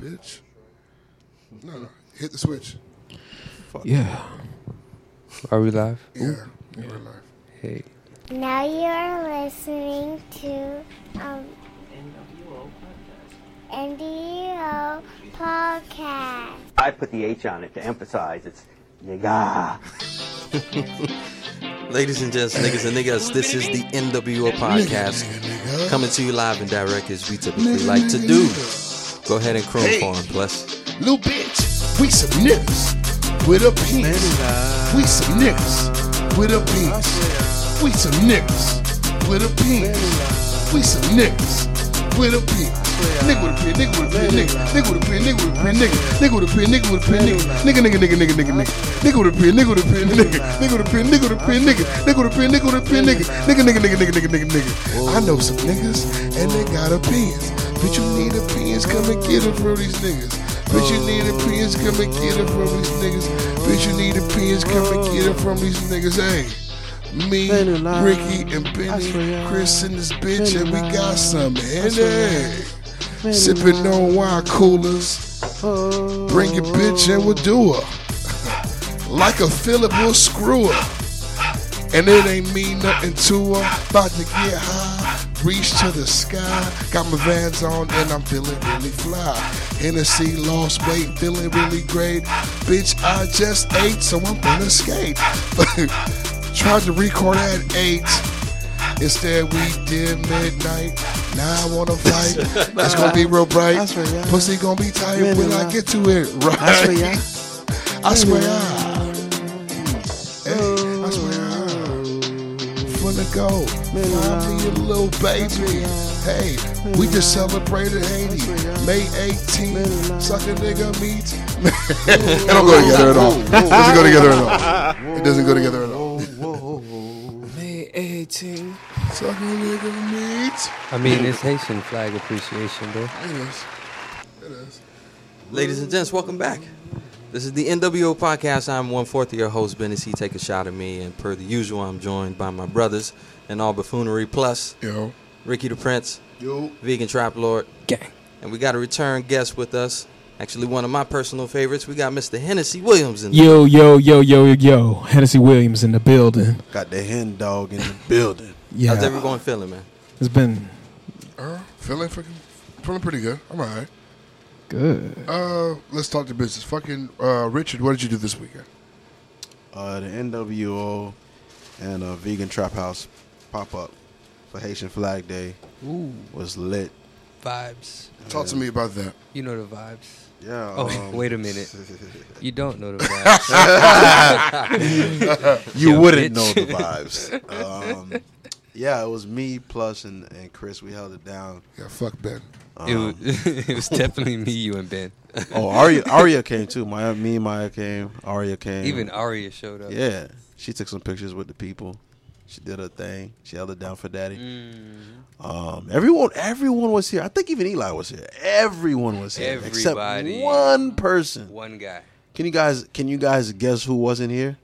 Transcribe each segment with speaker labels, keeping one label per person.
Speaker 1: bitch. No, no. Hit the switch.
Speaker 2: Yeah. Are we live?
Speaker 1: Yeah. in real life.
Speaker 2: Hey.
Speaker 3: Now you are listening to um, NWO podcast.
Speaker 4: I put the H on it to emphasize it's yaga.
Speaker 5: Ladies and gents, niggas and niggas, this is the NWO podcast coming to you live and direct as we typically like to do. Go ahead and croon for him, bless.
Speaker 1: Little bitch, we some niggas with a penis. We some niggas with a penis. We some niggas with a penis. We some niggas with a penis. Nigga with a pen, nigga with a pen, nigga, nigga with a pen, nigga with a pen, nigga, nigga with a pen, nigga with a pen, nigga, nigga, nigga, nigga, nigga, nigga, nigga with a pen, nigga with a pen, nigga, nigga with a pen, nigga with a pen, nigga, nigga with a pen, nigga with a pen, nigga, nigga, nigga, nigga, nigga, nigga, nigga. I know some niggas and they got opinions, but you need opinions, come and get it from these niggas. Bitch, you need opinions, come and get it from these niggas. Bitch, you need opinions, come and get it from these niggas. Hey, me, Ricky, and Benny, Chris, and this bitch, and we got some in it. Sipping on wine coolers. Bring your bitch and we'll do her. Like a Philip, we'll screw her. And it ain't mean nothing to her. About to get high, reach to the sky. Got my vans on and I'm feeling really fly. Hennessy lost weight, feeling really great. Bitch, I just ate, so I'm gonna skate. Tried to record at eight. Instead, we did midnight. Now I wanna fight. it's gonna be real bright.
Speaker 6: That's for ya.
Speaker 1: Pussy gonna be tight when I
Speaker 6: Midnight.
Speaker 1: get to it. Right.
Speaker 6: That's for ya.
Speaker 1: I swear. I, hey, I swear. I, Finna go. Find me a little baby. Hey, we just celebrated Haiti. May 18th. Suck a nigga meat. it don't go together at all. It doesn't go together at all. It doesn't go together at all.
Speaker 2: May 18.
Speaker 1: Suck a nigga meat.
Speaker 2: I mean, it's Haitian flag appreciation, bro.
Speaker 1: It is. It is.
Speaker 5: Ladies and gents, welcome back. This is the NWO podcast. I'm one fourth of your host, Benny C. Take a shot at me, and per the usual, I'm joined by my brothers and all buffoonery plus
Speaker 1: Yo.
Speaker 5: Ricky the Prince,
Speaker 1: Yo.
Speaker 5: Vegan Trap Lord,
Speaker 2: Gang.
Speaker 5: and we got a return guest with us. Actually, one of my personal favorites. We got Mr. Hennessy Williams in the
Speaker 7: Yo, yo, yo, yo, yo, yo. Hennessy Williams in the building.
Speaker 6: Got the hen dog in the building.
Speaker 7: Yeah.
Speaker 5: How's everyone feeling, man?
Speaker 7: It's been
Speaker 1: Uh, feeling freaking, feeling pretty good. I'm alright.
Speaker 7: good.
Speaker 1: Uh, let's talk to business. Fucking uh, Richard, what did you do this weekend?
Speaker 6: Uh, the NWO and a vegan trap house pop up for Haitian Flag Day
Speaker 2: Ooh.
Speaker 6: was lit.
Speaker 2: Vibes.
Speaker 1: Talk to me about that.
Speaker 2: You know the vibes.
Speaker 6: Yeah.
Speaker 2: Oh,
Speaker 6: um,
Speaker 2: wait a minute. You don't know the vibes.
Speaker 6: you
Speaker 2: Yo, bitch.
Speaker 6: wouldn't know the vibes. Um, yeah, it was me plus and, and Chris. We held it down. Um,
Speaker 1: Yeah, fuck Ben.
Speaker 2: it, was, it was definitely me, you, and Ben.
Speaker 6: Oh, Aria, Aria came too. Maya, me, and Maya came. Aria came.
Speaker 2: Even Aria showed up.
Speaker 6: yeah, she took some pictures with the people. She did her thing. She held it down for Daddy.
Speaker 2: Mm,
Speaker 6: Um, everyone, everyone was here. I think even Eli was here. Everyone was here
Speaker 2: Everybody.
Speaker 6: except one person.
Speaker 2: one guy.
Speaker 6: Can you guys? Can you guys guess who wasn't here?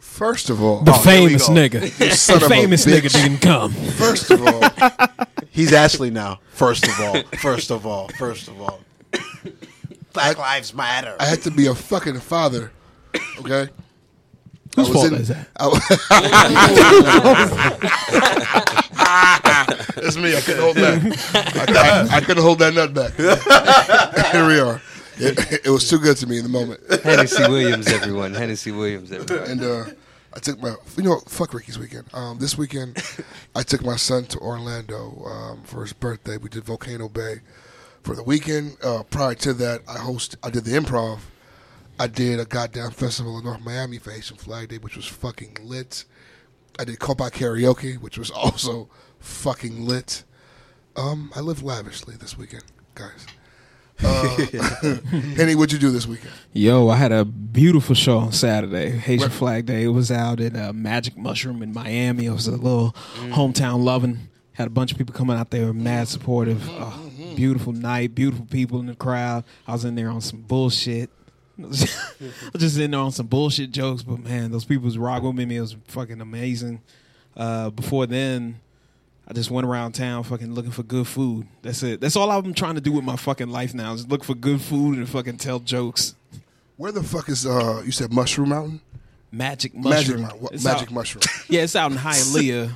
Speaker 1: First of all,
Speaker 7: The
Speaker 6: Oh, here we
Speaker 7: famous
Speaker 6: go.
Speaker 7: nigga.
Speaker 1: son of
Speaker 7: the
Speaker 1: a
Speaker 7: famous
Speaker 1: bitch.
Speaker 7: nigga didn't come.
Speaker 1: first of all,
Speaker 6: He's Ashley now. First of all, first of all, first of all. Black Lives Matter.
Speaker 1: I had to be a fucking father. Okay.
Speaker 7: Whose
Speaker 1: I was
Speaker 7: fault
Speaker 1: in-
Speaker 7: is that?
Speaker 1: I w- That's me. I couldn't hold that. I, I- I couldn't hold that nut back. Here we are. It, it was too good to me in the moment.
Speaker 2: Hennessy Williams, everyone. Hennessy Williams, everyone.
Speaker 1: and uh, I took my you know fuck Ricky's weekend. Um, this weekend, I took my son to Orlando um, for his birthday. We did Volcano Bay for the weekend. Uh, prior to that, I host I did the improv. I did a goddamn festival in North Miami for Haitian Flag Day, which was fucking lit. I did Copa Karaoke, which was also fucking lit. Um, I lived lavishly this weekend, guys. Uh, Henny, what'd you do this weekend?
Speaker 7: Yo, I had a beautiful show on Saturday, Haitian
Speaker 1: Where-
Speaker 7: Flag Day. It was out at uh, Magic Mushroom in Miami. It was a little hometown loving. Had a bunch of people coming out there, mad supportive. Oh, beautiful night, beautiful people in the crowd. I was in there on some bullshit. I was just in there on some bullshit jokes, but man, those people was rocking with me. It was fucking amazing. Uh, before then,
Speaker 8: I just went around town fucking looking for good food. That's it. That's all I'm trying to do with my fucking life now is look for good food and fucking tell jokes.
Speaker 1: Where the fuck is uh? You said Mushroom Mountain.
Speaker 8: Magic
Speaker 1: Magic
Speaker 8: mushroom.
Speaker 1: Mountain.
Speaker 8: It's
Speaker 1: Magic
Speaker 8: out-
Speaker 1: Mushroom.
Speaker 8: Yeah, it's out in Hialeah.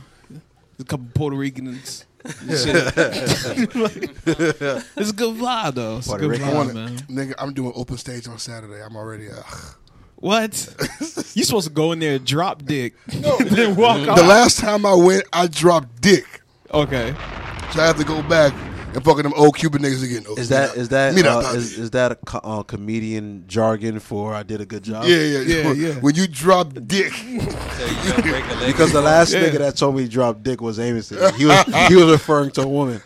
Speaker 8: a couple Puerto Ricans. and shit. it's a good vibe though. It's a good
Speaker 1: I want
Speaker 8: vibe,
Speaker 1: it,
Speaker 8: man.
Speaker 1: nigga. I'm doing open stage on Saturday. I'm already. Uh,
Speaker 8: What? you supposed to go in there, drop dick, then walk off.
Speaker 1: the last time I went, I dropped dick,
Speaker 8: okay.
Speaker 1: so I have to go back and fucking them old Cuban niggas again.
Speaker 6: Is that is that
Speaker 1: Mira,
Speaker 6: uh, is, is that a co- uh, comedian jargon for I did a good job?
Speaker 1: yeah, yeah, yeah,
Speaker 8: Yeah, yeah.
Speaker 1: When you drop dick,
Speaker 2: So you don't break a leg.
Speaker 6: Because the last
Speaker 8: Yeah.
Speaker 6: nigga that told me he dropped dick was Amison. He was he was referring to a woman.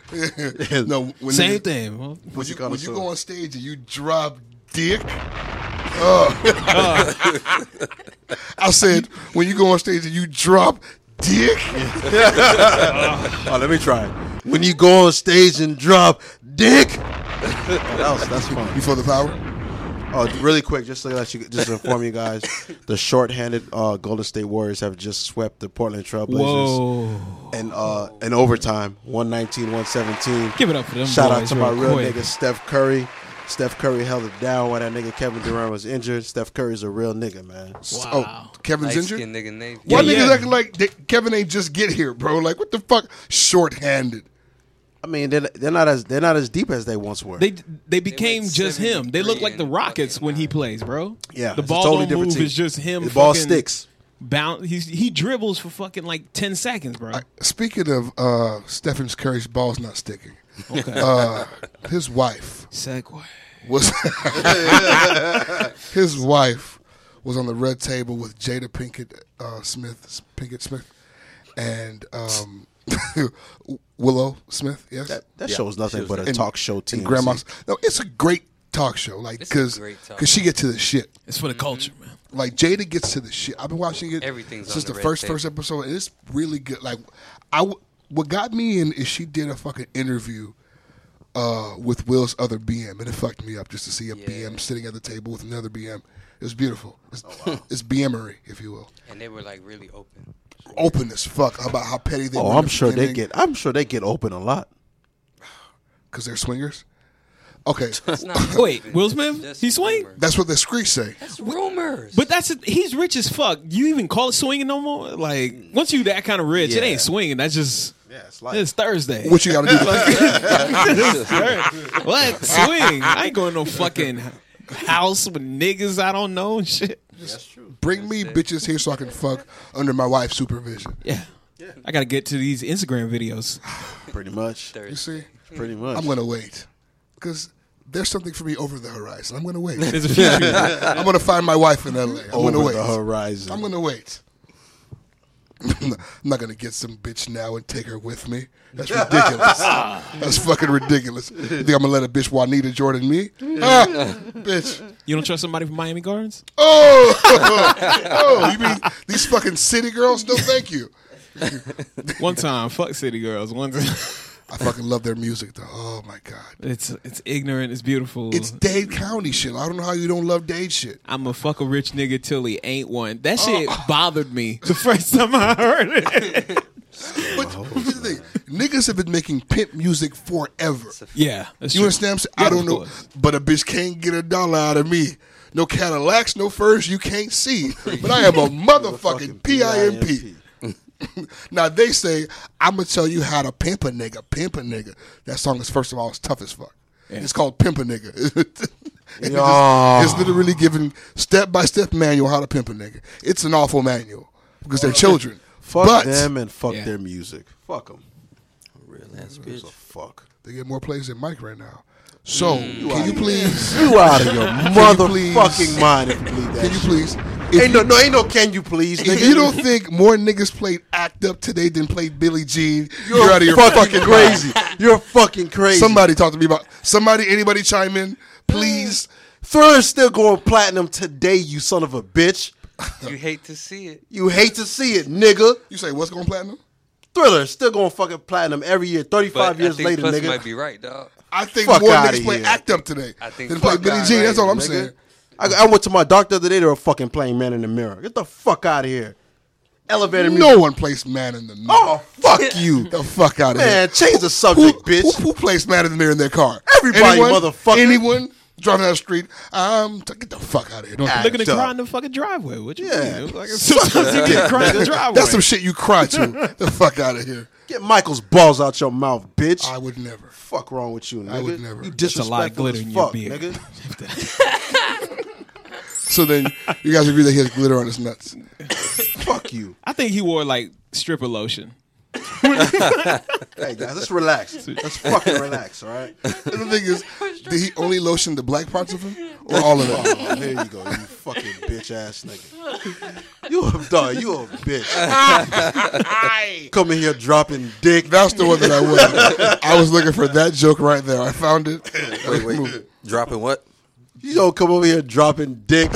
Speaker 1: no. When
Speaker 8: Same
Speaker 1: niggas-
Speaker 8: thing. Well,
Speaker 1: When you,
Speaker 6: call
Speaker 1: when
Speaker 6: it,
Speaker 1: you
Speaker 6: so-
Speaker 1: go on stage and you drop dick. Oh. I said when you go on stage and you drop dick.
Speaker 6: Oh, let me try it. When you go on stage and drop dick. that was, that's fun.
Speaker 1: Before the power.
Speaker 6: Oh, really quick, just to let you, just to inform you guys, the shorthanded uh, Golden State Warriors have just swept the Portland Trailblazers
Speaker 8: Whoa.
Speaker 6: in uh, in overtime, 119-117.
Speaker 8: Give it up for them
Speaker 6: Shout out
Speaker 8: boys
Speaker 6: to my
Speaker 8: real
Speaker 6: real
Speaker 8: quick.
Speaker 6: nigga Steph Curry. Steph Curry held it down when that nigga Kevin Durant was injured. Steph Curry's a real nigga, man.
Speaker 8: Wow.
Speaker 1: Oh, Kevin's
Speaker 2: light
Speaker 1: injured.
Speaker 2: skinned nigga Navy.
Speaker 1: Why
Speaker 8: Yeah,
Speaker 1: niggas
Speaker 8: yeah.
Speaker 1: acting like they, Kevin ain't just get here, bro? Like what the fuck? Shorthanded.
Speaker 6: I mean, they're, they're not as they're not as deep as they once were.
Speaker 8: They they became
Speaker 2: went
Speaker 8: just him. They look
Speaker 2: 73
Speaker 8: like the
Speaker 2: and
Speaker 8: Rockets
Speaker 2: fucking
Speaker 8: when he
Speaker 2: nine.
Speaker 8: plays, bro.
Speaker 6: yeah,
Speaker 8: the
Speaker 6: it's a
Speaker 8: ball
Speaker 6: totally
Speaker 8: don't
Speaker 6: different
Speaker 8: move.
Speaker 6: team.
Speaker 8: It's just him.
Speaker 6: The ball
Speaker 8: fucking
Speaker 6: sticks.
Speaker 8: Bounce. He's, he dribbles for fucking like ten seconds, bro.
Speaker 1: Speaking of uh, Stephen Curry's balls not sticking, uh, his wife
Speaker 8: Segway.
Speaker 1: was his wife was on the red table with Jada Pinkett uh, Smith, Pinkett Smith, and um, Willow Smith. Yes,
Speaker 6: That show's nothing but a
Speaker 1: And-
Speaker 6: talk show team.
Speaker 1: and Grandma's. No, it's a great talk show. Like
Speaker 2: It's a
Speaker 1: because
Speaker 2: great talk
Speaker 1: she get to the shit.
Speaker 8: It's for the
Speaker 2: Mm-hmm.
Speaker 8: culture, man.
Speaker 1: Like Jada gets to the shit. I've been watching it
Speaker 2: Everything's
Speaker 1: since
Speaker 2: on the red
Speaker 1: first
Speaker 2: table.
Speaker 1: first episode, and it's really good. Like I, w- what got me in is she did a fucking interview uh, with Will's other BM, and it fucked me up just to see a BM sitting at the table with another BM. It was beautiful. It's,
Speaker 2: Oh,
Speaker 1: it's BMery, if you will,
Speaker 2: And they were like really open.
Speaker 1: open as fuck about how petty they.
Speaker 6: Oh,
Speaker 1: were
Speaker 6: I'm sure they get. I'm sure they get open a lot.
Speaker 1: because they're swingers. Okay,
Speaker 2: It's not
Speaker 8: Wait,
Speaker 2: open.
Speaker 8: Will
Speaker 2: It's
Speaker 8: Smith?
Speaker 2: just
Speaker 8: He swing?
Speaker 2: rumors.
Speaker 1: that's what the screech say.
Speaker 2: It's rumors.
Speaker 8: But that's he's rich as fuck. You even call it swinging no more? Like once you that kind of rich, it
Speaker 6: Yeah.
Speaker 8: ain't swinging. That's just
Speaker 6: Yeah, it's
Speaker 8: it's Thursday.
Speaker 1: What you got to do?
Speaker 8: What swing? I ain't going to no fucking house with niggas I don't know and shit.
Speaker 1: Bring me bitches here so I can fuck under my wife's supervision.
Speaker 8: Yeah. I gotta get to these Instagram videos.
Speaker 6: pretty much.
Speaker 1: You see.
Speaker 6: Pretty much.
Speaker 1: I'm gonna wait because there's something for me over the horizon. I'm gonna wait.
Speaker 8: There's a few people.
Speaker 1: I'm gonna find my wife in LA. I'm
Speaker 6: over
Speaker 1: gonna wait.
Speaker 6: the horizon.
Speaker 1: I'm gonna wait. I'm not gonna get some bitch now and take her with me. That's ridiculous. That's fucking ridiculous. You think I'm gonna let a bitch Juanita Jordan me? Ah, bitch.
Speaker 8: You don't trust somebody from Miami Gardens?
Speaker 1: Oh, oh, you mean these fucking city girls? No, thank you.
Speaker 8: One time, fuck City Girls. One time.
Speaker 1: I fucking love their music though. Oh my god,
Speaker 8: It's it's ignorant, it's beautiful.
Speaker 1: it's Dade County shit. I don't know how you don't love Dade shit.
Speaker 8: I'm a fuck a rich nigga till he ain't one. That shit bothered me Oh. the first time I heard it.
Speaker 1: But here's the thing: niggas have been making pimp music forever.
Speaker 8: yeah. that's
Speaker 1: You understand?
Speaker 8: true.
Speaker 1: What I'm
Speaker 8: Yeah,
Speaker 1: saying? I don't
Speaker 8: of
Speaker 1: know,
Speaker 8: course.
Speaker 1: but a bitch can't get a dollar out of me. No Cadillacs, no furs you can't see. But I am a motherfucking P.I.M.P. Now they say I'm gonna tell you how to pimp a nigga, pimp a nigga. That song is first of all, it's tough as fuck. It's called pimp a nigga. And it just-
Speaker 6: Yo.
Speaker 1: it's literally giving step by step manual how to pimp a nigga. It's an awful manual because they're children.
Speaker 6: Fuck
Speaker 1: but
Speaker 6: them and fuck
Speaker 8: Yeah.
Speaker 6: their music. Fuck them.
Speaker 5: Real ass
Speaker 6: Gives a
Speaker 5: bitch.
Speaker 6: fuck.
Speaker 1: They get more plays than Mike right now. So
Speaker 6: Mm.
Speaker 1: can you please?
Speaker 6: You out of your
Speaker 1: please-
Speaker 6: motherfucking mind if you believe that.
Speaker 1: Can you
Speaker 6: shit.
Speaker 1: please? If
Speaker 6: Ain't no, no, ain't no. Can you please?
Speaker 1: If
Speaker 6: nigga?
Speaker 1: you don't think more niggas played Act Up today than played Billie Jean, you're,
Speaker 6: You're
Speaker 1: out of your
Speaker 6: fucking,
Speaker 1: fucking mind.
Speaker 6: crazy. You're fucking crazy.
Speaker 1: Somebody talk to me about somebody. Anybody chime in, please?
Speaker 6: Thriller still going platinum today. You son of a bitch.
Speaker 2: you hate to see it.
Speaker 6: You hate to see it, nigga.
Speaker 1: You say what's going platinum?
Speaker 6: Thriller still going fucking platinum every year. Thirty
Speaker 2: But
Speaker 6: five years
Speaker 2: I think
Speaker 6: later,
Speaker 2: Plus
Speaker 6: nigga.
Speaker 2: might be right, dog.
Speaker 1: I think
Speaker 6: Fuck
Speaker 1: more
Speaker 6: outta
Speaker 1: niggas play
Speaker 6: here.
Speaker 1: Act Up today
Speaker 2: I think
Speaker 1: than play
Speaker 2: fuck
Speaker 1: Billie
Speaker 2: outta
Speaker 1: Jean.
Speaker 2: here,
Speaker 1: That's all I'm
Speaker 6: nigga.
Speaker 1: saying.
Speaker 6: I, I went to my doctor the other day. They were fucking playing Man in the Mirror. Get the fuck out of here. Elevator music.
Speaker 1: No one placed man in the mirror.
Speaker 6: Oh, fuck you.
Speaker 1: The fuck out of here.
Speaker 6: Man, change the
Speaker 1: Who,
Speaker 6: subject, bitch.
Speaker 1: Who, who placed man in the mirror in their car?
Speaker 6: Everybody, motherfucker.
Speaker 1: Anyone driving down the street? Um, t- get the fuck out of here. Don't
Speaker 6: Ah,
Speaker 1: do
Speaker 7: Look at
Speaker 1: that.
Speaker 7: the
Speaker 6: Dog.
Speaker 7: cry in the fucking driveway. What you
Speaker 6: Yeah.
Speaker 7: mean? Like, sometimes you get cry in the driveway.
Speaker 1: That's some shit you cry to. the fuck out of here.
Speaker 6: Get Michael's balls out your mouth, bitch.
Speaker 1: I would never.
Speaker 6: fuck wrong with you, nigga?
Speaker 1: I would never.
Speaker 6: You
Speaker 1: That's
Speaker 7: a lot of
Speaker 6: disrespectful
Speaker 7: glitter
Speaker 6: as
Speaker 7: in your
Speaker 6: fuck,
Speaker 7: beard.
Speaker 6: nigga.
Speaker 1: So then you guys agree that he has glitter on his nuts.
Speaker 6: fuck you.
Speaker 7: I think he wore like stripper lotion.
Speaker 6: Hey guys, let's relax. Let's fucking relax, all right?
Speaker 1: And the thing is, did he only lotion the black parts of him or all of it?
Speaker 6: Oh, here you go, you fucking bitch ass nigga. You a dog, you a bitch. Come in here dropping dick.
Speaker 1: That's the one that I was. I was looking for that joke right there. I found it.
Speaker 5: Wait, wait. Dropping what?
Speaker 6: You don't come over here dropping dick.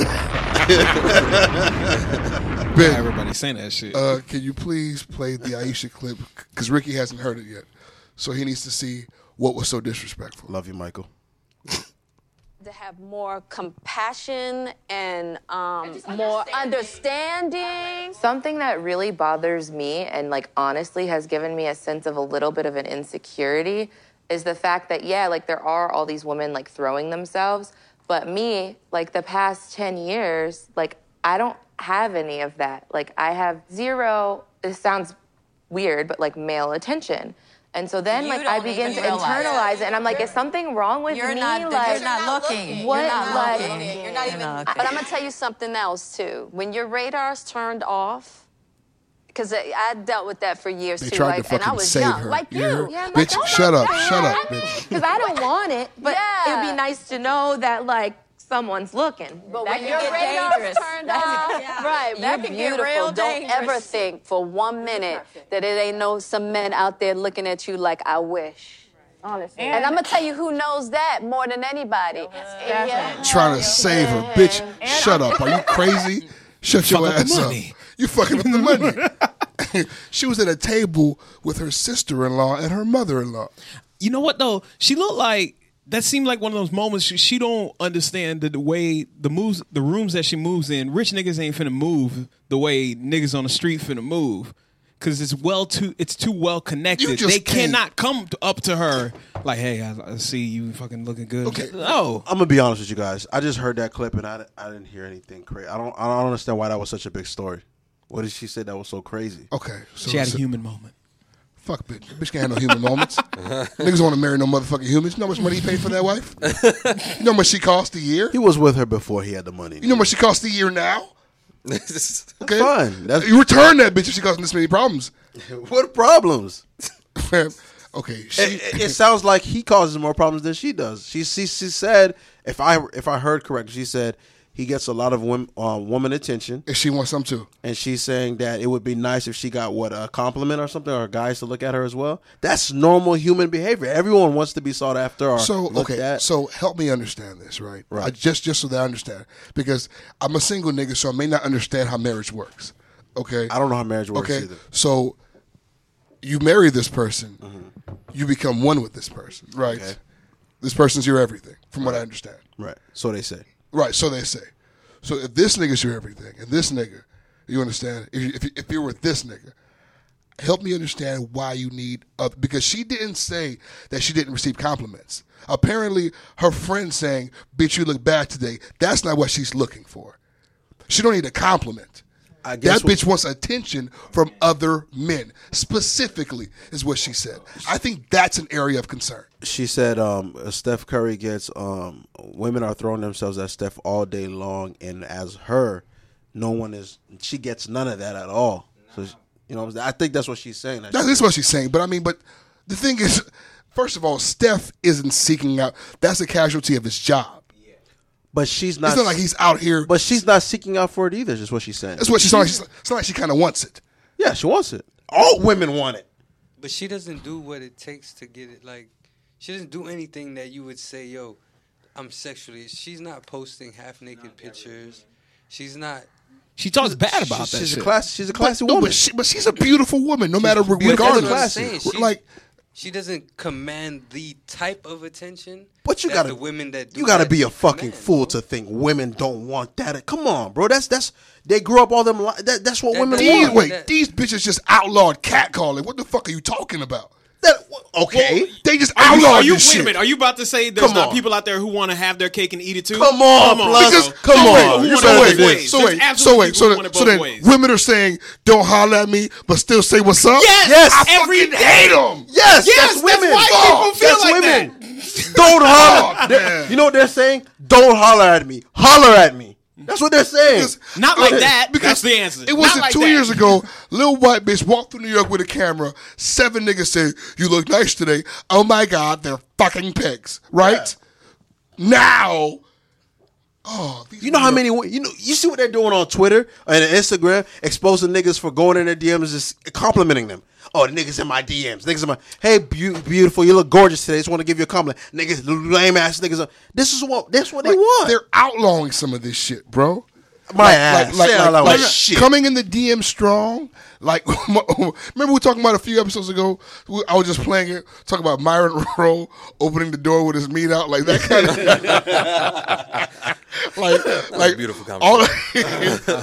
Speaker 1: Ben,
Speaker 7: Everybody saying that shit.
Speaker 1: uh, can you please play the Aisha clip? Because Ricky hasn't heard it yet, so he needs to see what was so disrespectful.
Speaker 6: Love you, Michael.
Speaker 9: to have more compassion and um, more understanding.
Speaker 10: Something that really bothers me and, like, honestly has given me a sense of a little bit of an insecurity is the fact that, yeah, like, there are all these women, like, throwing themselves. But me, like, the past 10 years, like, I don't have any of that. Like, I have zero, this sounds weird, but like male attention. And so then,
Speaker 9: You
Speaker 10: like, I
Speaker 9: don't
Speaker 10: begin to
Speaker 9: even realize.
Speaker 10: internalize it, and I'm like, is something wrong with
Speaker 9: You're
Speaker 10: me?
Speaker 9: not,
Speaker 10: like,
Speaker 9: you're not looking.
Speaker 10: What,
Speaker 9: You're not
Speaker 10: like-
Speaker 9: looking. You're not even. But I'm gonna tell you something else too. When your radar's turned off, because I, I dealt with that for years
Speaker 1: They
Speaker 9: too.
Speaker 1: tried
Speaker 9: like,
Speaker 1: to fucking
Speaker 9: and I was
Speaker 1: save
Speaker 9: young,
Speaker 1: her.
Speaker 9: like
Speaker 1: You
Speaker 9: you.
Speaker 1: heard?
Speaker 9: Yeah, I'm
Speaker 1: Bitch,
Speaker 9: like, oh my
Speaker 1: shut up,
Speaker 9: God.
Speaker 1: shut up, bitch.
Speaker 10: Because I don't want it, but
Speaker 9: Yeah.
Speaker 10: it'd be nice to know that, like, someone's looking.
Speaker 9: But
Speaker 10: That
Speaker 9: when
Speaker 10: could
Speaker 9: your
Speaker 10: get
Speaker 9: radar's
Speaker 10: dangerous.
Speaker 9: turned off, right? That
Speaker 10: You're
Speaker 9: can get
Speaker 10: beautiful.
Speaker 9: real
Speaker 10: Don't
Speaker 9: dangerous. Don't ever think for one minute that it ain't no some men out there looking at you like I wish. Honestly. And, I'm gonna tell you who knows that more than anybody. Yeah.
Speaker 1: Trying to save her, bitch. Shut up. Are you crazy? Shut your
Speaker 7: Fuck up the
Speaker 1: ass up.
Speaker 7: money.
Speaker 1: You fucking up the money. she was at a table with her sister-in-law and her mother-in-law.
Speaker 7: you know what though? She looked like that seemed like one of those moments she, she don't understand the, the way the moves the rooms that she moves in. Rich niggas ain't finna move the way niggas on the street finna move. Cause it's well too it's too well
Speaker 1: You
Speaker 7: connected.
Speaker 1: just
Speaker 7: They
Speaker 1: can't-
Speaker 7: cannot come to, up to her like, hey, I, I see you fucking looking good.
Speaker 1: Okay.
Speaker 7: No.
Speaker 6: I'm gonna be honest with you guys. I just heard that clip and I, I didn't hear anything crazy. I don't I don't understand why that was such a big story. What did she say that was so crazy?
Speaker 1: Okay, so
Speaker 7: She had a
Speaker 1: so-
Speaker 7: human moment.
Speaker 1: Fuck bitch. Bitch can't have no human moments. Niggas want to marry no motherfucking humans. You know how much money he paid for that wife? you know how much she cost a year?
Speaker 6: He was with her before he had the money.
Speaker 1: You know how much she cost a year now? Okay.
Speaker 6: Fine. That's-
Speaker 1: you return that bitch if she causing this many problems.
Speaker 6: what problems?
Speaker 1: okay. She,
Speaker 6: It, it- it sounds like he causes more problems than she does. She she, she said if I if I heard correct, she said he gets a lot of women uh, woman attention,
Speaker 1: if she wants some too.
Speaker 6: and she's saying that it would be nice if she got what a compliment or something, or guys to look at her as well. That's normal human behavior. Everyone wants to be sought after. Or
Speaker 1: So
Speaker 6: looked
Speaker 1: okay,
Speaker 6: at.
Speaker 1: so help me understand this, right?
Speaker 6: Right.
Speaker 1: I- just just so that I understand, because I'm a single nigga, so I may not understand how marriage works. Okay.
Speaker 6: I don't know how marriage works
Speaker 1: Okay.
Speaker 6: either.
Speaker 1: So you marry this person, you become one with this person, right?
Speaker 6: Mm-hmm. Okay.
Speaker 1: This person's your everything, from what I understand.
Speaker 6: Right. So they say.
Speaker 1: Right, so they say. So if this nigga's your everything, and this nigga, you understand? If, you, if, you, if you're with this nigga, help me understand why you need other. Because she didn't say that she didn't receive compliments. Apparently, her friend saying, bitch, you look bad today, that's not what she's looking for. She don't need a compliment.
Speaker 6: I guess
Speaker 1: that
Speaker 6: what-
Speaker 1: bitch wants attention from other men, specifically, is what she said.
Speaker 6: Oh,
Speaker 1: I think that's an area of concern.
Speaker 6: she said um, Steph Curry gets um, women are throwing themselves at Steph all day long, and as her, no one is. She gets none of that at all. So she- you know, what I'm saying? I think that's what she's saying.
Speaker 1: That is what she's saying. But I mean, but the thing is, first of all, Steph isn't seeking out. That's a casualty of his job.
Speaker 6: but she's not.
Speaker 1: it's not like he's out here.
Speaker 6: But she's not seeking out for it either. Is just what she's saying.
Speaker 1: that's what she's like. She's, it's not like she kind of wants it.
Speaker 6: yeah, she wants it. All women want it.
Speaker 2: But she doesn't do what it takes to get it. Like, she doesn't do anything that you would say, yo, I'm sexually. She's not posting half naked pictures. She's not.
Speaker 7: She talks bad about
Speaker 6: she's
Speaker 7: that
Speaker 6: a
Speaker 7: shit.
Speaker 6: class. She's a classy
Speaker 1: No,
Speaker 6: woman.
Speaker 1: but, she, but she's a beautiful woman, no matter
Speaker 6: beautiful.
Speaker 1: regardless.
Speaker 6: That's what I'm
Speaker 2: saying. She-
Speaker 1: like,
Speaker 2: she doesn't command the type of attention.
Speaker 6: But you
Speaker 2: that
Speaker 6: gotta-
Speaker 2: the women that do
Speaker 6: You gotta
Speaker 2: that
Speaker 6: be a fucking
Speaker 2: command,
Speaker 6: fool
Speaker 2: bro.
Speaker 6: to think women don't want that. Come on, bro. That's that's they grew up all them. Li- that, that's what
Speaker 2: That-
Speaker 6: women
Speaker 2: that-
Speaker 1: These,
Speaker 2: Yeah.
Speaker 6: want.
Speaker 1: wait, these bitches just outlawed catcalling. What the fuck are you talking about?
Speaker 6: That- okay,
Speaker 1: They just
Speaker 8: Are you,
Speaker 1: outlawed
Speaker 8: are you,
Speaker 1: this
Speaker 8: wait a
Speaker 1: shit.
Speaker 8: minute. Are you about to say there's
Speaker 6: Come
Speaker 8: not
Speaker 6: on.
Speaker 8: people out there who want to have their cake and eat it too?
Speaker 6: Come on, plus-
Speaker 1: Because,
Speaker 8: bro.
Speaker 1: come
Speaker 8: There's people
Speaker 1: on.
Speaker 8: who
Speaker 1: You
Speaker 8: want it
Speaker 1: so
Speaker 8: both
Speaker 1: wait,
Speaker 8: ways.
Speaker 1: so
Speaker 8: There's
Speaker 1: wait, so
Speaker 8: absolutely
Speaker 1: wait,
Speaker 8: people
Speaker 1: so
Speaker 8: who
Speaker 1: then,
Speaker 8: want it
Speaker 1: so
Speaker 8: both
Speaker 1: then
Speaker 8: ways.
Speaker 1: women are saying, don't holler at me, but still say what's up?
Speaker 8: Yes,
Speaker 1: I
Speaker 8: every
Speaker 1: fucking
Speaker 8: day.
Speaker 1: hate them.
Speaker 8: Yes,
Speaker 6: Yes, that's
Speaker 8: that's
Speaker 6: women.
Speaker 8: why
Speaker 6: Fuck,
Speaker 8: people feel
Speaker 6: that's
Speaker 8: like
Speaker 6: women. Don't holler.
Speaker 1: Oh,
Speaker 6: They're-
Speaker 1: man.
Speaker 6: you know what they're saying? Don't holler at me. Holler at me. That's what they're saying.
Speaker 8: Not like that. That's the answer.
Speaker 1: It wasn't
Speaker 8: Not like
Speaker 1: two
Speaker 8: that.
Speaker 1: years ago. Little white bitch walked through New York with a camera. Seven niggas said, "You look nice today." Oh my god, they're fucking pigs, right? Now, oh, these
Speaker 6: You know how many you know you see what they're doing on Twitter and Instagram, exposing niggas for going in their DMs, just complimenting them. Oh, the niggas in my DMs, niggas in my hey, beau- beautiful, you look gorgeous today. Just want to give you a compliment, niggas, lame ass niggas. This is what that's what they want.
Speaker 1: They're outlawing some of this shit, bro.
Speaker 6: My ass. Say all that shit.
Speaker 1: coming in the DM strong. Like, remember we were talking about a few episodes ago. We- I was just playing it, talking about Myron Rowe opening the door with his meat out, like that kind of. like, like
Speaker 5: beautiful
Speaker 1: All,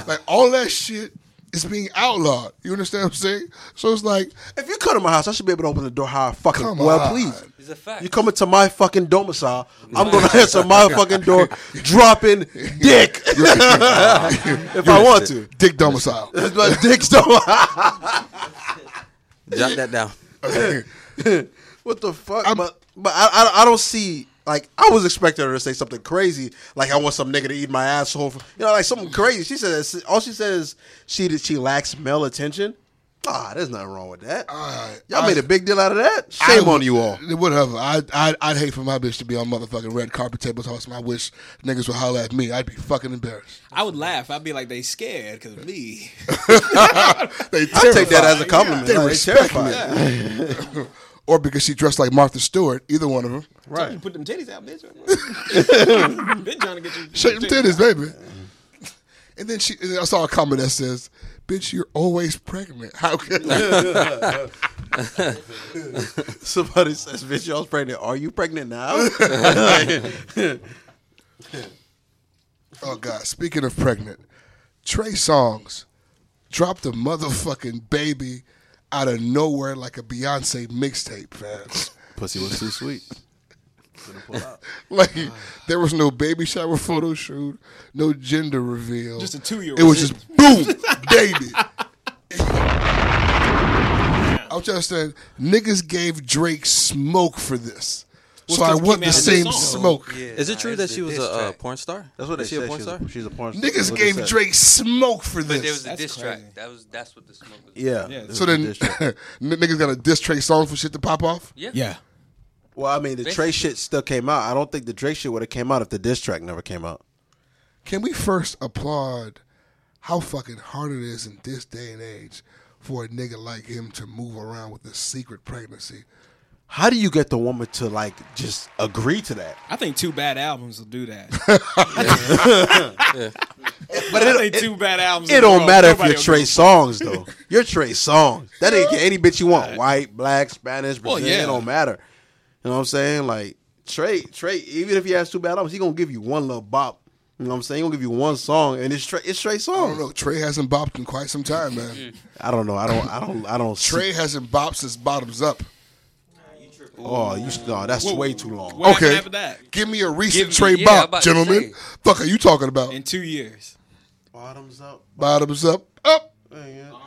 Speaker 1: like all that shit is being outlawed. You understand what I'm saying? So it's like,
Speaker 6: if you come to my house, I should be able to open the door how I fucking
Speaker 1: Come
Speaker 6: well
Speaker 1: on.
Speaker 6: please.
Speaker 2: It's a fact.
Speaker 6: You coming to my fucking domicile? I'm gonna answer my fucking door, dropping dick if I want to.
Speaker 1: dick domicile.
Speaker 6: But dicks don't.
Speaker 5: Jot that down.
Speaker 6: What the fuck? but but I, I I don't see like I was expecting her to say something crazy like I want some nigga to eat my asshole for, you know like something crazy. She says all she says is she that she lacks male attention. Ah, there's nothing wrong with that. Y'all
Speaker 1: I-
Speaker 6: made a big deal out of that. Shame
Speaker 1: I-
Speaker 6: on you all.
Speaker 1: Whatever. I, I, I'd hate for my bitch to be on motherfucking red carpet table talking. I wish niggas would holler at me. I'd be fucking embarrassed.
Speaker 8: I would laugh. I'd be like, they scared because of me.
Speaker 1: They
Speaker 6: I take that
Speaker 1: terrified.
Speaker 6: as a compliment.
Speaker 1: They
Speaker 6: Like,
Speaker 1: respect
Speaker 6: terrified.
Speaker 1: me. or because she dressed like Martha Stewart. Either one of them.
Speaker 8: You
Speaker 6: Right.
Speaker 8: put them titties out, bitch. bitch trying to get you.
Speaker 1: Shake them titties, baby. And then she, and I saw a comment that says, "Bitch, you're always pregnant. How can
Speaker 6: Somebody says, "Bitch, y'all's pregnant. Are you pregnant now?"
Speaker 1: Oh God! Speaking of pregnant, Trey Songs dropped a motherfucking baby out of nowhere like a Beyonce mixtape, fans.
Speaker 6: Pussy was too sweet.
Speaker 1: Like there was no baby shower photo shoot, no gender reveal.
Speaker 8: Just a two-year-old.
Speaker 1: It was just boom, baby. I'm just saying, niggas gave Drake smoke for this, so I
Speaker 8: because it
Speaker 1: want
Speaker 8: came
Speaker 1: the
Speaker 8: out of
Speaker 1: same
Speaker 8: the song.
Speaker 1: smoke.
Speaker 2: Yeah,
Speaker 5: Is it
Speaker 2: nah,
Speaker 5: true
Speaker 2: it's
Speaker 5: that
Speaker 2: the
Speaker 5: she was
Speaker 2: diss
Speaker 5: a uh,
Speaker 2: track.
Speaker 5: porn star?
Speaker 6: That's what they
Speaker 5: Is she a
Speaker 6: said.
Speaker 5: porn
Speaker 6: She's
Speaker 5: star?
Speaker 6: a, she's a porn star. That's
Speaker 1: Niggas
Speaker 6: what they
Speaker 1: gave
Speaker 6: said.
Speaker 1: Drake smoke for
Speaker 2: But there
Speaker 1: this.
Speaker 2: was a
Speaker 8: That's
Speaker 2: diss track.
Speaker 8: crazy.
Speaker 2: That was that's what the smoke was.
Speaker 6: Yeah.
Speaker 8: Yeah.
Speaker 1: So then,
Speaker 6: Diss track.
Speaker 1: n- niggas got a diss Trey song for shit to pop off.
Speaker 2: Yeah.
Speaker 7: Yeah.
Speaker 6: Well, I mean, the Trey shit still came out. I don't think the Drake shit would have came out if the diss track never came out.
Speaker 1: Can we first applaud how fucking hard it is in this day and age for a nigga like him to move around with this secret pregnancy?
Speaker 6: How do you get the woman to like just agree to that?
Speaker 8: I think two bad albums will do that.
Speaker 6: But
Speaker 8: I
Speaker 6: it,
Speaker 8: think
Speaker 6: it,
Speaker 8: two bad albums. in
Speaker 6: it
Speaker 8: a
Speaker 6: don't
Speaker 8: row,
Speaker 6: matter if
Speaker 8: nobody
Speaker 6: you're
Speaker 8: will
Speaker 6: Trey
Speaker 8: do
Speaker 6: Songs though. You're Trey Songs. That ain't get any bitch you want. White, black, Spanish,
Speaker 8: Well,
Speaker 6: Brazilian.
Speaker 8: yeah.
Speaker 6: It don't matter. You know what I'm saying? Like Trey, Trey. Even if he has two bad albums, he gonna give you one little bop. You know what I'm saying? He gonna give you one song, and it's Trey. It's
Speaker 1: I
Speaker 6: Trey
Speaker 1: don't
Speaker 6: Songs.
Speaker 1: know. Trey hasn't bopped in quite some time, man.
Speaker 6: I don't know. I don't. I don't. I don't. see-
Speaker 1: Trey hasn't bopped since Bottoms Up.
Speaker 6: Oh, you. No, that's way too long.
Speaker 8: What
Speaker 1: Okay.
Speaker 8: happened after that?
Speaker 1: Give me a recent
Speaker 2: Give me-
Speaker 1: Trey
Speaker 2: yeah, I'm
Speaker 1: bop,
Speaker 2: about to
Speaker 1: gentlemen.
Speaker 2: say.
Speaker 1: Fuck are you talking about?
Speaker 8: In two years.
Speaker 6: Bottoms up.
Speaker 1: Bottoms Up, up.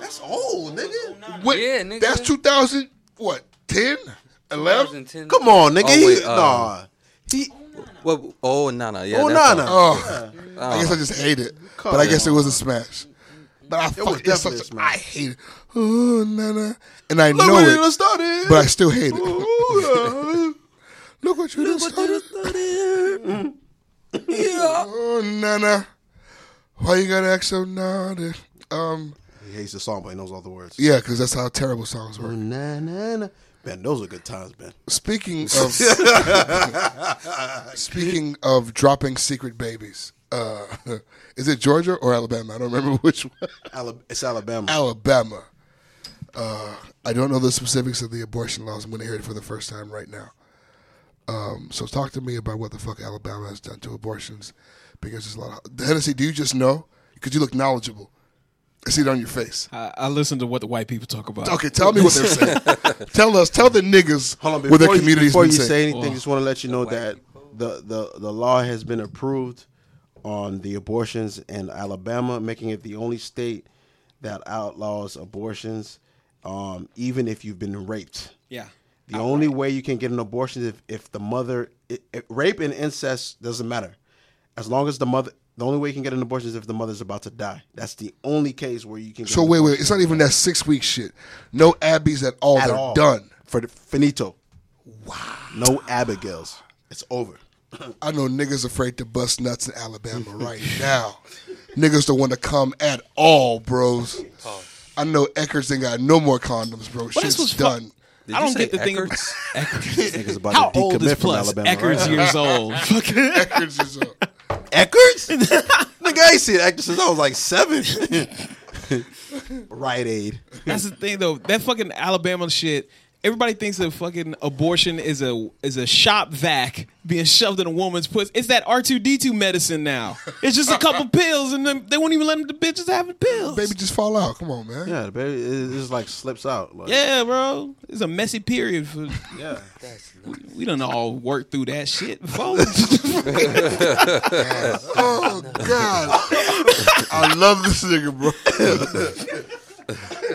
Speaker 6: That's old, nigga.
Speaker 1: What?
Speaker 2: Yeah, nigga.
Speaker 1: That's 2000, what, 10? 11?
Speaker 2: 2010.
Speaker 6: Come on, nigga.
Speaker 5: Oh, wait,
Speaker 6: he,
Speaker 5: uh,
Speaker 6: nah. He,
Speaker 5: Well, oh, Nana. Yeah,
Speaker 6: oh,
Speaker 5: that's Uh,
Speaker 6: nah,
Speaker 5: all.
Speaker 6: nah.
Speaker 1: Oh, I guess I just hate it. but I guess it was a smash. But I
Speaker 6: was
Speaker 1: fucking it's such
Speaker 6: definitely a
Speaker 1: a,
Speaker 6: smash.
Speaker 1: I hate it. Oh, na, na. And I
Speaker 6: Look
Speaker 1: know
Speaker 6: what it done
Speaker 1: it,
Speaker 6: started.
Speaker 1: but I still hate it.
Speaker 6: Ooh,
Speaker 1: Look what you done started. Oh, Nana. Why you gotta act so naughty? Um,
Speaker 6: uh. he hates the song, but he knows all the words.
Speaker 1: yeah, because that's how terrible songs were.
Speaker 6: Na, na, na. Man, those are good times, man.
Speaker 1: Speaking of speaking of dropping secret babies, uh, is it Georgia or Alabama? I don't remember which one.
Speaker 6: Alab- it's Alabama.
Speaker 1: Alabama. Uh, I don't know the specifics of the abortion laws. I'm going to hear it for the first time right now. Um, so talk to me about what the fuck Alabama has done to abortions, because there's a lot of Hennessy. Do you just know? Because you look knowledgeable. I see it on your face.
Speaker 7: I, I listen to what the white people talk about.
Speaker 1: Okay, tell me what they're saying. tell us, tell the niggas
Speaker 6: Hold on,
Speaker 1: what their
Speaker 6: before you-
Speaker 1: community's
Speaker 6: Before
Speaker 1: been
Speaker 6: you
Speaker 1: saying.
Speaker 6: say anything, just want to let you know that the, the, the law has been approved on the abortions in Alabama, making it the only state that outlaws abortions, um, even if you've been raped.
Speaker 7: Yeah.
Speaker 6: The only way you can get an abortion is if, if the mother, i i rape and incest doesn't matter. As long as the mother, the only way you can get an abortion is if the mother's about to die. That's the only case where you can. Get
Speaker 1: So
Speaker 6: an
Speaker 1: wait, wait,
Speaker 6: abortion.
Speaker 1: it's not even that six week shit. No abbeys at all.
Speaker 6: At
Speaker 1: they're
Speaker 6: all.
Speaker 1: done.
Speaker 6: for the finito. Wow. No Abigail's. It's over.
Speaker 1: I know niggas afraid to bust nuts in Alabama right now. niggas don't want to come at all, bros. I know Eckers ain't got no more condoms, bro.
Speaker 7: this was
Speaker 1: Shit's
Speaker 7: fu-
Speaker 1: done.
Speaker 7: I don't get the thing.
Speaker 6: Niggas about
Speaker 7: How
Speaker 6: to
Speaker 7: old
Speaker 6: decommit
Speaker 7: is
Speaker 6: from
Speaker 7: plus?
Speaker 6: Alabama.
Speaker 7: Eckerd's
Speaker 6: right?
Speaker 7: years old. Fucking-
Speaker 1: Eckers is up.
Speaker 6: Eckerd's? Nigga, I ain't seen Eckerd since I was like seven. Rite Aid.
Speaker 7: That's the thing though. That fucking Alabama shit. Everybody thinks that fucking abortion is a is a shop vac being shoved in a woman's pussy. It's that R two D two medicine now. It's just a couple pills, and then they won't even let them, the bitches have the pills.
Speaker 1: Baby, just fall out. Come on, man.
Speaker 6: Yeah, baby, it just like slips out. Like,
Speaker 7: Yeah, bro. It's a messy period. For,
Speaker 6: yeah.
Speaker 7: we done all worked through that shit before.
Speaker 1: Oh God, I love this nigga, bro.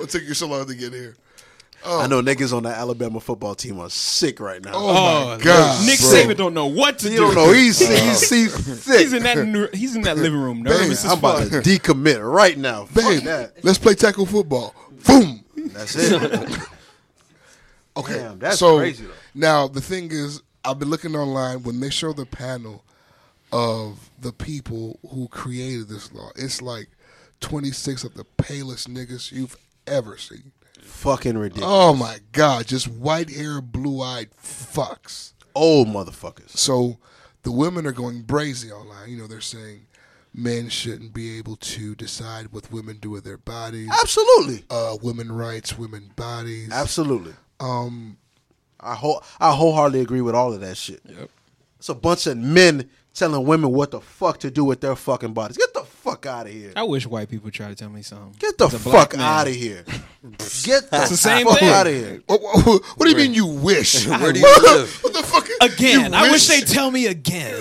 Speaker 1: what took you so long to get here?
Speaker 6: I know niggas on the Alabama football team are sick right now.
Speaker 1: Oh, my
Speaker 7: God,
Speaker 1: God,
Speaker 7: Nick
Speaker 1: bro.
Speaker 7: Saban don't know what to
Speaker 6: you
Speaker 7: do.
Speaker 6: don't know. He's sick. He's, he's sick.
Speaker 7: He's in that ner- he's in that living room nervous.
Speaker 6: I'm about to decommit right now. Fuck
Speaker 1: Babe,
Speaker 6: that.
Speaker 1: let's play tackle football. Boom.
Speaker 6: That's it.
Speaker 1: Okay,
Speaker 6: Damn, that's
Speaker 1: so
Speaker 6: crazy, though.
Speaker 1: now the thing is, I've been looking online when they show the panel of the people who created this law. It's like twenty six of the palest niggas you've ever seen.
Speaker 6: Fucking ridiculous.
Speaker 1: Oh my God, just white hair, blue eyed fucks.
Speaker 6: Old motherfuckers.
Speaker 1: So the women are going brazy online. You know, they're saying men shouldn't be able to decide what women do with their bodies.
Speaker 6: Absolutely.
Speaker 1: Uh, women rights, women bodies.
Speaker 6: Absolutely. Um, I whole I wholeheartedly agree with all of that shit. It's a bunch of men telling women what the fuck to do with their fucking bodies. Get the fuck out of here.
Speaker 7: I wish white people try to tell me something.
Speaker 6: Get the
Speaker 7: As a black
Speaker 6: fuck
Speaker 7: man.
Speaker 6: out of here. Get the,
Speaker 7: the same
Speaker 6: fuck
Speaker 7: thing.
Speaker 6: out of here.
Speaker 1: What, what, what do you mean you wish?
Speaker 2: Where do you live?
Speaker 1: what the fuck? is-
Speaker 7: Again,
Speaker 1: you
Speaker 7: I wish they tell me again.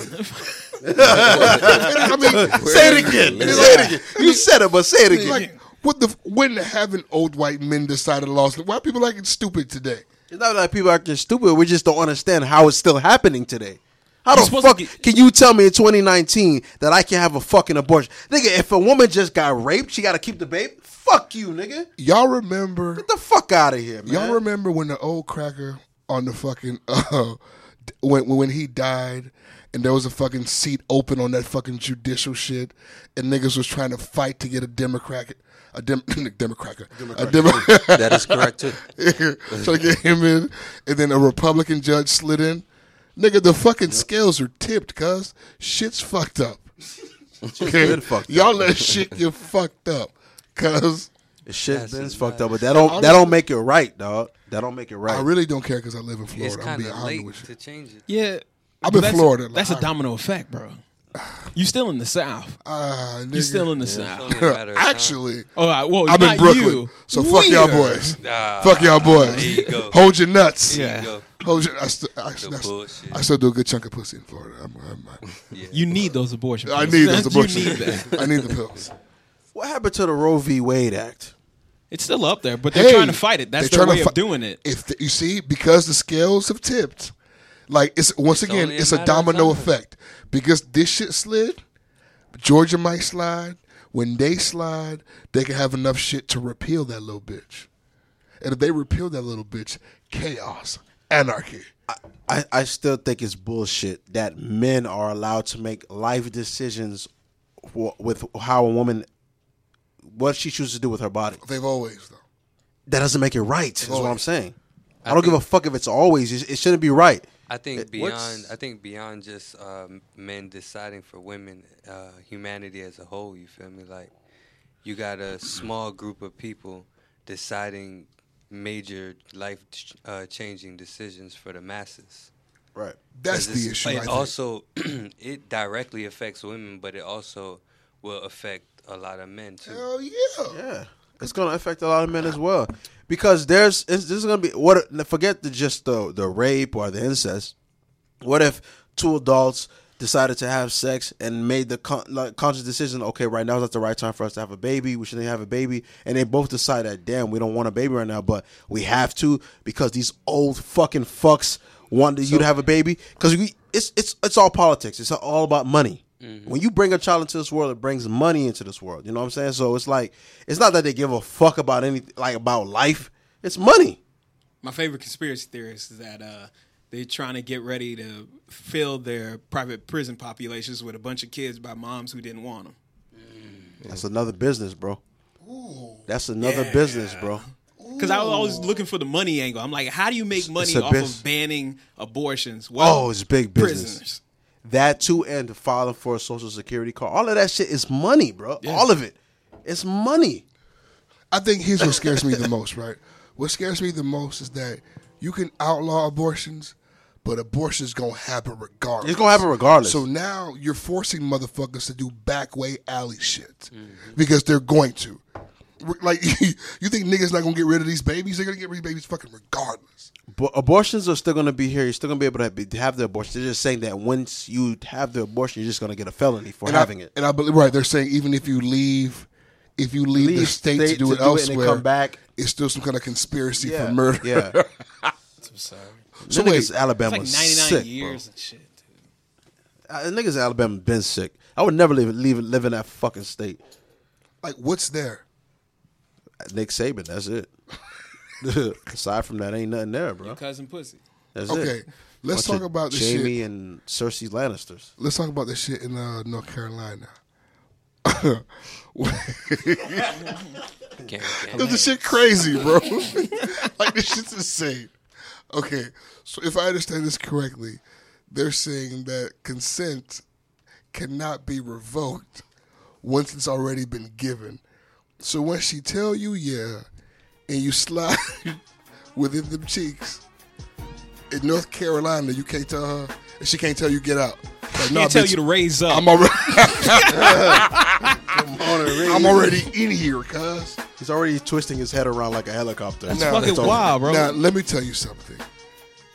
Speaker 1: I mean,
Speaker 6: Say it again. Say it again. You said it, but say it again.
Speaker 1: like, what the? f- When haven't old white men decided laws? Why are people acting stupid today?
Speaker 6: It's not like people acting stupid. We just don't understand how it's still happening today. How
Speaker 7: You're
Speaker 6: the
Speaker 7: supposed to
Speaker 6: fuck
Speaker 7: get-
Speaker 6: can you tell me in 2019 that I can have a fucking abortion? Nigga, if a woman just got raped, she got to keep the baby? Fuck you, nigga.
Speaker 1: Y'all remember?
Speaker 6: Get the fuck out of here, man.
Speaker 1: Y'all remember when the old cracker on the fucking uh, d- when when he died and there was a fucking seat open on that fucking judicial shit and niggas was trying to fight to get a Democrat a dem, Democrat a Democrat
Speaker 5: That is correct too.
Speaker 1: trying to get him in and then a Republican judge slid in. Nigga, the fucking scales are tipped, cuz shit's fucked up. Okay?
Speaker 6: been fucked up.
Speaker 1: Y'all let shit get fucked up, cuz.
Speaker 6: This shit been fucked up, but that don't that don't make it right, dog. That don't make it right.
Speaker 1: I really don't care because I live in Florida.
Speaker 2: It's
Speaker 1: I'm
Speaker 2: kind
Speaker 1: being
Speaker 2: of
Speaker 1: honest
Speaker 2: late
Speaker 1: with you.
Speaker 2: to change it.
Speaker 7: Yeah,
Speaker 1: I'm
Speaker 7: but
Speaker 1: in
Speaker 7: that's-
Speaker 1: Florida, like,
Speaker 7: that's a
Speaker 1: I-
Speaker 7: domino effect, bro. You still in the South?
Speaker 1: Ah,
Speaker 7: You
Speaker 1: nigga.
Speaker 7: still in the South?
Speaker 2: Only a matter of time.
Speaker 1: Actually,
Speaker 7: All right. Well,
Speaker 1: I'm
Speaker 7: Oh, not
Speaker 1: in Brooklyn,
Speaker 7: you.
Speaker 1: so fuck y'all
Speaker 7: Weird.
Speaker 1: boys.
Speaker 2: Ah,
Speaker 1: fuck y'all boys.
Speaker 2: you go.
Speaker 1: Hold your nuts.
Speaker 7: Yeah.
Speaker 2: Yo,
Speaker 1: Hold your. I, st- I,
Speaker 2: The
Speaker 1: st- I, st-
Speaker 2: bullshit.
Speaker 1: I still do a good chunk of pussy in Florida. I'm, I'm,
Speaker 7: You need those abortions.
Speaker 1: i I need those abortions.
Speaker 7: You need that.
Speaker 1: I need the pills.
Speaker 6: what happened to the Roe v. Wade Act?
Speaker 7: It's still up there, but they're
Speaker 1: Hey,
Speaker 7: trying to fight it. That's
Speaker 1: they're
Speaker 7: their
Speaker 1: trying
Speaker 7: way
Speaker 1: to
Speaker 7: of
Speaker 1: fi-
Speaker 7: doing it.
Speaker 1: If the, you see, because the scales have tipped, like it's once again,
Speaker 2: only a
Speaker 1: it's a
Speaker 2: matter of
Speaker 1: domino
Speaker 2: time.
Speaker 1: effect. Because this shit slid, Georgia might slide. When they slide, they can have enough shit to repeal that little bitch. And if they repeal that little bitch, chaos, anarchy.
Speaker 6: I, I still think it's bullshit that men are allowed to make life decisions for, with how a woman what she chooses to do with her body.
Speaker 1: They've always though.
Speaker 6: That doesn't make it right. Is what I'm
Speaker 1: Always.
Speaker 6: saying. I don't give a fuck if it's always. It it shouldn't be right.
Speaker 2: I think
Speaker 6: It-
Speaker 2: beyond.
Speaker 6: what's-
Speaker 2: I think beyond just um, men deciding for women, uh, humanity as a whole. You feel me? Like you got a small group of people deciding major life uh, changing decisions for the masses.
Speaker 6: Right.
Speaker 1: That's
Speaker 2: 'Cause it's-
Speaker 1: the issue, I
Speaker 2: It
Speaker 1: think.
Speaker 2: also it directly affects women, but it also will affect a lot of men too.
Speaker 1: Hell yeah.
Speaker 6: Yeah, it's gonna affect a lot of men as well because there's it's, this is gonna be what forget the just the the rape or the incest. What if two adults decided to have sex and made the con- like, conscious decision? Okay, right now is not the right time for us to have a baby. We shouldn't have a baby, and they both decide that damn, we don't want a baby right now, but we have to because these old fucking fucks wanted you to have a baby because we it's it's it's all politics. It's all about money. When you bring a child into this world, it brings money into this world. You know what I'm saying? So it's like it's not that they give a fuck about anything like about life. It's money.
Speaker 8: My favorite conspiracy theorist is that uh, they're trying to get ready to fill their private prison populations with a bunch of kids by moms who didn't want them.
Speaker 6: That's another business, bro. That's another business, bro.
Speaker 8: Because I was always looking for the money angle. I'm like, how do you make money
Speaker 6: a
Speaker 8: off
Speaker 6: bus-
Speaker 8: of banning abortions?
Speaker 6: Oh, it's big business.
Speaker 8: Prisoners.
Speaker 6: That too, and filing for a social security card. All of that shit is money, bro. All of it. It's money.
Speaker 1: I think here's what scares me the most, right? What scares me the most is that you can outlaw abortions, but abortion's gonna happen regardless.
Speaker 6: It's gonna happen regardless.
Speaker 1: So now you're forcing motherfuckers to do back way alley shit
Speaker 6: Mm-hmm.
Speaker 1: because they're going to. Re- Like you think niggas not gonna get rid of these babies? They're gonna get rid of these babies fucking regardless.
Speaker 6: But abortions are still going to be here. You're still going to be able to have, to have the abortion. They're just saying that once you have the abortion, you're just going to get a felony for
Speaker 1: And
Speaker 6: having
Speaker 1: I,
Speaker 6: it.
Speaker 1: And I believe right. They're saying even if you leave, if you leave, the
Speaker 6: Leave
Speaker 1: state, to
Speaker 6: state
Speaker 1: do
Speaker 6: to
Speaker 1: it
Speaker 6: do it and then
Speaker 1: elsewhere,
Speaker 6: come back.
Speaker 1: It's still some kind of conspiracy
Speaker 6: Yeah.
Speaker 1: for murder.
Speaker 6: Yeah.
Speaker 1: So
Speaker 6: So
Speaker 1: wait,
Speaker 6: niggas Alabama
Speaker 8: It's like 99
Speaker 6: sick,
Speaker 8: years and shit.
Speaker 6: bro. Uh, niggas in Alabama been sick. I would never live leave live in that fucking state.
Speaker 1: like what's there?
Speaker 6: Nick Saban, that's it. Aside from that, ain't nothing there, bro.
Speaker 8: Cousin pussy.
Speaker 6: That's it.
Speaker 1: Okay, let's
Speaker 6: Bunch
Speaker 1: talk
Speaker 6: of
Speaker 1: about this shit.
Speaker 6: Jamie and Cersei Lannisters.
Speaker 1: Let's talk about this shit in uh, North Carolina.
Speaker 2: Can't- can't-
Speaker 1: This shit crazy, bro. like this shit's insane. Okay, so if I understand this correctly, they're saying that consent cannot be revoked once it's already been given. So when she tell you yeah, and you slide within them cheeks, in North Carolina you can't tell her, and she can't tell you get out. Like, nah,
Speaker 8: Can't tell
Speaker 1: bitch,
Speaker 8: you to raise up.
Speaker 1: I'm already. I'm already in here, cuz.
Speaker 6: He's already twisting his head around like a helicopter. That's
Speaker 1: fucking
Speaker 7: wild, bro.
Speaker 1: Now let me tell you something.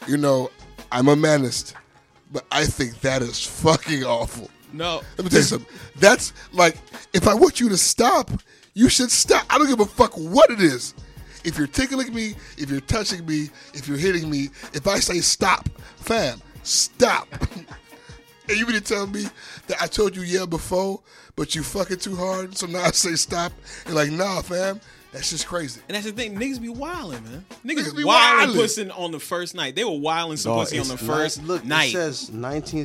Speaker 1: You know, I'm a manist, but I think that is fucking awful.
Speaker 8: no.
Speaker 1: Let me tell you something. That's like if I want you to stop, you should stop. I don't give a fuck what it is. If you're tickling me, if you're touching me, if you're hitting me, if I say stop, fam, stop. and you mean to tell me that I told you yeah before, but you fucking too hard, so now I say stop. And like, nah, fam, that's just crazy.
Speaker 8: And that's the thing, niggas be wilding, man. Niggas,
Speaker 1: Niggas be
Speaker 8: wilding
Speaker 1: wildin'.
Speaker 8: pussy on the first night. They were wilding some pussy on the first
Speaker 6: look,
Speaker 8: night.
Speaker 6: it says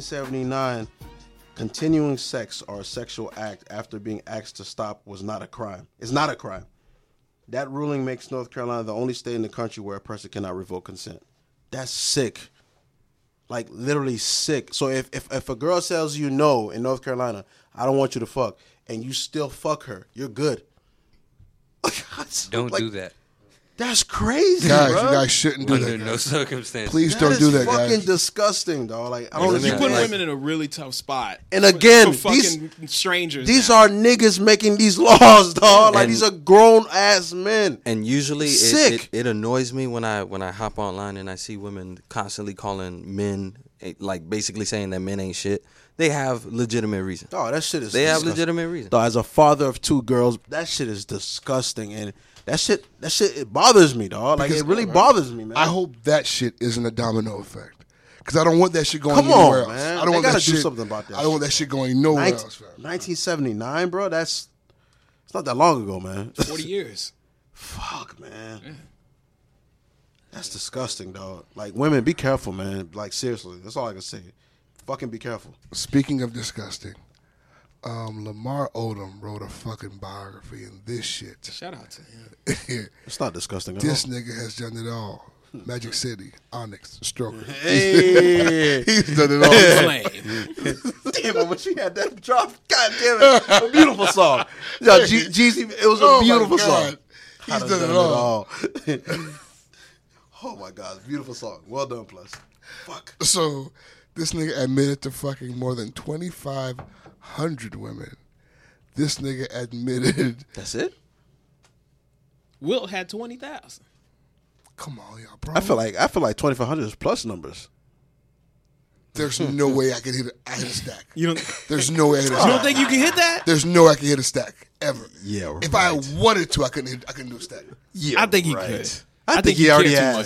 Speaker 6: 1979. Continuing sex or a sexual act after being asked to stop was not a crime. It's not a crime. That ruling makes North Carolina the only state in the country where a person cannot revoke consent. That's sick. Like literally sick. So if, if if a girl tells you no in North Carolina, I don't want you to fuck, and you still fuck her, you're good.
Speaker 2: Don't
Speaker 6: Like,
Speaker 2: do that
Speaker 6: That's crazy,
Speaker 1: Guys,
Speaker 6: bro.
Speaker 1: you guys shouldn't do
Speaker 2: under
Speaker 1: that.
Speaker 2: no
Speaker 1: guys.
Speaker 2: circumstances.
Speaker 1: Please
Speaker 6: That
Speaker 1: don't
Speaker 6: is
Speaker 1: do that,
Speaker 6: fucking
Speaker 1: guys.
Speaker 6: disgusting, dog. Like I don't
Speaker 2: Like,
Speaker 8: you
Speaker 6: even
Speaker 8: put
Speaker 6: like,
Speaker 8: women in a really tough spot.
Speaker 6: And again,
Speaker 8: for fucking strangers.
Speaker 6: These
Speaker 8: now.
Speaker 6: are niggas making these laws, dog. Like
Speaker 5: And-
Speaker 6: these are grown ass men.
Speaker 5: And usually it,
Speaker 6: Sick.
Speaker 5: it, it annoys me when I when I hop online and I see women constantly calling men eh, like basically saying that men ain't shit. They have legitimate reason.
Speaker 6: Dog, that shit is.
Speaker 5: They have
Speaker 6: disgusting.
Speaker 5: legitimate reason.
Speaker 6: Dog, as a father of two girls, that shit is disgusting, and that shit, that shit, it bothers me, dog. Like
Speaker 1: Because-
Speaker 6: it really bothers me, man.
Speaker 1: I hope that shit isn't a domino effect. Because I don't want that shit going
Speaker 6: Come on,
Speaker 1: anywhere else.
Speaker 6: man.
Speaker 1: I don't
Speaker 6: They
Speaker 1: want that
Speaker 6: gotta do
Speaker 1: shit.
Speaker 6: something about that
Speaker 1: I don't want that shit going nowhere
Speaker 6: Nin-
Speaker 1: else, fam.
Speaker 6: 1979, bro. That's it's not that long ago, man.
Speaker 8: 40 years.
Speaker 6: Fuck, man. That's disgusting, dog. Like women, be careful, man. Like seriously, that's all I can say. Fucking be careful.
Speaker 1: Speaking of disgusting, um, Lamar Odom wrote a fucking biography, and this shit.
Speaker 8: Shout out to him.
Speaker 6: It's not disgusting at
Speaker 1: this
Speaker 6: all.
Speaker 1: nigga has done it all. Magic City, Onyx, Stroker.
Speaker 6: Hey.
Speaker 1: He's done it all.
Speaker 8: Flame.
Speaker 6: damn it, but she had that drop. God damn it. A beautiful song. Yo, G- Jeezy, it was a
Speaker 1: Oh my
Speaker 6: beautiful
Speaker 1: God.
Speaker 6: song.
Speaker 1: He's
Speaker 6: done
Speaker 1: done it
Speaker 6: it
Speaker 1: all.
Speaker 6: oh my God, beautiful song. Well done, plus. Fuck.
Speaker 1: So this nigga admitted to fucking more than 2,500 women. This nigga admitted.
Speaker 6: That's it.
Speaker 8: Will had twenty thousand.
Speaker 1: Come on, y'all, bro.
Speaker 6: I feel like I feel like twenty five hundred is plus numbers.
Speaker 1: there's no way I can hit a, I hit a stack.
Speaker 8: You don't.
Speaker 1: There's no way I can hit a
Speaker 8: You don't
Speaker 1: stack.
Speaker 8: think you can hit that?
Speaker 1: There's no way I can hit a stack ever.
Speaker 6: Yeah,
Speaker 1: If
Speaker 6: right.
Speaker 1: I wanted to, I couldn't. Hit, I couldn't do a stack.
Speaker 6: Yeah,
Speaker 8: I think he
Speaker 6: right.
Speaker 8: could.
Speaker 6: I, think, he
Speaker 8: you
Speaker 6: already
Speaker 8: care
Speaker 6: has.
Speaker 8: too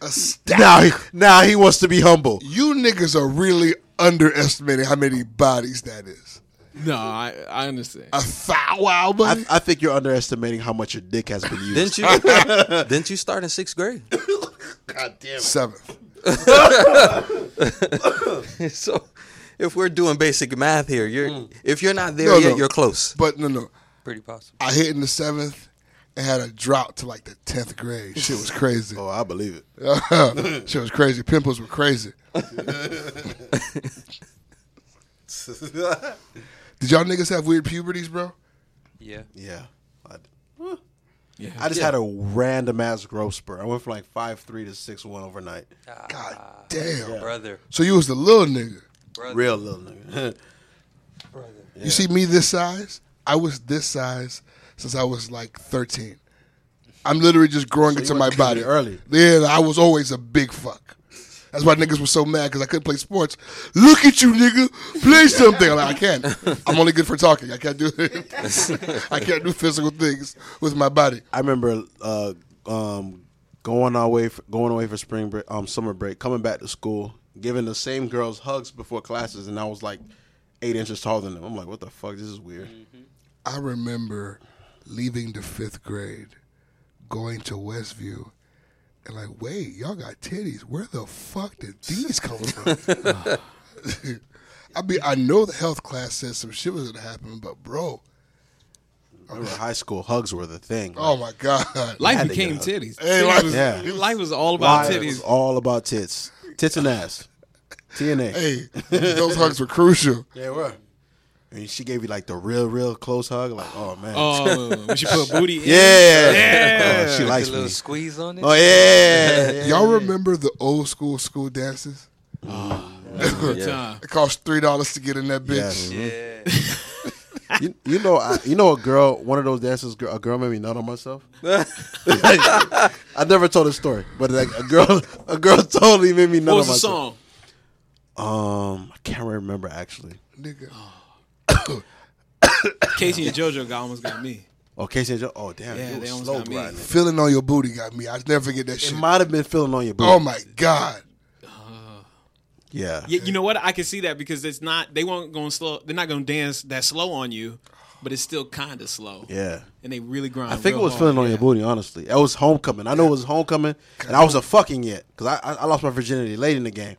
Speaker 8: much.
Speaker 1: A stack.
Speaker 6: Now, he, now he wants to be humble.
Speaker 1: You niggas are really underestimating how many bodies that is.
Speaker 8: No, I, I understand.
Speaker 1: A foul wow,
Speaker 6: I,
Speaker 1: buddy.
Speaker 6: I think you're underestimating how much your dick has been used.
Speaker 5: Didn't you? didn't you start in sixth grade?
Speaker 6: God damn it.
Speaker 1: Seventh.
Speaker 5: so, if we're doing basic math here, you're
Speaker 6: Mm.
Speaker 5: if you're not there
Speaker 1: No,
Speaker 5: yet,
Speaker 1: no.
Speaker 5: you're close.
Speaker 1: But no, no.
Speaker 2: Pretty possible.
Speaker 1: I hit in the seventh and had a drought to like the tenth grade. Shit was crazy.
Speaker 6: Oh, I believe it.
Speaker 1: Shit was crazy. Pimples were crazy. Did y'all niggas have weird puberties, bro?
Speaker 2: Yeah.
Speaker 6: yeah. I,
Speaker 8: Yeah.
Speaker 6: I just had a random ass growth spurt. I went from like five three to six one overnight.
Speaker 1: God damn.
Speaker 2: Brother.
Speaker 1: So you was the little nigga.
Speaker 2: Brother.
Speaker 6: Real little nigga.
Speaker 2: Brother.
Speaker 1: You see me this size? I was this size since I was like 13. I'm literally just growing into
Speaker 6: you
Speaker 1: my
Speaker 6: went to
Speaker 1: body.
Speaker 6: puberty early.
Speaker 1: Yeah, I was always a big fuck. That's why niggas were so mad because I couldn't play sports. Look at you, nigga. Play something. I'm like, I can't. I'm only good for talking. I can't do it. I can't do physical things with my body.
Speaker 6: I remember uh, um, going away, for, going away for spring break, um, summer break, coming back to school, giving the same girls hugs before classes, and I was like eight inches taller than them. I'm like, what the fuck? This is weird.
Speaker 8: Mm-hmm.
Speaker 1: I remember leaving the fifth grade, going to Westview, and like, wait, y'all got titties. Where the fuck did these come from? I mean, I know the health class said some shit was gonna happen, but bro,
Speaker 6: I remember high school hugs were the thing.
Speaker 1: oh my god,
Speaker 8: Life
Speaker 6: had to
Speaker 8: became
Speaker 6: get up.
Speaker 8: titties.
Speaker 1: Hey,
Speaker 8: Titties
Speaker 1: life-
Speaker 8: was,
Speaker 6: Yeah.
Speaker 8: life was all
Speaker 6: Why?
Speaker 8: about
Speaker 6: It was
Speaker 8: titties.
Speaker 6: all about tits, tits and ass, TNA.
Speaker 1: hey, those hugs were crucial.
Speaker 6: They were. And she gave you like the real, real close hug. Like, oh man.
Speaker 8: Oh, when she put booty in.
Speaker 6: Yeah. Oh, she
Speaker 2: With
Speaker 6: likes
Speaker 2: a little
Speaker 6: me.
Speaker 2: squeeze on it.
Speaker 6: Oh yeah. yeah.
Speaker 1: Y'all remember the old school school dances?
Speaker 8: Time.
Speaker 1: It cost three dollars to get in that bitch.
Speaker 6: Yes.
Speaker 2: Yeah.
Speaker 6: you, you know, I, you know, a girl, one of those dances, gir- a girl made me nut on myself. I never told a story, but like a girl, a girl totally made me
Speaker 8: What
Speaker 6: nut on
Speaker 8: was the
Speaker 6: myself.
Speaker 8: song?
Speaker 6: Um, I can't remember actually.
Speaker 1: Nigga,
Speaker 8: Casey and JoJo got, almost got me.
Speaker 6: Oh, Casey and Joe. Oh, damn,
Speaker 8: Yeah,
Speaker 6: you were
Speaker 8: they almost
Speaker 6: slow
Speaker 8: got me.
Speaker 6: gliding.
Speaker 1: feeling on your booty got me. I never forget that
Speaker 6: It
Speaker 1: shit.
Speaker 6: might have been feeling on your booty.
Speaker 1: oh my god,
Speaker 6: Yeah.
Speaker 8: Yeah, you know what? I can see that because it's not. They won't going slow. They're not going to dance that slow on you, but it's still kind of slow.
Speaker 6: Yeah.
Speaker 8: and they really grind.
Speaker 6: I think it
Speaker 8: real
Speaker 6: was
Speaker 8: hard.
Speaker 6: feeling on
Speaker 8: Yeah.
Speaker 6: your booty, honestly. It was homecoming. I know it was homecoming, and I was a fucking yet because I, I I lost my virginity late in the game.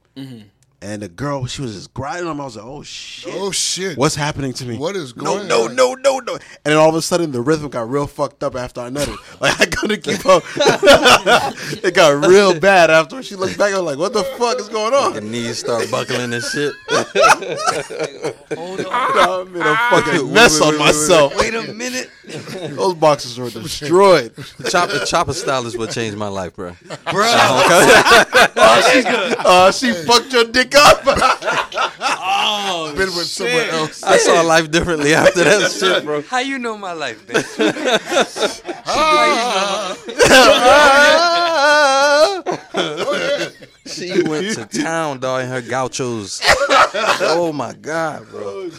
Speaker 6: And the girl, she was just grinding on me. I was like, oh shit.
Speaker 1: oh shit,
Speaker 6: What's happening to me?
Speaker 1: What is
Speaker 6: on?
Speaker 1: going
Speaker 6: No,
Speaker 1: on?
Speaker 6: no, no, no, no. And then all of a sudden, the rhythm got real fucked up after I nutted. Like, I couldn't keep up. it got real bad after she looked back. I was like, what the fuck is going
Speaker 5: Your
Speaker 6: on?
Speaker 5: knees start buckling and shit.
Speaker 2: Hold on.
Speaker 6: I made a fucking mess on myself.
Speaker 2: Wait a minute.
Speaker 6: Those boxes were destroyed.
Speaker 5: chopper, chopper style is what changed my life, Uh, bro.
Speaker 6: Oh, she, uh, she fucked your dick up.
Speaker 8: Oh,
Speaker 1: been with somewhere
Speaker 8: shit.
Speaker 1: else.
Speaker 5: I saw life differently after that shit, bro.
Speaker 2: How you know my life, bitch?
Speaker 5: She went to town, dog, in her gauchos. Oh my god, bro.
Speaker 1: You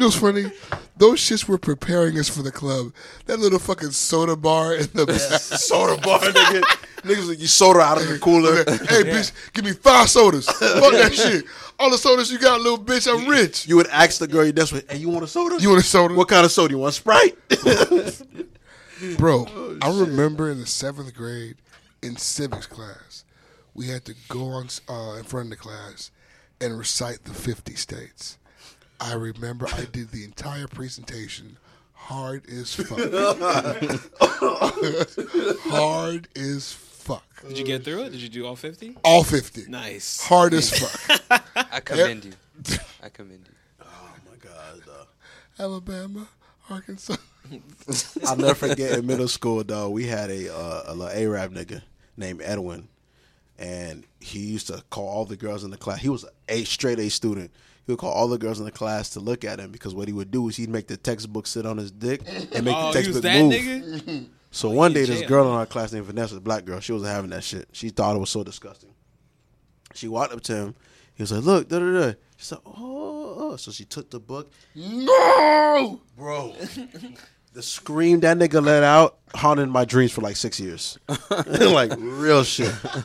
Speaker 1: know what's funny? Those shits were preparing us for the club. That little fucking soda bar in the back.
Speaker 6: soda bar, nigga. Niggas like you soda out of the cooler.
Speaker 1: Hey, bitch, give me five sodas. Fuck that shit. All the sodas you got, little bitch, I'm rich.
Speaker 6: You would ask the girl you that's with, hey, you want a soda?
Speaker 1: You want a soda?
Speaker 6: what kind of soda? You want Sprite?
Speaker 8: Oh
Speaker 1: Bro,
Speaker 6: Oh,
Speaker 1: I remember in the seventh grade in civics class, we had to go on uh, in front of the class and recite the 50 states. I remember I did the entire presentation hard as fuck. hard as fuck.
Speaker 8: Did you get through it? Did you do all fifty?
Speaker 1: All 50.
Speaker 8: Nice.
Speaker 1: Hard as fuck.
Speaker 2: I commend you. I commend you.
Speaker 1: Alabama, Arkansas.
Speaker 6: I'll never forget in middle school, though, we had a, uh, a little Arab nigga named Edwin, and he used to call all the girls in the class. He was a straight A student. He would call all the girls in the class to look at him because what he would do is he'd make the textbook sit on his dick and make
Speaker 8: Oh,
Speaker 6: the
Speaker 8: he was
Speaker 6: textbook
Speaker 8: that
Speaker 6: move.
Speaker 8: nigga?
Speaker 6: So one
Speaker 8: he
Speaker 6: day,
Speaker 8: in
Speaker 6: this
Speaker 8: jail.
Speaker 6: girl in our class named Vanessa, a black girl, she was having that shit. She thought it was so disgusting. She walked up to him. He was like, "Look, da da da." She's like, "Oh, oh." So she took the book. No, bro. the scream that nigga let out haunted my dreams for like six years. like real shit. I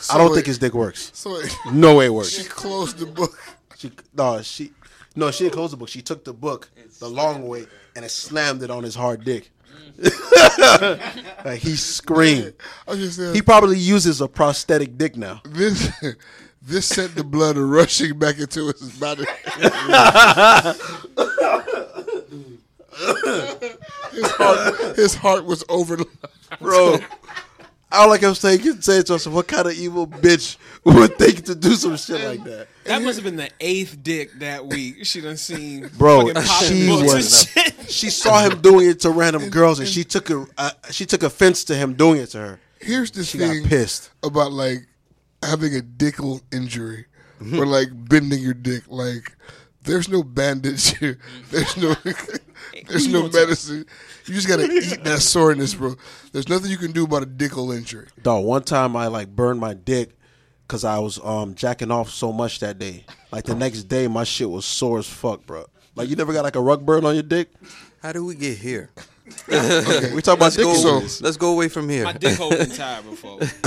Speaker 1: So
Speaker 6: don't
Speaker 1: it-
Speaker 6: think his dick works.
Speaker 1: so it-
Speaker 6: no way it works.
Speaker 1: She closed the book.
Speaker 6: She no, she no, she didn't close the book. She took the book the long way and it slammed it on his hard dick. like he screamed.
Speaker 1: I just said-
Speaker 6: He probably uses a prosthetic dick now.
Speaker 1: This this sent the blood rushing back into his body. his, heart, his heart was overloaded.
Speaker 6: Bro, all I kept saying, you say to us, what kind of evil bitch would think to do some shit like that?
Speaker 8: That must have been the eighth dick that week. She done seen
Speaker 6: Bro,
Speaker 8: fucking popping
Speaker 6: she
Speaker 8: books
Speaker 6: was.
Speaker 8: and shit.
Speaker 6: She saw him doing it to random girls, and she took a uh, she took offense to him doing it to her.
Speaker 1: Here's the
Speaker 6: She got
Speaker 1: thing
Speaker 6: pissed.
Speaker 1: about like having a dickle injury
Speaker 6: Mm-hmm.
Speaker 1: or like bending your dick. Like there's no bandage here. There's no there's no medicine. You just gotta eat that soreness, bro. There's nothing you can do about a dickle injury.
Speaker 6: Dog, one time I like burned my dick because I was um jacking off so much that day. Like the next day, my shit was sore as fuck, bro. Like you never got like a rug burn on your dick.
Speaker 5: How do we get here?
Speaker 6: We talking about
Speaker 5: Let's
Speaker 6: dick
Speaker 5: go.
Speaker 6: so
Speaker 5: Let's go away from here.
Speaker 8: My dick hole been tired before. That's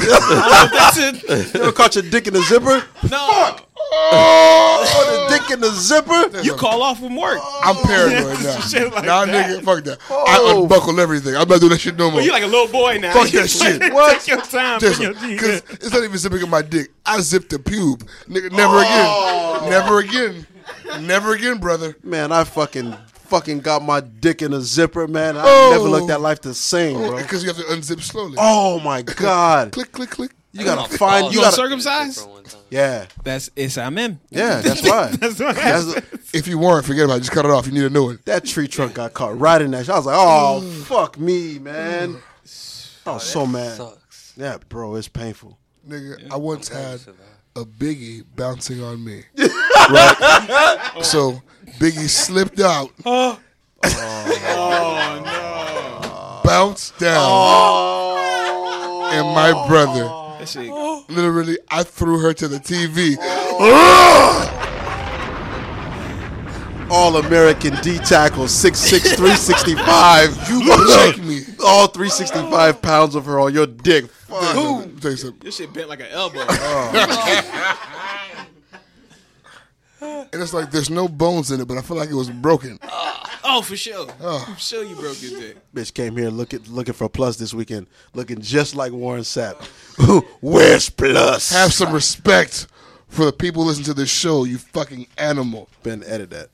Speaker 8: it.
Speaker 6: you ever caught your dick in the zipper?
Speaker 8: No,
Speaker 6: Oh, the dick in the zipper.
Speaker 8: you call off from work.
Speaker 1: I'm paranoid now.
Speaker 8: Oh, Shit like
Speaker 1: nah,
Speaker 8: that.
Speaker 1: nigga, fuck that. I
Speaker 6: Oh.
Speaker 1: unbuckle everything. I'm not doing that shit no more.
Speaker 8: But Oh, you like a little boy now.
Speaker 1: Fuck
Speaker 8: You
Speaker 1: that
Speaker 8: play-
Speaker 1: shit.
Speaker 8: Take your time.
Speaker 1: Just-
Speaker 8: Your,
Speaker 1: Cause it's not even zipping in my dick. I zipped the pube. Nigga, never
Speaker 8: Oh.
Speaker 1: again. Never again. Never again, brother.
Speaker 6: Man, I fucking fucking got my dick in a zipper, man. I
Speaker 1: Oh.
Speaker 6: never looked at life the same, bro.
Speaker 1: Because you have to unzip slowly.
Speaker 6: Oh my god.
Speaker 1: Click, click, click.
Speaker 6: You gotta
Speaker 1: Oh,
Speaker 2: Oh,
Speaker 6: find. You
Speaker 8: You gonna
Speaker 6: gotta.
Speaker 8: circumcised?
Speaker 6: Yeah,
Speaker 8: That's it's I'm in.
Speaker 6: yeah. That's why.
Speaker 8: That's what
Speaker 6: That's,
Speaker 1: If you weren't, forget about it. Just cut it off. You need a new one.
Speaker 6: That tree trunk got caught right in that. shit. I was like, oh, fuck me, man. I was so mad.
Speaker 2: Sucks.
Speaker 6: Yeah, bro, it's painful.
Speaker 1: Nigga, I once had a Biggie bouncing on me. right? So Biggie slipped out. Oh, no. Bounced down. And my brother,
Speaker 8: That shit.
Speaker 1: Oh. literally, I threw her to the TV.
Speaker 6: All American D tackle, 6'6, 365. You
Speaker 1: Check me.
Speaker 6: all 365 pounds of her on your dick. Fuck.
Speaker 1: Boom. Tell you something.
Speaker 8: This shit bent like an elbow.
Speaker 1: And it's like there's no bones in it, but I feel like it was broken.
Speaker 8: Oh, for sure. I'm sure you broke your dick.
Speaker 6: Bitch came here looking looking for plus this weekend, looking just like Warren Sapp. Where's plus?
Speaker 1: Have some respect for the people listening to this show, you fucking animal.
Speaker 6: been edit that.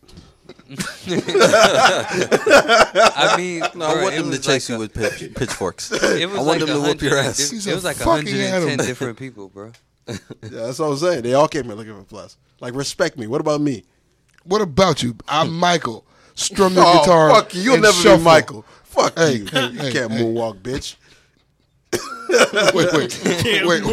Speaker 2: I mean,
Speaker 5: No, I
Speaker 2: bruh,
Speaker 5: want
Speaker 2: it
Speaker 5: them to
Speaker 2: was like
Speaker 5: chase you
Speaker 2: a-
Speaker 5: with pitch, pitchforks.
Speaker 2: It was
Speaker 5: I want
Speaker 2: like
Speaker 5: them to whoop your
Speaker 2: 100
Speaker 5: ass.
Speaker 2: diff-
Speaker 1: He's
Speaker 2: It
Speaker 1: a
Speaker 2: was like
Speaker 1: fucking
Speaker 2: 110
Speaker 1: animal.
Speaker 2: different people, bro.
Speaker 6: Yeah, that's what I'm saying. They all came here looking for plus. Like, respect me. What about me?
Speaker 1: What about you? I'm Michael. Strum your
Speaker 6: Hmm. Oh,
Speaker 1: guitar.
Speaker 6: Fuck you. You'll
Speaker 1: and
Speaker 6: never
Speaker 1: shuffle.
Speaker 6: be Michael. Fuck
Speaker 1: Hey,
Speaker 6: you.
Speaker 1: hey,
Speaker 6: you
Speaker 1: hey,
Speaker 6: can't
Speaker 1: hey.
Speaker 6: moonwalk, bitch.
Speaker 1: Wait, wait, wait,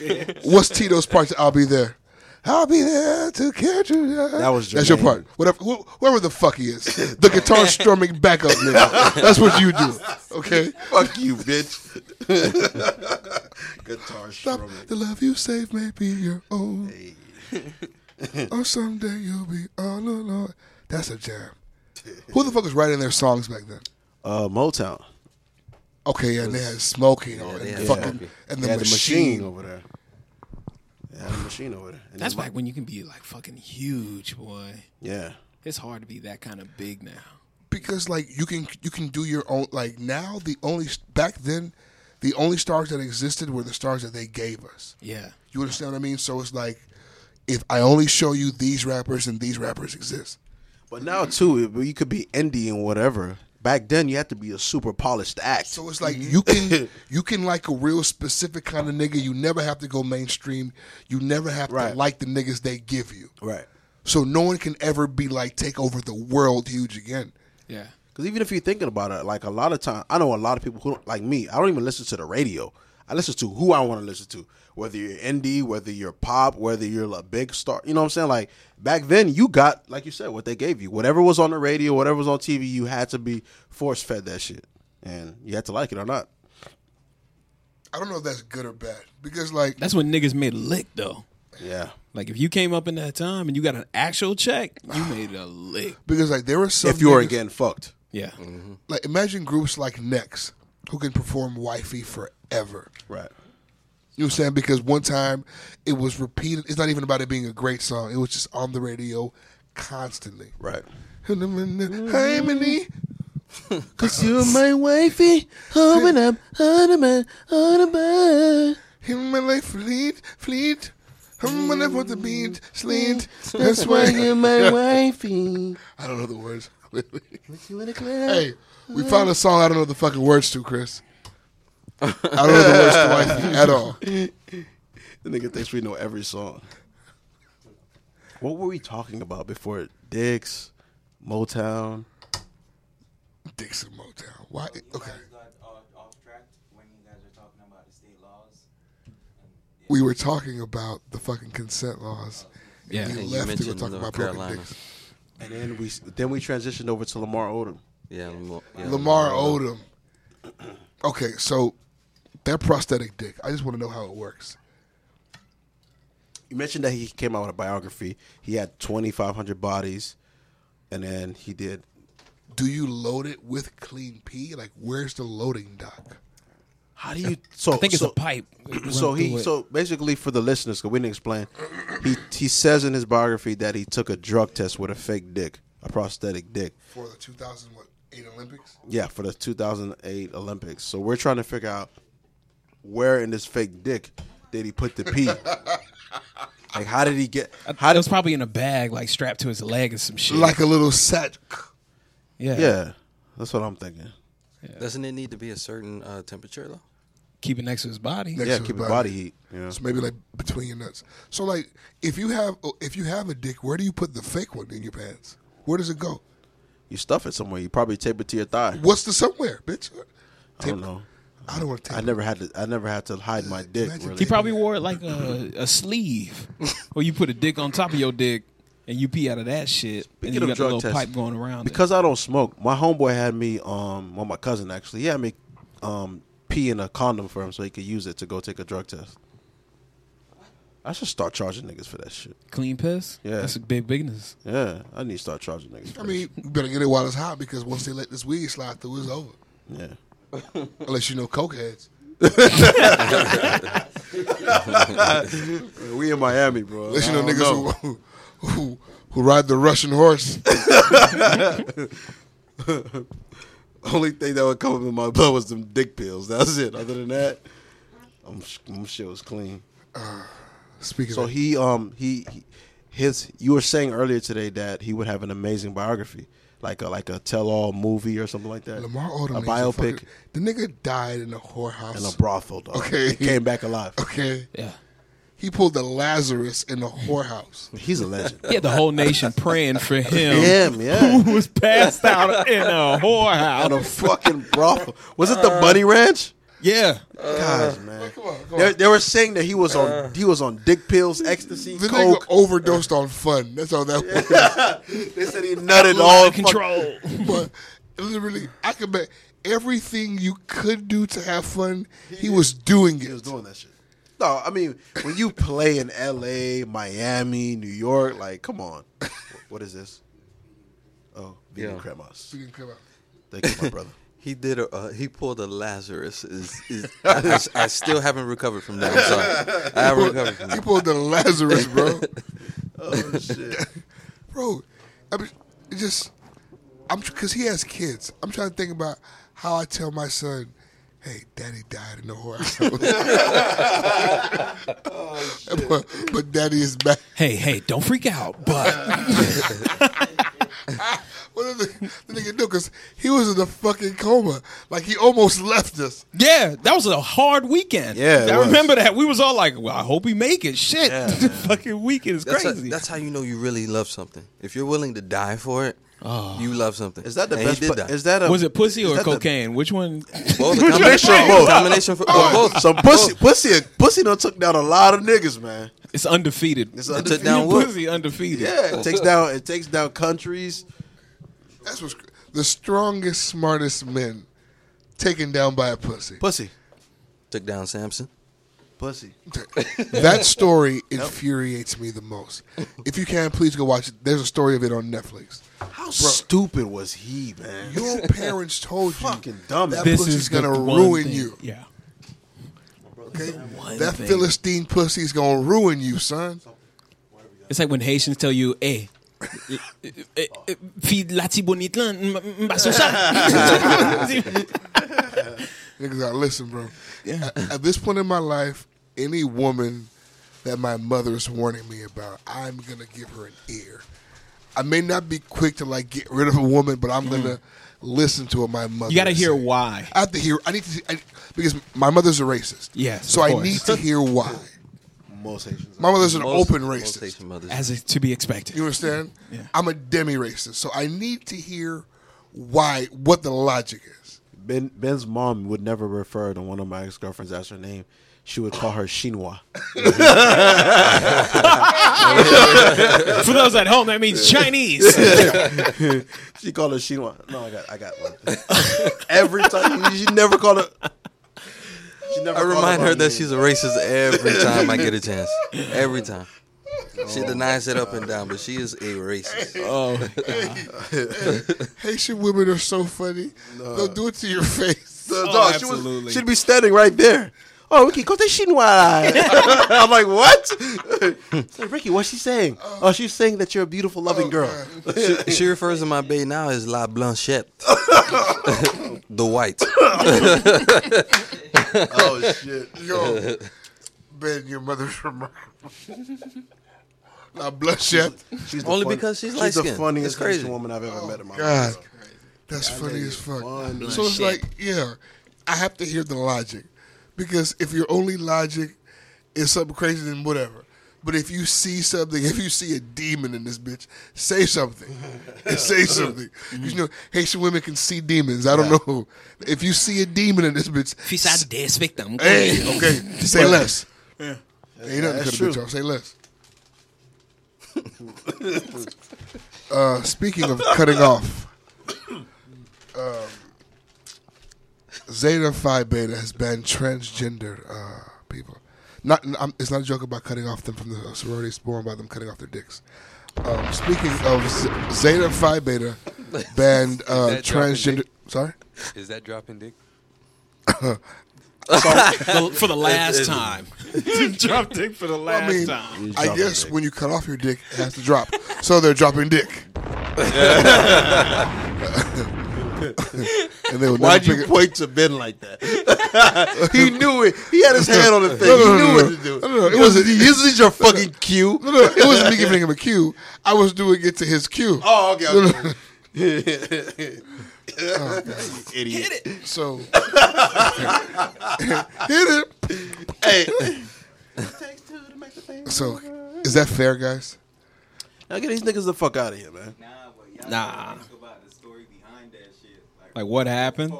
Speaker 1: wait. What's Tito's part? to I'll be there. I'll be there to catch you. That
Speaker 6: was
Speaker 1: that's your
Speaker 6: Jermaine.
Speaker 1: part. Whatever, wh- whoever the fuck he is, the guitar strumming backup nigga. That's what you do. Okay.
Speaker 6: Fuck you, bitch.
Speaker 1: Stop.
Speaker 6: Guitar strumming.
Speaker 1: The love you save may be your own. or someday you'll be all alone. That's a jam. Who the fuck was writing their songs back then?
Speaker 6: Uh, Motown.
Speaker 1: Okay, and they had smoking or and
Speaker 5: had
Speaker 1: fucking
Speaker 5: Smokey.
Speaker 1: and
Speaker 6: They
Speaker 1: the
Speaker 6: had
Speaker 1: machine.
Speaker 6: the machine over there. They had the machine over there. And
Speaker 8: That's
Speaker 6: then-
Speaker 8: back when you can be like fucking huge, boy.
Speaker 6: Yeah.
Speaker 8: It's hard to be that kind of big now.
Speaker 1: because like you can you can do your own like now the only back then the only stars that existed were the stars that they gave us
Speaker 8: Yeah.
Speaker 1: you understand what i mean so it's like if i only show you these rappers and these rappers exist
Speaker 6: But now, too, it- you could be indie and whatever. Back then, you had to be a super polished act.
Speaker 1: so it's like you can you can like a real specific kind of nigga you never have to go mainstream you never have to
Speaker 6: Right.
Speaker 1: like the niggas they give you
Speaker 6: right.
Speaker 1: so no one can ever be like take over the world huge again
Speaker 8: Yeah.
Speaker 6: Because even if you're thinking about it, like a lot of time, I know a lot of people who don't, like me. I don't even listen to the radio. I listen to who I want to listen to. Whether you're indie, whether you're pop, whether you're a big star, you know what I'm saying? Like back then, you got like you said what they gave you. Whatever was on the radio, whatever was on TV, you had to be force fed that shit, and you had to like it or not.
Speaker 1: I don't know if that's good or bad because like
Speaker 8: That's when niggas made lick though.
Speaker 6: Yeah.
Speaker 8: Like if you came up in that time and you got an actual check, you made a lick.
Speaker 1: because like there were some
Speaker 6: if you were
Speaker 1: niggas-
Speaker 6: getting fucked,
Speaker 8: Yeah.
Speaker 1: like imagine groups like Nex who can perform wifey forever.
Speaker 6: right?
Speaker 1: You know what I'm saying? Because one time it was repeated. It's not even about it being a great song. It was just on the radio constantly.
Speaker 6: Right.
Speaker 1: Hey, Minnie.
Speaker 6: Cause you're my wifey, coming up on a man, on a man.
Speaker 1: Him my life fleet, fleet. Him my life with the beat, sleet. That's why you
Speaker 6: my wifey.
Speaker 1: I don't know the words.
Speaker 6: Hey,
Speaker 1: hey, we found a song I don't know the fucking words to, Chris. I don't know the words to wifey at all.
Speaker 6: The nigga thinks we know every song. What were we talking about before Dicks, Motown?
Speaker 1: Dixon Motown. Why? Okay. We were talking about the fucking consent laws.
Speaker 8: Yeah.
Speaker 1: You
Speaker 5: And you
Speaker 1: left to go
Speaker 5: mentioned
Speaker 1: talk
Speaker 5: North
Speaker 1: about broken
Speaker 5: Carolina.
Speaker 1: dicks.
Speaker 6: And then we then we transitioned over to Lamar Odom.
Speaker 5: Yeah, Lamar, yeah,
Speaker 1: Lamar Odom. Okay, so that prosthetic dick. I just want to know how it works.
Speaker 6: You mentioned that he came out with a biography. He had twenty five hundred bodies, and then he did.
Speaker 1: Do you load it with clean pee? Like, where's the loading dock?
Speaker 6: How do you? So
Speaker 7: I think it's
Speaker 6: so,
Speaker 7: a pipe.
Speaker 6: so
Speaker 7: Run
Speaker 6: he
Speaker 7: through it.
Speaker 6: so basically for the listeners because we didn't explain he he says in his biography that he took a drug test with a fake dick a prosthetic dick
Speaker 1: For the 2008 Olympics?
Speaker 6: yeah for the 2008 olympics so we're trying to figure out where in this fake dick did he put the pee like how did he get
Speaker 7: How it was probably in a bag, like strapped to his leg or some shit.
Speaker 1: Like a little sack.
Speaker 7: yeah,
Speaker 6: yeah that's what i'm thinking
Speaker 5: Doesn't it need to be a certain uh, temperature though?
Speaker 7: Keep it next to his body.
Speaker 1: Next
Speaker 6: yeah
Speaker 1: to
Speaker 6: keep
Speaker 1: the
Speaker 6: your body heat yeah
Speaker 1: So maybe like between your nuts. So like, if you have if you have a dick, where do you put the fake one in your pants? Where does it go?
Speaker 6: you stuff it somewhere you probably tape it to your thigh
Speaker 1: What's the somewhere, bitch?
Speaker 6: i don't know
Speaker 1: I don't want to take.
Speaker 6: i never had to i never had to hide my dick
Speaker 1: Imagine
Speaker 6: really.
Speaker 7: He probably wore it like a, a sleeve, where you put a dick on top of your dick and you pee out of that shit, and you
Speaker 6: Speaking
Speaker 7: got
Speaker 6: of
Speaker 7: the
Speaker 6: drug
Speaker 7: little
Speaker 6: tests,
Speaker 7: pipe going around. it.
Speaker 6: because I don't smoke. My homeboy had me, um, well, my cousin actually, he had me, um, pee in a condom for him so he could use it to go take a drug test. I should start charging niggas for that shit.
Speaker 7: clean piss.
Speaker 6: Yeah.
Speaker 7: that's a big business.
Speaker 6: Yeah, I need to start charging niggas. For
Speaker 1: I
Speaker 6: that
Speaker 1: mean,
Speaker 6: shit.
Speaker 1: you better get it while it's hot because once they let this weed slide through, it's over.
Speaker 6: yeah.
Speaker 1: Unless you know cokeheads.
Speaker 6: Man, we in Miami, bro.
Speaker 1: Unless you know
Speaker 6: I don't
Speaker 1: niggas Who, who who ride the Russian horse.
Speaker 6: Only thing that would come up in my blood was them dick pills. That's it. Other than that, I'm, sh- I'm shit was clean.
Speaker 1: Speaking
Speaker 6: So
Speaker 1: of,
Speaker 6: he um he, he- his you were saying earlier today that he would have an amazing biography, like a like a tell all movie or something like that.
Speaker 1: Lamar Odom,
Speaker 6: a
Speaker 1: needs
Speaker 6: biopic
Speaker 1: fucking- the nigga died in a whorehouse.
Speaker 6: and a brothel. Dog.
Speaker 1: Okay.
Speaker 6: he came back alive.
Speaker 1: okay,
Speaker 7: Yeah,
Speaker 1: he pulled the Lazarus in the whorehouse.
Speaker 6: He's a legend.
Speaker 7: he had the whole nation praying for him.
Speaker 6: Damn, yeah.
Speaker 7: who was passed out in a
Speaker 6: At
Speaker 7: whorehouse.
Speaker 6: a fucking brothel. Was it the
Speaker 1: Uh,
Speaker 6: Bunny Ranch?
Speaker 7: Yeah,
Speaker 6: Gosh, man.
Speaker 1: Come on, come
Speaker 6: They,
Speaker 1: on.
Speaker 6: they were saying that he was on
Speaker 5: Uh.
Speaker 6: he was on dick pills, ecstasy,
Speaker 1: The nigga
Speaker 6: coke.
Speaker 1: overdosed on fun. That's all that was.
Speaker 6: They said he nutted all control.
Speaker 1: but literally, I could bet everything you could do to have fun, he was doing
Speaker 6: He was
Speaker 1: it.
Speaker 6: doing that shit. No, I mean when you play in L.A., Miami, New York, like, come on, what is this? Oh, vegan
Speaker 5: Yeah.
Speaker 6: cremas.
Speaker 1: He didn't come out.
Speaker 6: Thank you, my brother.
Speaker 5: He did a uh, he pulled a Lazarus. Is, is, I, I- I still haven't recovered from that. I'm sorry. I haven't recovered from
Speaker 1: He
Speaker 5: that.
Speaker 1: pulled the Lazarus, bro.
Speaker 6: Oh shit!
Speaker 1: bro, I mean, it just I'm because he has kids. I'm trying to think about how I tell my son, "Hey, daddy died in the whorehouse,"
Speaker 6: Oh,
Speaker 1: but, but daddy is back.
Speaker 7: Hey, hey, don't freak out, but
Speaker 1: Well, the, the nigga do because he was in a fucking coma. Like he almost left us.
Speaker 8: Yeah, that was a hard weekend.
Speaker 1: Yeah, it
Speaker 8: I
Speaker 1: was.
Speaker 8: remember that. We was all like, "Well, I hope he make it." Shit,
Speaker 5: Yeah,
Speaker 8: the fucking weekend is
Speaker 5: That's, a-
Speaker 8: crazy.
Speaker 5: that's how you know you really love something. If you're willing to die for it, you love something.
Speaker 6: Is that the
Speaker 5: And
Speaker 6: best?
Speaker 5: He
Speaker 6: pla-
Speaker 5: did Oh. that.
Speaker 6: is that a
Speaker 8: was it pussy
Speaker 6: is
Speaker 8: or
Speaker 6: that the-
Speaker 8: cocaine? Which one?
Speaker 5: Well, the combination of both. Combination for, well, both.
Speaker 6: Some pussy, pussy, pussy done took down a lot of niggas, man.
Speaker 8: It's undefeated.
Speaker 6: It's
Speaker 5: It
Speaker 6: undefeated.
Speaker 5: took down what?
Speaker 8: pussy undefeated.
Speaker 6: Yeah, it takes down it takes down countries.
Speaker 1: That's what's cr- the strongest, smartest men taken down by a pussy.
Speaker 6: Pussy,
Speaker 5: Took down Samson.
Speaker 6: pussy.
Speaker 1: that story infuriates me the most. If you can, please go watch it. There's a story of it on Netflix.
Speaker 6: How stupid was he, man?
Speaker 1: Your parents told you
Speaker 6: Fucking dumb.
Speaker 1: that
Speaker 6: man.
Speaker 1: pussy's
Speaker 8: the
Speaker 1: gonna
Speaker 8: one
Speaker 1: ruin
Speaker 8: thing.
Speaker 1: you.
Speaker 8: Yeah.
Speaker 1: Okay, that Philistine pussy's gonna ruin you, son.
Speaker 8: It's like when Haitians tell you, "Hey, eh, feed lati mm, bonite lan, m- m- ba sou sa."
Speaker 1: Niggas gotta listen, bro. At, at this point in my life, any woman that my mother is warning me about, I'm gonna give her an ear. I may not be quick to like get rid of a woman, but I'm gonna listen to what my mother.
Speaker 8: Mm. You got to
Speaker 1: is
Speaker 8: hear
Speaker 1: saying.
Speaker 8: why.
Speaker 1: I have to hear. I need to I, because my mother's a racist.
Speaker 8: Yes,
Speaker 1: So
Speaker 8: of
Speaker 1: I
Speaker 8: course.
Speaker 1: need to hear why.
Speaker 6: Most Haitians.
Speaker 1: My mother's an
Speaker 5: Most-
Speaker 1: open
Speaker 5: most
Speaker 1: racist.
Speaker 5: Haitian mothers.
Speaker 8: As is to be expected.
Speaker 1: You understand?
Speaker 8: Yeah.
Speaker 1: I'm a demi racist, so I need to hear why what the logic is.
Speaker 6: Ben Ben's mom would never refer to one of my ex girlfriends as her name. She would call her Chinois.
Speaker 8: For those at home, that means Chinese.
Speaker 1: Oh,
Speaker 6: She called her Chinois. No, I got I got one. Every time she never called her. She never
Speaker 5: I
Speaker 6: called
Speaker 5: remind
Speaker 6: by
Speaker 5: her that
Speaker 6: name.
Speaker 5: she's a racist every time I get a chance. Every time. She denies it up and down, but she is a racist.
Speaker 8: oh,
Speaker 1: Haitian women are so funny. They'll do it to your face.
Speaker 6: No,
Speaker 8: Oh,
Speaker 6: she
Speaker 8: absolutely.
Speaker 6: was, she'd be standing right there. Oh, Ricky, go to Chinois. I'm like, what? It's like, Ricky, what's she saying? Oh, she's saying that you're a beautiful, loving girl.
Speaker 5: She, she refers to my bae now as La Blanchette. the white.
Speaker 1: oh shit. Yo. Ben, your mother's remarkable. Not bloodshed.
Speaker 6: She's
Speaker 5: Only because she's
Speaker 6: she's the
Speaker 5: light-skinned.
Speaker 6: funniest
Speaker 5: It's crazy.
Speaker 6: Haitian woman I've ever met in my
Speaker 1: God.
Speaker 6: life.
Speaker 1: That's funny as fuck.
Speaker 6: funny.
Speaker 1: So it's like, yeah, I have to hear the logic. Because if your only logic is something crazy, then whatever. But if you see something, if you see a demon in this bitch, say something. say something. 'Cause You know, Haitian women can see demons. I don't know. If you see a demon in this bitch,
Speaker 8: fils à des victimes.
Speaker 1: hey, okay, say less. Yeah. Ain't nothing
Speaker 6: That's
Speaker 1: to cut a bitch
Speaker 6: true.
Speaker 1: off. Say less. uh, speaking of cutting off, um, Zeta Phi Beta has banned transgender uh, people. Not, I'm, it's not a joke about cutting off them from the uh, sorority spawn by them cutting off their dicks. Um, speaking of Z- Zeta Phi Beta banned uh,
Speaker 2: that dropping
Speaker 1: transgender.
Speaker 2: dick?
Speaker 1: Sorry.
Speaker 2: Is that dropping dick?
Speaker 8: The- for the last time. Drop dick for the last
Speaker 1: I mean,
Speaker 8: time.
Speaker 1: I guess when you cut off your dick, it has to drop. so they're dropping dick. and they would
Speaker 6: Why'd
Speaker 1: never
Speaker 6: you
Speaker 1: pick it-
Speaker 6: point to Ben like that? he knew it. He had his hand on the thing.
Speaker 1: No, no,
Speaker 6: he
Speaker 1: no,
Speaker 6: knew
Speaker 1: no,
Speaker 6: what
Speaker 1: no.
Speaker 6: to do.
Speaker 1: No, no, no. It
Speaker 6: It was.
Speaker 1: wasn't-
Speaker 6: This is your fucking cue.
Speaker 1: No, no, it wasn't me giving him a cue. I was doing it to his cue.
Speaker 6: Oh, okay. okay. Idiot.
Speaker 1: So hit it.
Speaker 6: Hey,
Speaker 1: So is that fair, guys?
Speaker 6: now get these niggas the fuck out of here, man.
Speaker 8: Nah. Like what happened?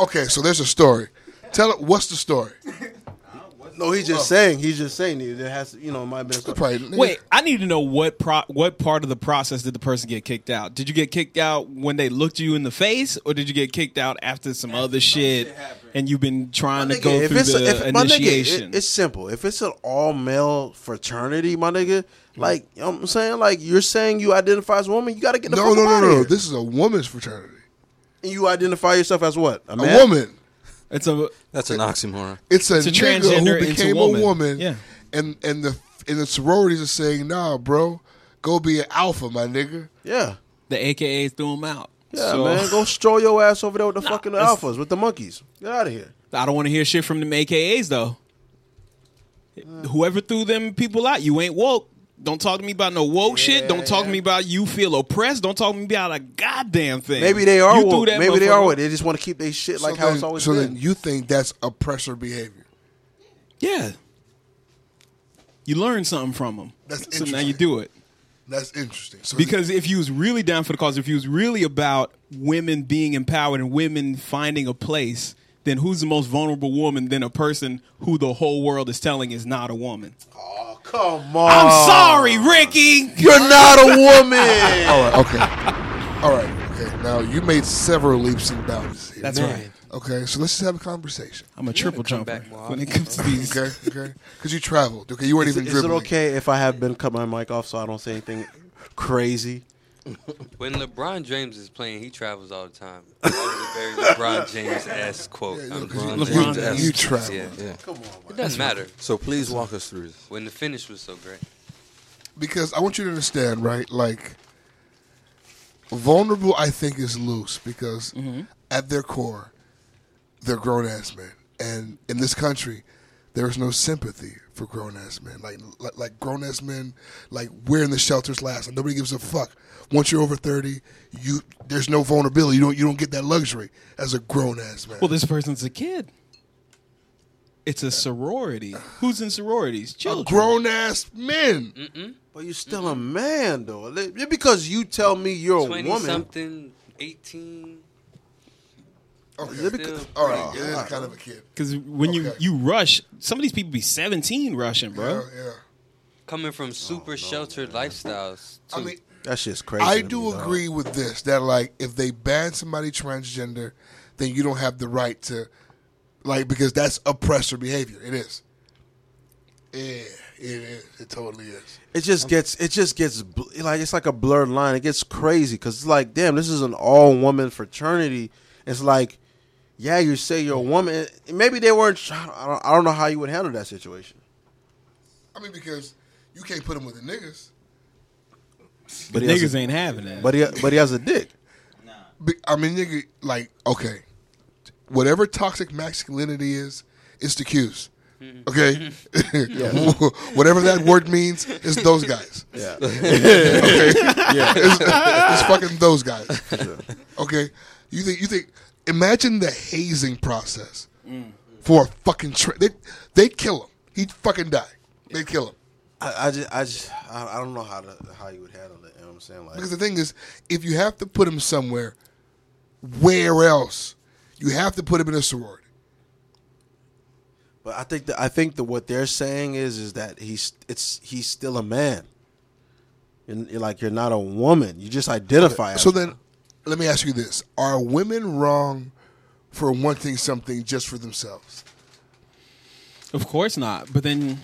Speaker 1: Okay, so there's a story. Tell it. What's the story?
Speaker 6: No, he's just saying. He's just saying. that There has to, you know, my best.
Speaker 1: Probably-
Speaker 8: Wait, I need to know what pro- what part of the process did the person get kicked out? Did you get kicked out when they looked you in the face, or did you get kicked out after some other shit, and you've been trying to go through the
Speaker 6: my nigga,
Speaker 8: initiation?
Speaker 6: it- it's simple. If it's an all male fraternity, my nigga, like you know what I'm saying, like you're saying you identify as a woman, you got to get the
Speaker 1: No,
Speaker 6: fuck
Speaker 1: no,
Speaker 6: up
Speaker 1: no,
Speaker 6: outta
Speaker 1: no.
Speaker 6: here.
Speaker 1: This is a woman's fraternity.
Speaker 6: And you identify yourself as what?
Speaker 1: A
Speaker 6: man?
Speaker 1: woman.
Speaker 8: It's a
Speaker 5: That's an oxymoron.
Speaker 1: It's a,
Speaker 8: It's a
Speaker 1: nigga
Speaker 8: transgender,
Speaker 1: who
Speaker 8: it's a
Speaker 1: became
Speaker 8: woman.
Speaker 1: a woman.
Speaker 8: Yeah.
Speaker 1: And and the and the sororities are saying, nah, bro, go be an alpha, my nigga.
Speaker 6: Yeah,
Speaker 8: the AKAs threw him out.
Speaker 6: yeah,
Speaker 8: So,
Speaker 6: man. Go stroll your ass over there with the fucking
Speaker 8: it's-
Speaker 6: alphas, with the monkeys. Get out of here.
Speaker 8: I don't want to hear shit
Speaker 6: Uh.
Speaker 8: from them AKAs though. Whoever threw them people out, you ain't woke. Don't talk to me about no woke shit. Don't talk to me about you feel oppressed. Don't talk to me about a goddamn thing.
Speaker 6: Maybe they are
Speaker 8: You threw
Speaker 6: woke.
Speaker 8: that
Speaker 6: Maybe they are
Speaker 8: motherfucker-
Speaker 6: woke. They just want to keep their shit like
Speaker 1: so
Speaker 6: how
Speaker 1: then,
Speaker 6: it's always
Speaker 1: so
Speaker 6: been.
Speaker 1: then you think that's oppressor behavior?
Speaker 8: Yeah. You learn something from them.
Speaker 1: That's
Speaker 8: so now
Speaker 1: interesting.
Speaker 8: you do it.
Speaker 1: That's interesting. So
Speaker 8: Because if you was really down for the cause, if you was really about women being empowered and women finding a place, then who's the most vulnerable woman than a person who the whole world is telling is not a woman?
Speaker 6: oh,
Speaker 1: Oh.
Speaker 6: come on.
Speaker 8: I'm sorry, Ricky.
Speaker 6: You're not a woman.
Speaker 1: all right, okay, all right, okay. Now you made several leaps and bounds here.
Speaker 8: That's
Speaker 2: Man.
Speaker 8: right.
Speaker 1: okay. So let's just have a conversation.
Speaker 8: I'm a triple
Speaker 2: come
Speaker 8: jumper
Speaker 2: back more
Speaker 8: when it
Speaker 2: often,
Speaker 8: comes to these.
Speaker 1: Okay, okay. Because you traveled. Okay, you weren't
Speaker 6: Is,
Speaker 1: even
Speaker 6: it- is it
Speaker 1: dribbling.
Speaker 6: okay if I have been cut my mic off so I don't say anything crazy?
Speaker 2: When LeBron James is playing, he travels all the time. That was a very LeBron James esque quote.
Speaker 1: Yeah,
Speaker 2: I'm
Speaker 1: 'cause you-
Speaker 2: James.
Speaker 8: LeBron
Speaker 1: you,
Speaker 8: James.
Speaker 1: you traveled.
Speaker 2: Yeah.
Speaker 5: Yeah.
Speaker 2: It doesn't matter.
Speaker 5: So please walk us through this.
Speaker 2: When the finish was so great.
Speaker 1: because I want you to understand, right? Like, vulnerable, I think, is loose because at their core, they're grown ass men, and in this country, there is no sympathy for grown ass men. Like, like, like grown ass men, like we're in the shelters last, and nobody gives a fuck. Once you're over thirty, you there's no vulnerability. You don't you don't get that luxury as a grown ass man.
Speaker 8: Well, this person's a kid. It's a sorority. Who's in sororities? Children.
Speaker 1: grown ass men.
Speaker 6: But you're still a man, though. Li- Just because you tell me you're a
Speaker 2: 20
Speaker 6: woman,
Speaker 2: something, 18.
Speaker 1: Okay.
Speaker 6: Let me-
Speaker 2: Still
Speaker 1: All right,
Speaker 2: pretty
Speaker 1: it
Speaker 2: good.
Speaker 1: is kind of a kid.
Speaker 8: Because when you
Speaker 1: Okay.
Speaker 8: you rush, some of these people be 17 rushing, bro.
Speaker 1: Oh, Yeah, yeah.
Speaker 2: Coming from super sheltered lifestyles. Too.
Speaker 1: I mean,
Speaker 6: that shit's crazy.
Speaker 1: I
Speaker 6: to
Speaker 1: do
Speaker 6: me, dog.
Speaker 1: agree with this that like if they ban somebody transgender, then you don't have the right to like because that's oppressor behavior. It is. Yeah, it is. It totally is.
Speaker 6: It just gets, it just gets bl- like it's like a blurred line. It gets crazy because it's like, damn, this is an all woman fraternity. It's like, yeah, you say you're a woman. Maybe they weren't. try- I don't, I don't know how you would handle that situation.
Speaker 1: I mean because you can't put them with the niggas.
Speaker 8: But
Speaker 6: he has
Speaker 8: niggas
Speaker 6: a-
Speaker 8: ain't having that.
Speaker 6: But he, but he has a dick.
Speaker 1: Be- I mean nigga like okay, whatever toxic masculinity is, it's the cues. Okay, whatever that word means, it's those guys.
Speaker 6: Yeah,
Speaker 1: it's, it's fucking those guys. Okay, you think you think? Imagine the hazing process for a fucking tra- they they kill him. He'd fucking die. They kill him
Speaker 6: I, I just, I just, I, I don't know how to how you would handle it. You know what I'm saying? Like,
Speaker 1: because the thing is, if you have to put him somewhere, where else? You have to put him in a sorority.
Speaker 6: But I think that I think that what they're saying is is that he's it's he's still a man. You're, you're like you're not a woman. You just identify. as
Speaker 1: So
Speaker 6: one.
Speaker 1: then, let me ask you this: Are women wrong for wanting something just for themselves?
Speaker 8: Of course not. But then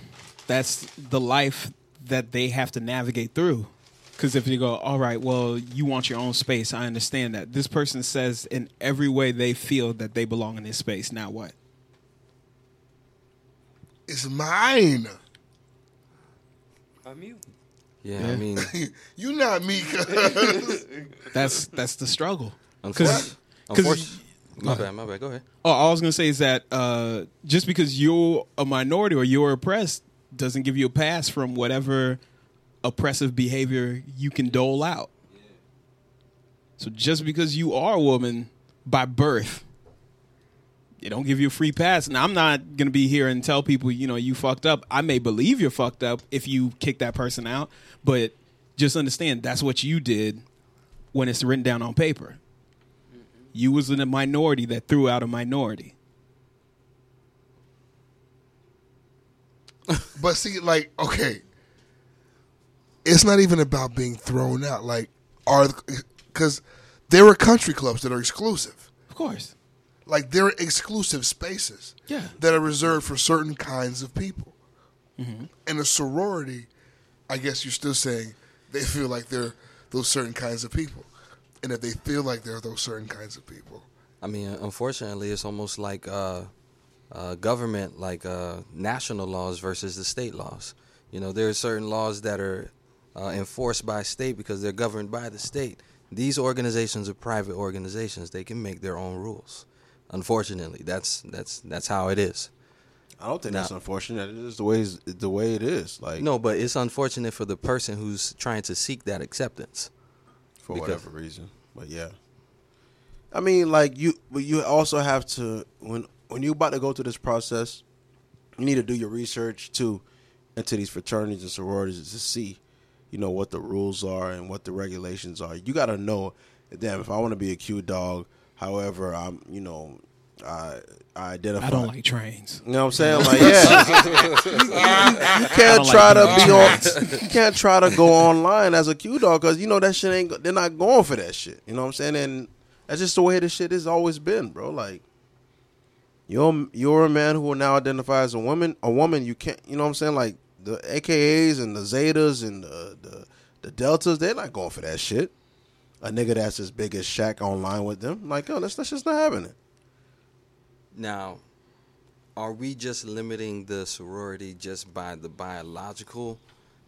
Speaker 8: that's the life that they have to navigate through. Because if you go, all right, well, you want your own space. I understand that. This person says in every way they feel that they belong in this space. Now what?
Speaker 1: It's mine.
Speaker 2: I'm you.
Speaker 5: Yeah, I mean,
Speaker 1: you not me. cuz.
Speaker 8: That's that's the struggle.
Speaker 5: unfortunately,
Speaker 8: 'cause-
Speaker 5: unfortunately my bad, my bad. Go ahead.
Speaker 8: Oh, all I was gonna say is that uh, just because you're a minority or you're oppressed doesn't give you a pass from whatever oppressive behavior you can dole out. So just because you are a woman by birth, it don't give you a free pass. And I'm not gonna be here and tell people, you know, you fucked up. I may believe you're fucked up if you kick that person out, but just understand that's what you did when it's written down on paper you was in a minority that threw out a minority.
Speaker 1: But see, like, okay, it's not even about being thrown out. Like, are because there are country clubs that are exclusive.
Speaker 8: Of course.
Speaker 1: Like, there are exclusive spaces
Speaker 8: Yeah.
Speaker 1: that are reserved for certain kinds of people. And a sorority, I guess you're still saying they feel like they're those certain kinds of people. And if they feel like they're those certain kinds of people,
Speaker 5: I mean, unfortunately, it's almost like uh, uh, government, like uh, national laws versus the state laws. You know, there are certain laws that are uh, enforced by state because they're governed by the state. These organizations are private organizations; they can make their own rules. Unfortunately, that's that's that's how it is.
Speaker 6: I don't think that's unfortunate. It's the way it's- the way it is. Like
Speaker 5: No, but it's unfortunate for the person who's trying to seek that acceptance.
Speaker 6: for
Speaker 5: Because-
Speaker 6: whatever reason. But yeah, I mean, like you, but you also have to when when you about to go through this process, you need to do your research too into these fraternities and sororities to see, you know, what the rules are and what the regulations are. You got to know, damn, if I want to be a Q dog, however, I'm, you know, I I identify.
Speaker 7: I don't like trains.
Speaker 6: You know what I'm saying? Like, yeah, you can't try to be on. You can't try to go online as a Q dog because you know that shit ain't. They're not going for that shit. You know what I'm saying? And that's just the way this shit has always been, bro. Like, you're you're a man who will now identify as a woman. A woman, you can't. You know what I'm saying? Like the AKAs and the Zetas and the the, the Deltas, they're not going for that shit. A nigga that's as big as Shaq online with them, like, yo, that's that's just not happening.
Speaker 5: Now, are we just limiting the sorority just by the biological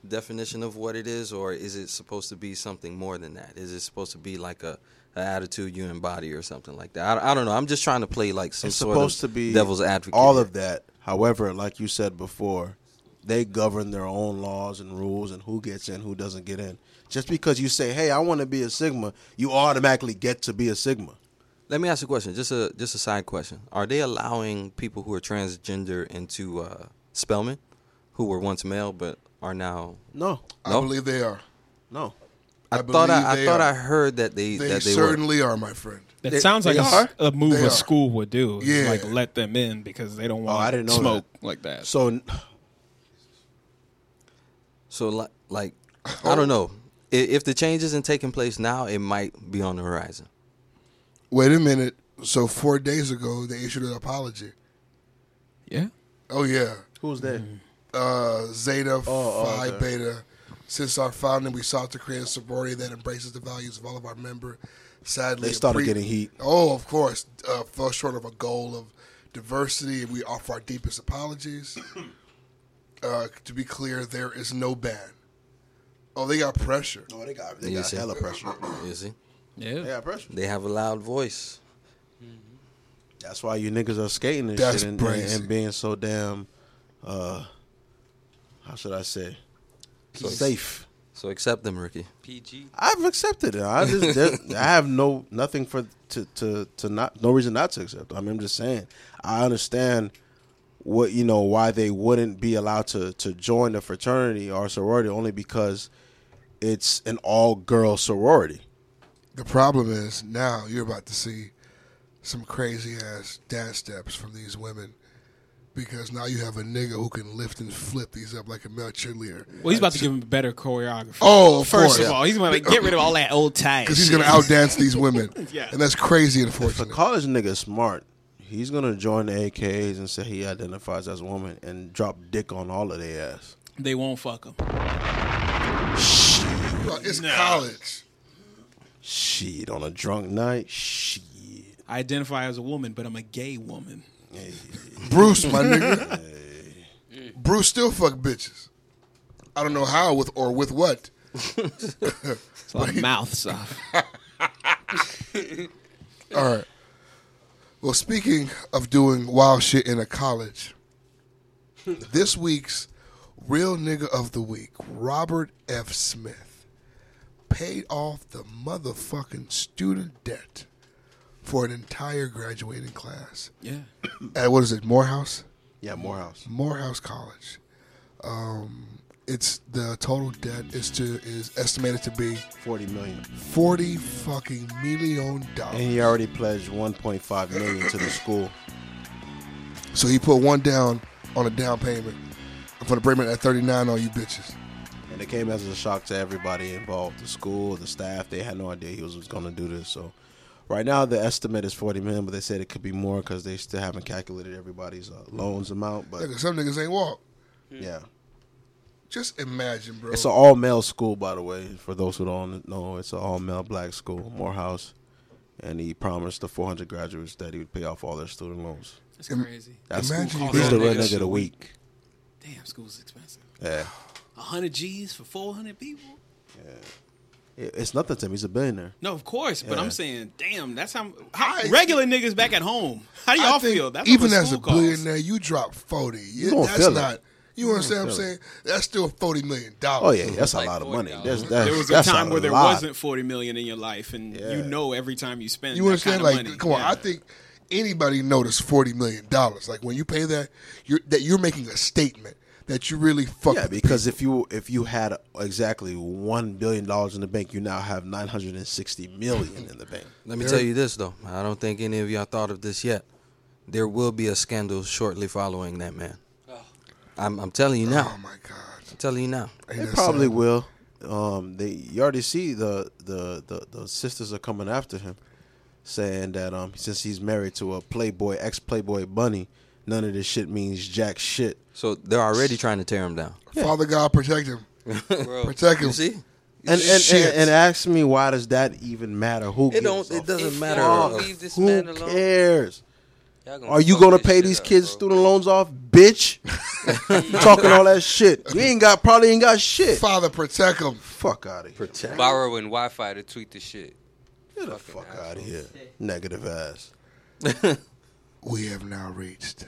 Speaker 5: definition of what it is, or is it supposed to be something more than that? Is it supposed to be like a, a attitude you embody or something like that? I, I don't know. I'm just trying to play like some
Speaker 6: it's
Speaker 5: sort
Speaker 6: supposed
Speaker 5: of
Speaker 6: to be
Speaker 5: devil's advocate.
Speaker 6: All
Speaker 5: here.
Speaker 6: of that. However, like you said before, they govern their own laws and rules and who gets in, who doesn't get in. Just because you say, "Hey, I want to be a Sigma," you automatically get to be a Sigma.
Speaker 5: Let me ask you a question. Just a just a side question. Are they allowing people who are transgender into uh, Spellman, who were once male but are now?
Speaker 6: No,
Speaker 1: I
Speaker 5: No?
Speaker 1: believe they are.
Speaker 6: no.
Speaker 5: I, thought
Speaker 1: believe
Speaker 5: I, I
Speaker 1: they
Speaker 5: thought
Speaker 1: are.
Speaker 5: I heard that they,
Speaker 1: They,
Speaker 5: that they were.
Speaker 1: certainly are, my friend.
Speaker 7: That
Speaker 6: They-
Speaker 7: sounds like
Speaker 6: they
Speaker 7: a, s-
Speaker 6: are. Oh,
Speaker 7: a move
Speaker 1: They
Speaker 7: a
Speaker 1: are.
Speaker 7: school would do. is,
Speaker 1: Yeah.
Speaker 7: like let them in because they don't want
Speaker 6: I didn't know that.
Speaker 7: smoke like that.
Speaker 6: So
Speaker 5: So li- like, I don't
Speaker 1: Oh.
Speaker 5: know. I- If the change isn't taking place now, it might be on the horizon.
Speaker 1: Wait a minute. So four days ago, they issued an apology.
Speaker 7: yeah,
Speaker 1: Oh yeah,
Speaker 6: who's there?
Speaker 5: Mm-hmm.
Speaker 1: uh, Zeta
Speaker 6: oh,
Speaker 1: Phi
Speaker 6: okay.
Speaker 1: Beta. Since our founding, we sought to create a sorority that embraces the values of all of our member. Sadly,
Speaker 6: They started
Speaker 1: appre-
Speaker 6: getting heat.
Speaker 1: Oh, of course, uh, fell short of a goal of diversity. We offer our deepest apologies. uh, to be clear, there is no ban. Oh, they got pressure.
Speaker 6: Oh, they got they
Speaker 5: You
Speaker 6: got
Speaker 5: see?
Speaker 6: hella pressure.
Speaker 5: You see,
Speaker 7: yeah.
Speaker 6: They got pressure.
Speaker 5: they have a loud voice.
Speaker 6: That's why you niggas are skating and
Speaker 1: That's
Speaker 6: shit and,
Speaker 1: crazy.
Speaker 6: and being so damn. uh How should I say? Safe.
Speaker 5: So accept them, Ricky.
Speaker 2: PG.
Speaker 6: I've accepted it. I just there- I have no nothing for to to to not no reason not to accept. it. I mean, I'm just saying I understand what you know why they wouldn't be allowed to to join the fraternity or sorority only because it's an all girl sorority.
Speaker 1: The problem is now you're about to see some crazy ass dad steps from these women because now you have a nigga who can lift and flip these up like a male cheerleader.
Speaker 7: Well, he's about to give him better choreography.
Speaker 1: Oh, of
Speaker 7: first
Speaker 1: course.
Speaker 7: of all, he's going to get rid of all that old tie.
Speaker 1: Because he's going to outdance these women.
Speaker 7: Yeah.
Speaker 1: And that's crazy,
Speaker 6: If a
Speaker 1: unfortunately.
Speaker 6: college nigga is smart, he's gonna join the AKAs and say he identifies as a woman and drop dick on all of their ass.
Speaker 7: They won't fuck him.
Speaker 1: Well, it's college.
Speaker 6: Shit on a drunk night. Shit.
Speaker 7: I identify as a woman, but I'm a gay woman.
Speaker 1: Bruce, my nigga. Bruce still fuck bitches. I don't know how with or with what.
Speaker 7: It's a lot of mouth stuff.
Speaker 1: All right. Well, speaking of doing wild shit in a college, this week's real nigga of the week, Robert F. Smith, paid off the motherfucking student debt for an entire graduating class
Speaker 7: Yeah.
Speaker 1: at what is it, Morehouse?
Speaker 6: Yeah, Morehouse.
Speaker 1: Morehouse College. Um, it's the total debt is to is estimated to be
Speaker 6: Forty million.
Speaker 1: forty fucking million dollars.
Speaker 6: And he already pledged 1.5 million to the school.
Speaker 1: So he put one down on a down payment. I'm gonna bring it at 39 on you bitches.
Speaker 6: And it came as a shock to everybody involved the school, the staff. They had no idea he was, going to do this. So, right now, the estimate is 40 million, but they said it could be more because they still haven't calculated everybody's uh, loans amount. But
Speaker 1: Nigga, some niggas ain't walk.
Speaker 6: yeah.
Speaker 1: Just imagine, bro.
Speaker 6: It's an all male school, by the way, for those who don't know. It's an all male black school, Morehouse. And he promised the 400 graduates that he would pay off all their student loans.
Speaker 7: That's crazy.
Speaker 6: That's
Speaker 1: Imagine
Speaker 6: He's
Speaker 1: that
Speaker 6: the real
Speaker 2: nigga.
Speaker 6: nigga of the week.
Speaker 7: Damn, school's expensive.
Speaker 6: Yeah.
Speaker 7: 100 G's for 400 people?
Speaker 6: It- It's nothing to him. He's a billionaire.
Speaker 8: No, of course, but
Speaker 6: Yeah.
Speaker 8: I'm saying, damn, that's how, how
Speaker 1: I-
Speaker 8: regular niggas back at home. How do y'all
Speaker 1: I think
Speaker 8: feel? That's
Speaker 1: even
Speaker 8: what
Speaker 1: as a
Speaker 8: school costs.
Speaker 1: billionaire, you drop forty. You
Speaker 6: gonna
Speaker 1: that's
Speaker 6: feel it.
Speaker 1: not. You understand what I'm
Speaker 6: feel it.
Speaker 1: saying? That's still forty million
Speaker 6: Oh
Speaker 1: dollars.
Speaker 6: yeah, that's
Speaker 2: Like
Speaker 6: a lot of money.
Speaker 2: $40.
Speaker 6: That's, that's,
Speaker 8: there was a
Speaker 6: that's
Speaker 8: time where there
Speaker 6: lot.
Speaker 8: wasn't 40 million in your life and you know every time you spend
Speaker 1: You
Speaker 8: that
Speaker 1: understand?
Speaker 8: kind of
Speaker 1: Like,
Speaker 8: money.
Speaker 1: come on.
Speaker 8: Yeah.
Speaker 1: I think anybody notice forty million dollars. Like when you pay that, you're that you're making a statement that you really fuck.
Speaker 6: Yeah,
Speaker 1: with
Speaker 6: because if you if you had exactly one billion dollars in the bank, you now have nine hundred and sixty million in the bank.
Speaker 5: Let me tell you this though. I don't think any of y'all thought of this yet. There will be a scandal shortly following that man. I'm, I'm telling you
Speaker 1: people.
Speaker 5: now.
Speaker 1: Oh my god.
Speaker 5: I'm telling you now.
Speaker 1: Ain't
Speaker 6: They
Speaker 1: that
Speaker 6: probably
Speaker 1: something?
Speaker 6: will. Um, they you already see the, the the the sisters are coming after him, saying that um since he's married to a Playboy ex Playboy bunny, none of this shit means jack shit.
Speaker 5: So they're already trying to tear him down.
Speaker 1: Father God protect him.
Speaker 2: Bro,
Speaker 1: Protect him.
Speaker 5: You see?
Speaker 6: And and,
Speaker 1: Shit.
Speaker 6: and and ask me why does that even matter? Who
Speaker 5: It don't.
Speaker 6: gives a
Speaker 5: It doesn't
Speaker 2: If
Speaker 5: matter.
Speaker 2: y'all
Speaker 5: of-
Speaker 2: leave this
Speaker 6: Who
Speaker 2: man alone,
Speaker 6: cares?
Speaker 2: y'all gonna
Speaker 6: Are you
Speaker 2: fuck
Speaker 6: gonna
Speaker 2: this
Speaker 6: pay
Speaker 2: shit
Speaker 6: these
Speaker 2: up,
Speaker 6: kids
Speaker 2: bro.
Speaker 6: student loans off, bitch? You talking all that shit. You ain't got probably ain't got shit.
Speaker 1: Father protect him.
Speaker 6: Fuck out of here.
Speaker 5: Protect.
Speaker 2: borrowing Wi-Fi to tweet the shit?
Speaker 6: Get the fuck out of here. Negative ass.
Speaker 1: We have now reached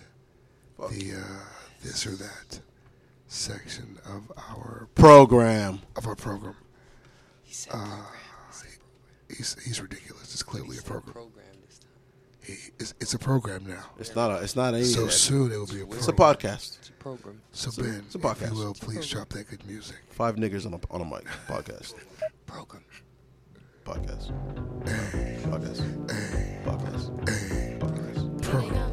Speaker 1: the uh, this or that section of our
Speaker 6: Program.
Speaker 1: of our program. He said he's, he's ridiculous. It's clearly a program.
Speaker 2: Program this time.
Speaker 1: He, it's, it's a program now.
Speaker 6: It's not a. It's not any.
Speaker 1: So
Speaker 6: of that.
Speaker 1: soon it will be a program.
Speaker 6: It's a podcast.
Speaker 2: It's a program.
Speaker 1: So Ben,
Speaker 6: it's a podcast.
Speaker 1: if you will, please drop that good music.
Speaker 6: Five niggas on a on a mic. Podcast.
Speaker 2: Program.
Speaker 6: Podcast. Podcast. Podcast. Podcast.
Speaker 1: Program,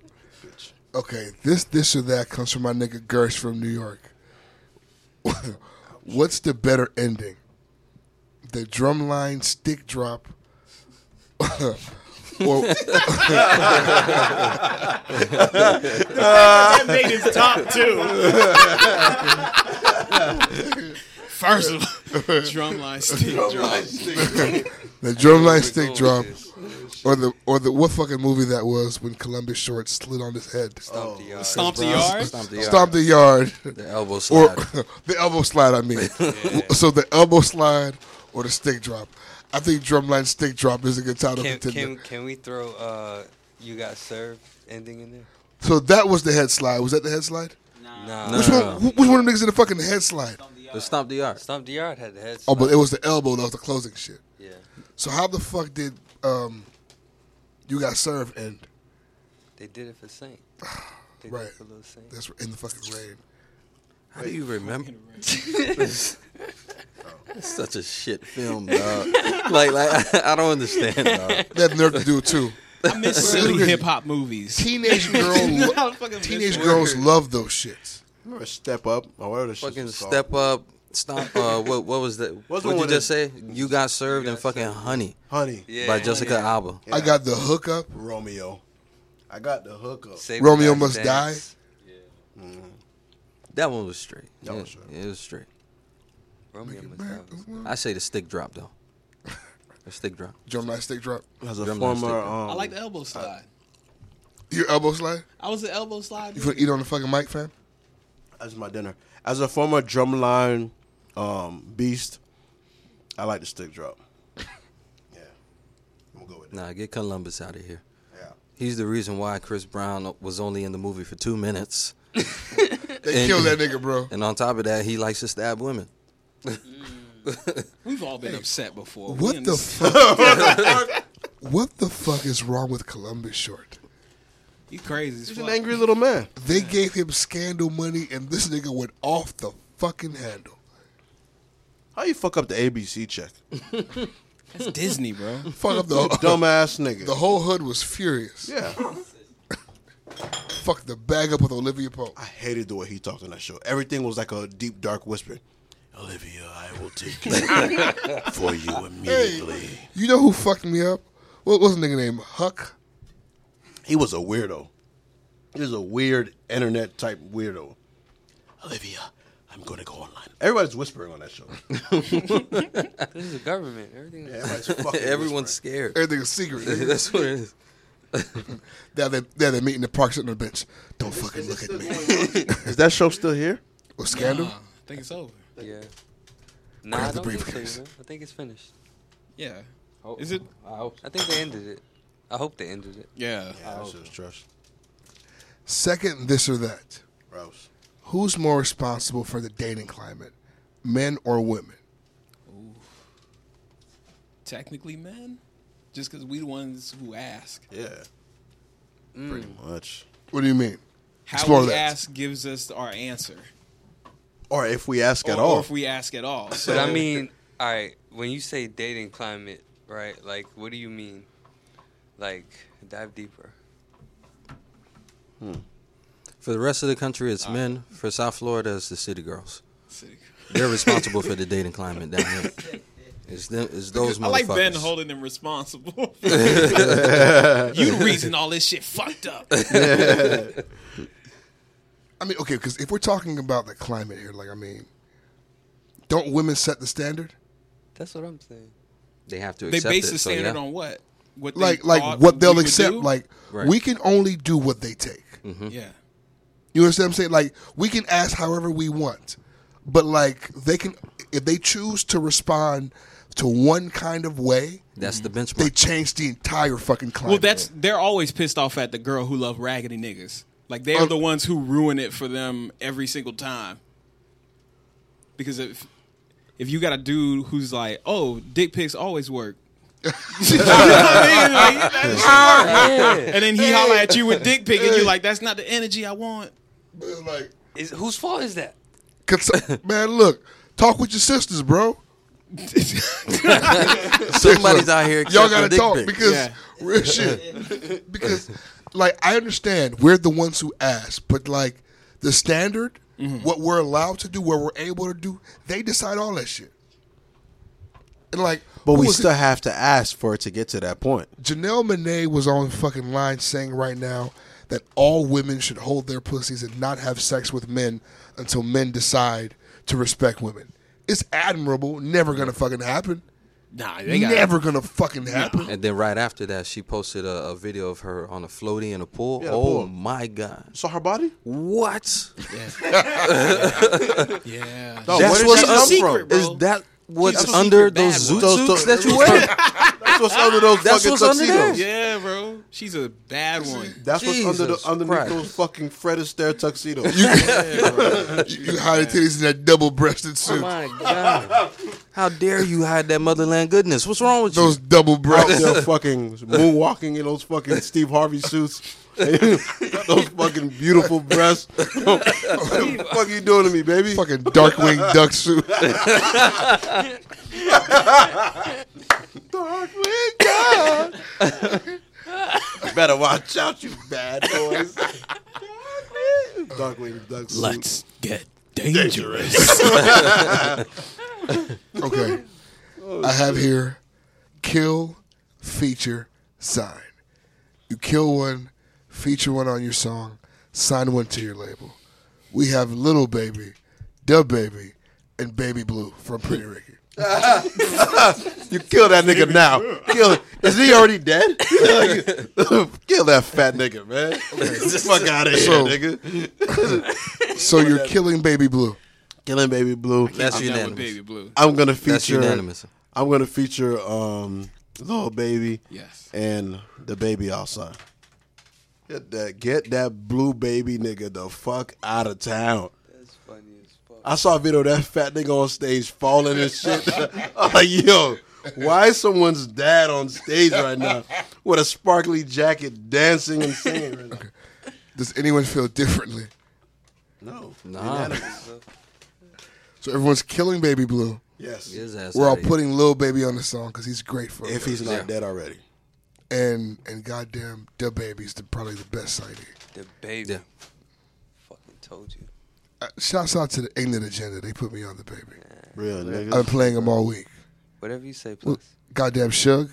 Speaker 1: okay, this this or that comes from my nigga Gersh from New York. What's the better ending? The drumline stick drop or
Speaker 8: That made his top two. First of all, drumline stick drop.
Speaker 1: The drumline stick drop, or the or the what fucking movie that was when Columbus Short slid on his head,
Speaker 2: Stomp the uh,
Speaker 6: Oh,
Speaker 2: yard.
Speaker 8: Stomp the yard.
Speaker 5: Stomp the yard.
Speaker 1: stomped the yard,
Speaker 5: The elbow
Speaker 1: or
Speaker 5: slide.
Speaker 1: the elbow slide. I mean, so the elbow slide or the stick drop. I think drumline stick drop is a good title
Speaker 2: Can,
Speaker 1: contender.
Speaker 2: can, can we throw uh, you got served ending in there?
Speaker 1: so that was the head slide. Was that the head slide?
Speaker 2: Nah.
Speaker 5: No,
Speaker 1: Which
Speaker 5: no,
Speaker 1: one?
Speaker 5: no.
Speaker 1: wh- Which one of the niggas in the fucking head slide?
Speaker 5: The stomp the yard.
Speaker 2: Stomp the yard had the head.
Speaker 1: Oh, but
Speaker 2: slap.
Speaker 1: it was the elbow. That was the closing shit.
Speaker 2: yeah.
Speaker 1: So how the fuck did um, you got served and
Speaker 2: They did it for Saint. They did
Speaker 1: Right.
Speaker 2: it for Lil Saint.
Speaker 1: that's in the fucking rain?
Speaker 5: How do you remember? It's Such a shit film, dog. like, like I, don't understand, dog.
Speaker 1: They had nerve to do it too.
Speaker 8: I miss silly hip hop movies.
Speaker 1: teenage girl, teenage girls love those shits.
Speaker 6: Remember Step Up or whatever the shit
Speaker 5: Fucking
Speaker 6: was called.
Speaker 5: step up, stomp. Uh, what what was that? What
Speaker 6: What's the
Speaker 5: would you
Speaker 6: one that-
Speaker 5: just say? You got served and fucking honey
Speaker 6: Honey.
Speaker 2: Yeah.
Speaker 5: by Jessica Alba.
Speaker 1: I got the hookup.
Speaker 6: Romeo. I got the hookup.
Speaker 2: Save
Speaker 1: Romeo
Speaker 2: the
Speaker 1: Must
Speaker 2: Last
Speaker 1: Die.
Speaker 2: Dance.
Speaker 5: That one was straight.
Speaker 6: That
Speaker 5: yeah,
Speaker 6: was straight.
Speaker 5: It was straight.
Speaker 2: Romeo Must Die. was-
Speaker 5: I say the stick drop though. The stick drop.
Speaker 1: Drumline stick drop.
Speaker 6: As a
Speaker 5: Drumline
Speaker 6: former,
Speaker 5: sticker.
Speaker 6: um,
Speaker 8: I like the elbow slide.
Speaker 1: Your elbow slide.
Speaker 8: I was the elbow slide.
Speaker 1: You gonna eat on the fucking mic, fam?
Speaker 6: as my dinner. As a former drumline um, beast, I like the stick drop. yeah, I'm gonna go with that.
Speaker 5: Nah, get Columbus out of here.
Speaker 6: Yeah,
Speaker 5: He's the reason why Chris Brown was only in the movie for two minutes.
Speaker 1: They
Speaker 5: And-
Speaker 1: killed that nigga, bro.
Speaker 5: And on top of that, he likes to stab women.
Speaker 8: We've all been upset before. We
Speaker 1: What the
Speaker 8: understand.
Speaker 1: fuck? what the fuck is wrong with Columbus Short?
Speaker 8: You crazy as
Speaker 6: he's an
Speaker 8: fuck.
Speaker 6: angry little man.
Speaker 1: They gave him scandal money, and this nigga went off the fucking handle.
Speaker 6: How you fuck up the ABC check,
Speaker 8: That's Disney, bro.
Speaker 1: Fuck up the
Speaker 6: dumbass nigga?
Speaker 1: The whole hood was furious.
Speaker 6: yeah,
Speaker 1: Fuck the bag up with Olivia Pope.
Speaker 6: I hated the way he talked on that show. Everything was like a deep dark whisper.
Speaker 11: Olivia, I will take care for you immediately.
Speaker 1: You know who fucked me up? What was the nigga name? Huck.
Speaker 6: He was a weirdo. He was a weird internet type weirdo. Olivia, I'm going to go online. Everybody's whispering on that show.
Speaker 2: this is the government. Everything.
Speaker 6: Yeah, everybody's fucking
Speaker 5: Everyone's scared.
Speaker 1: Everything's secret.
Speaker 5: That's what it is.
Speaker 1: Now they now they meet in the park sitting on the bench. Don't fucking look at me.
Speaker 6: Is that show still here?
Speaker 1: Or scandal?
Speaker 8: I think it's over.
Speaker 2: Yeah. Nah, I
Speaker 1: the
Speaker 2: don't think so,
Speaker 1: briefcase.
Speaker 2: man. I think it's finished.
Speaker 8: Yeah. Is it?
Speaker 5: I hope
Speaker 2: I think they ended it. I hope they ended it.
Speaker 8: Yeah.
Speaker 6: Yeah, that shit was trash.
Speaker 1: Second, this or that.
Speaker 6: Gross.
Speaker 1: Who's more responsible for the dating climate, men or women?
Speaker 8: Technically, men. Just because we the ones who ask.
Speaker 6: Yeah.
Speaker 8: Mm.
Speaker 6: Pretty much.
Speaker 1: What do you mean?
Speaker 8: How
Speaker 1: Explore
Speaker 8: we
Speaker 1: that.
Speaker 8: ask gives us our answer.
Speaker 6: Or if we ask at
Speaker 8: or,
Speaker 6: all.
Speaker 8: Or if we ask at all. So
Speaker 2: But I mean, all right. When you say dating climate, right? Like, what do you mean? Like, dive deeper.
Speaker 5: For the rest of the country, it's men. For South Florida, it's the city girls.
Speaker 8: Sick.
Speaker 5: They're responsible for the dating climate down here. It's them. It's those motherfuckers.
Speaker 8: I like Ben holding them responsible. you the reason all this shit fucked up.
Speaker 1: I mean, okay, because if we're talking about the climate here, like I mean, don't women set the standard?
Speaker 2: That's what I'm saying.
Speaker 5: They have to.
Speaker 8: They
Speaker 5: Accept
Speaker 8: base
Speaker 5: it,
Speaker 8: the
Speaker 5: so
Speaker 8: standard
Speaker 5: yeah.
Speaker 8: on what? What they
Speaker 1: Like like
Speaker 8: thought
Speaker 1: what they'll
Speaker 8: we would
Speaker 1: accept?
Speaker 8: do? Mm-hmm.
Speaker 1: Like
Speaker 5: Right.
Speaker 1: we can only do what they take.
Speaker 8: yeah,
Speaker 1: You understand what I'm saying? Like we can ask however we want, but like they can if they choose to respond to one kind of way,
Speaker 5: That's
Speaker 8: Mhm.
Speaker 5: the
Speaker 1: they
Speaker 5: benchmark.
Speaker 1: change the entire fucking climate.
Speaker 8: Well, that's they're always pissed off at the girl who love raggedy niggas. Like they're
Speaker 1: Um,
Speaker 8: the ones who ruin it for them every single time. Because if if you got a dude who's like, oh, dick pics always work. You know what I mean? Like, that shit work. and then he holler at you with dick pic, and you're like, "That's not the energy I want."
Speaker 1: It's like
Speaker 2: Is whose fault is that?
Speaker 1: cons- man, look, talk with your sisters, bro.
Speaker 5: Somebody's out here.
Speaker 1: Y'all
Speaker 5: accepting
Speaker 1: gotta
Speaker 5: dick
Speaker 1: talk
Speaker 5: pics.
Speaker 1: because
Speaker 8: Yeah.
Speaker 1: real shit. because like I understand we're the ones who ask, but like the standard, what we're allowed to do, what we're able to do, they decide all that shit. And like,
Speaker 6: but
Speaker 1: who
Speaker 6: we
Speaker 1: was it?
Speaker 6: still have to ask for it to get to that point.
Speaker 1: Janelle Monet was on fucking line saying right now that all women should hold their pussies and not have sex with men until men decide to respect women. It's admirable. Never gonna fucking happen.
Speaker 8: Nah, they got
Speaker 1: Never gonna fucking happen.
Speaker 5: And then right after that, she posted a, a video of her on a floaty in a pool.
Speaker 6: Yeah,
Speaker 5: oh
Speaker 6: pool.
Speaker 5: my god!
Speaker 6: So her body?
Speaker 5: What?
Speaker 8: Yeah,
Speaker 6: No,
Speaker 5: That's
Speaker 6: where did
Speaker 5: what's
Speaker 6: she
Speaker 5: up-
Speaker 6: come
Speaker 8: secret,
Speaker 6: from?
Speaker 8: bro.
Speaker 5: Is that what's
Speaker 8: She's a
Speaker 5: under
Speaker 8: secret bad
Speaker 5: those
Speaker 8: boy.
Speaker 6: So- so-
Speaker 5: zoot suits that you wear?
Speaker 6: That's what's under those
Speaker 5: That's
Speaker 6: fucking
Speaker 5: what's under there.
Speaker 6: tuxedos.
Speaker 8: yeah, bro. She's a bad one.
Speaker 6: That's what's under
Speaker 5: Jesus
Speaker 6: the, underneath
Speaker 5: Christ.
Speaker 6: those fucking Fred Astaire tuxedos.
Speaker 1: You, you hide the titties in that double-breasted suit.
Speaker 5: my god! How dare you hide that motherland goodness? What's wrong with
Speaker 1: Those
Speaker 6: out
Speaker 1: double-breasted.
Speaker 6: there fucking moonwalking in those fucking Steve Harvey suits. those fucking beautiful breasts. what the fuck you doing to me, baby?
Speaker 1: fucking dark winged duck suit.
Speaker 6: Better watch out, you bad boys. Darkwing Duck suit.
Speaker 8: get dangerous.
Speaker 1: Okay. I have here kill, feature, sign. You kill one, feature one on your song, sign one to your label. We have Little Baby, Dub Baby, and Baby Blue from Pretty Ricky.
Speaker 6: You kill that nigga now. Kill. Is he already dead? kill that fat nigga, man. Fuck out of here,
Speaker 1: So-
Speaker 6: nigga.
Speaker 1: So you're killing Baby Blue.
Speaker 6: Killing Baby Blue.
Speaker 5: That's
Speaker 8: I'm down with
Speaker 5: unanimous.
Speaker 8: baby blue.
Speaker 6: I'm gonna feature.
Speaker 5: That's unanimous.
Speaker 6: I'm gonna feature um little baby.
Speaker 8: Yes.
Speaker 6: And the baby I'll sign. Get that get that blue baby nigga the fuck out of town.
Speaker 2: That's funny as fuck.
Speaker 6: I saw a video of that fat nigga on stage falling and shit. I'm like, yo, why is someone's dad on stage right now with a sparkly jacket dancing and singing right now?
Speaker 1: Does anyone feel differently?
Speaker 6: No.
Speaker 5: Nah.
Speaker 6: Unanimous.
Speaker 1: So everyone's killing Baby Blue.
Speaker 6: Yes.
Speaker 5: His ass
Speaker 1: We're all
Speaker 5: outta here.
Speaker 1: putting Lil Baby on the song because he's great for
Speaker 6: If
Speaker 1: it.
Speaker 6: he's not dead already.
Speaker 1: And and goddamn, Dub Baby's the, probably the best sighting.
Speaker 2: The baby.
Speaker 5: Yeah.
Speaker 2: Fucking told you.
Speaker 1: Uh, shouts out to the ignorant agenda. They put me on the baby.
Speaker 6: Real niggas.
Speaker 1: I'm playing them all week.
Speaker 2: Whatever you say,
Speaker 1: Wh- Goddamn Shug.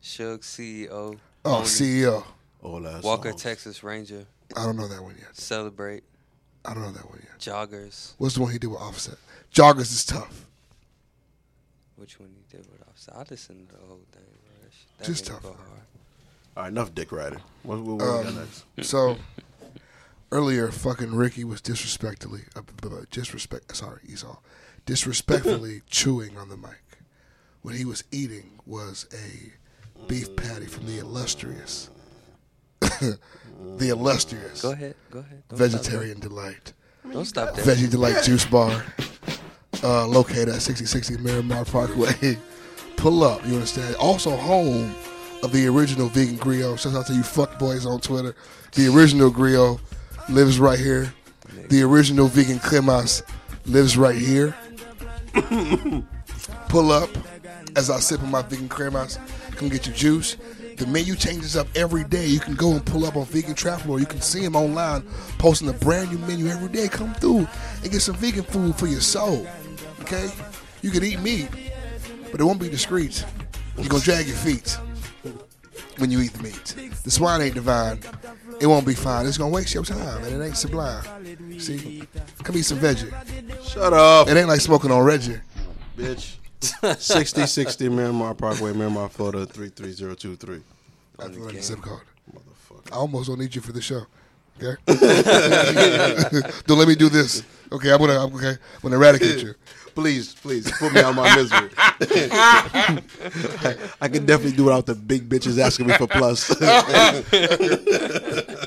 Speaker 2: Shug CEO.
Speaker 1: Oh,
Speaker 2: Only,
Speaker 1: CEO.
Speaker 2: E Walker Texas Ranger.
Speaker 1: I don't know that one yet.
Speaker 2: Celebrate.
Speaker 1: I don't know that one yet.
Speaker 2: Joggers.
Speaker 1: What's the one he did with Offset? Joggers is tough.
Speaker 2: Which one you did with Offset? I listened to the whole thing. bro. That shit- that
Speaker 1: Just
Speaker 2: nigga
Speaker 1: tough.
Speaker 2: go hard.
Speaker 6: All right, enough dick riding. What, what, what we got
Speaker 1: Um,
Speaker 6: next?
Speaker 1: so earlier, fucking Ricky was disrespectfully, uh, b- b- disrespect. Sorry, Esau, disrespectfully chewing on the mic. What he was eating was a beef patty from the illustrious, the illustrious.
Speaker 2: Go ahead. Go ahead. Don't stop
Speaker 1: Vegetarian delight.
Speaker 2: that. Don't stop that.
Speaker 1: Veggie Delight Juice Bar, uh, located at 6060 Miramar Parkway. Pull up, you understand? Also, home of the original vegan griot. Shout out to you fuck boys on Twitter. The original griot lives right here. The original vegan Clemas lives right here. Pull up as I sip on my vegan Clemas. Come get your juice. The menu changes up every day. You can go and pull up on Vegan Traveler. You can see him online posting a brand new menu every day. Come through and get some vegan food for your soul. Okay? You can eat meat, but it won't be discreet. You're going to drag your feet when you eat the meat. The swine ain't divine. It won't be fine. It's going to waste your time, and it ain't sublime. See? Come eat some veggie.
Speaker 6: Shut up,
Speaker 1: It ain't like smoking on Reggie.
Speaker 6: bitch. 6060 Miramar Parkway, Miramar, Florida 33023.
Speaker 1: I feel like the
Speaker 2: game.
Speaker 1: zip code.
Speaker 6: Motherfucker.
Speaker 1: I almost don't need you for the show. Okay. don't let me do this. Okay, I'm gonna. I'm, okay, I'm gonna eradicate you.
Speaker 6: Please, please put me out of my misery. I could definitely do without the big bitches asking me for plus.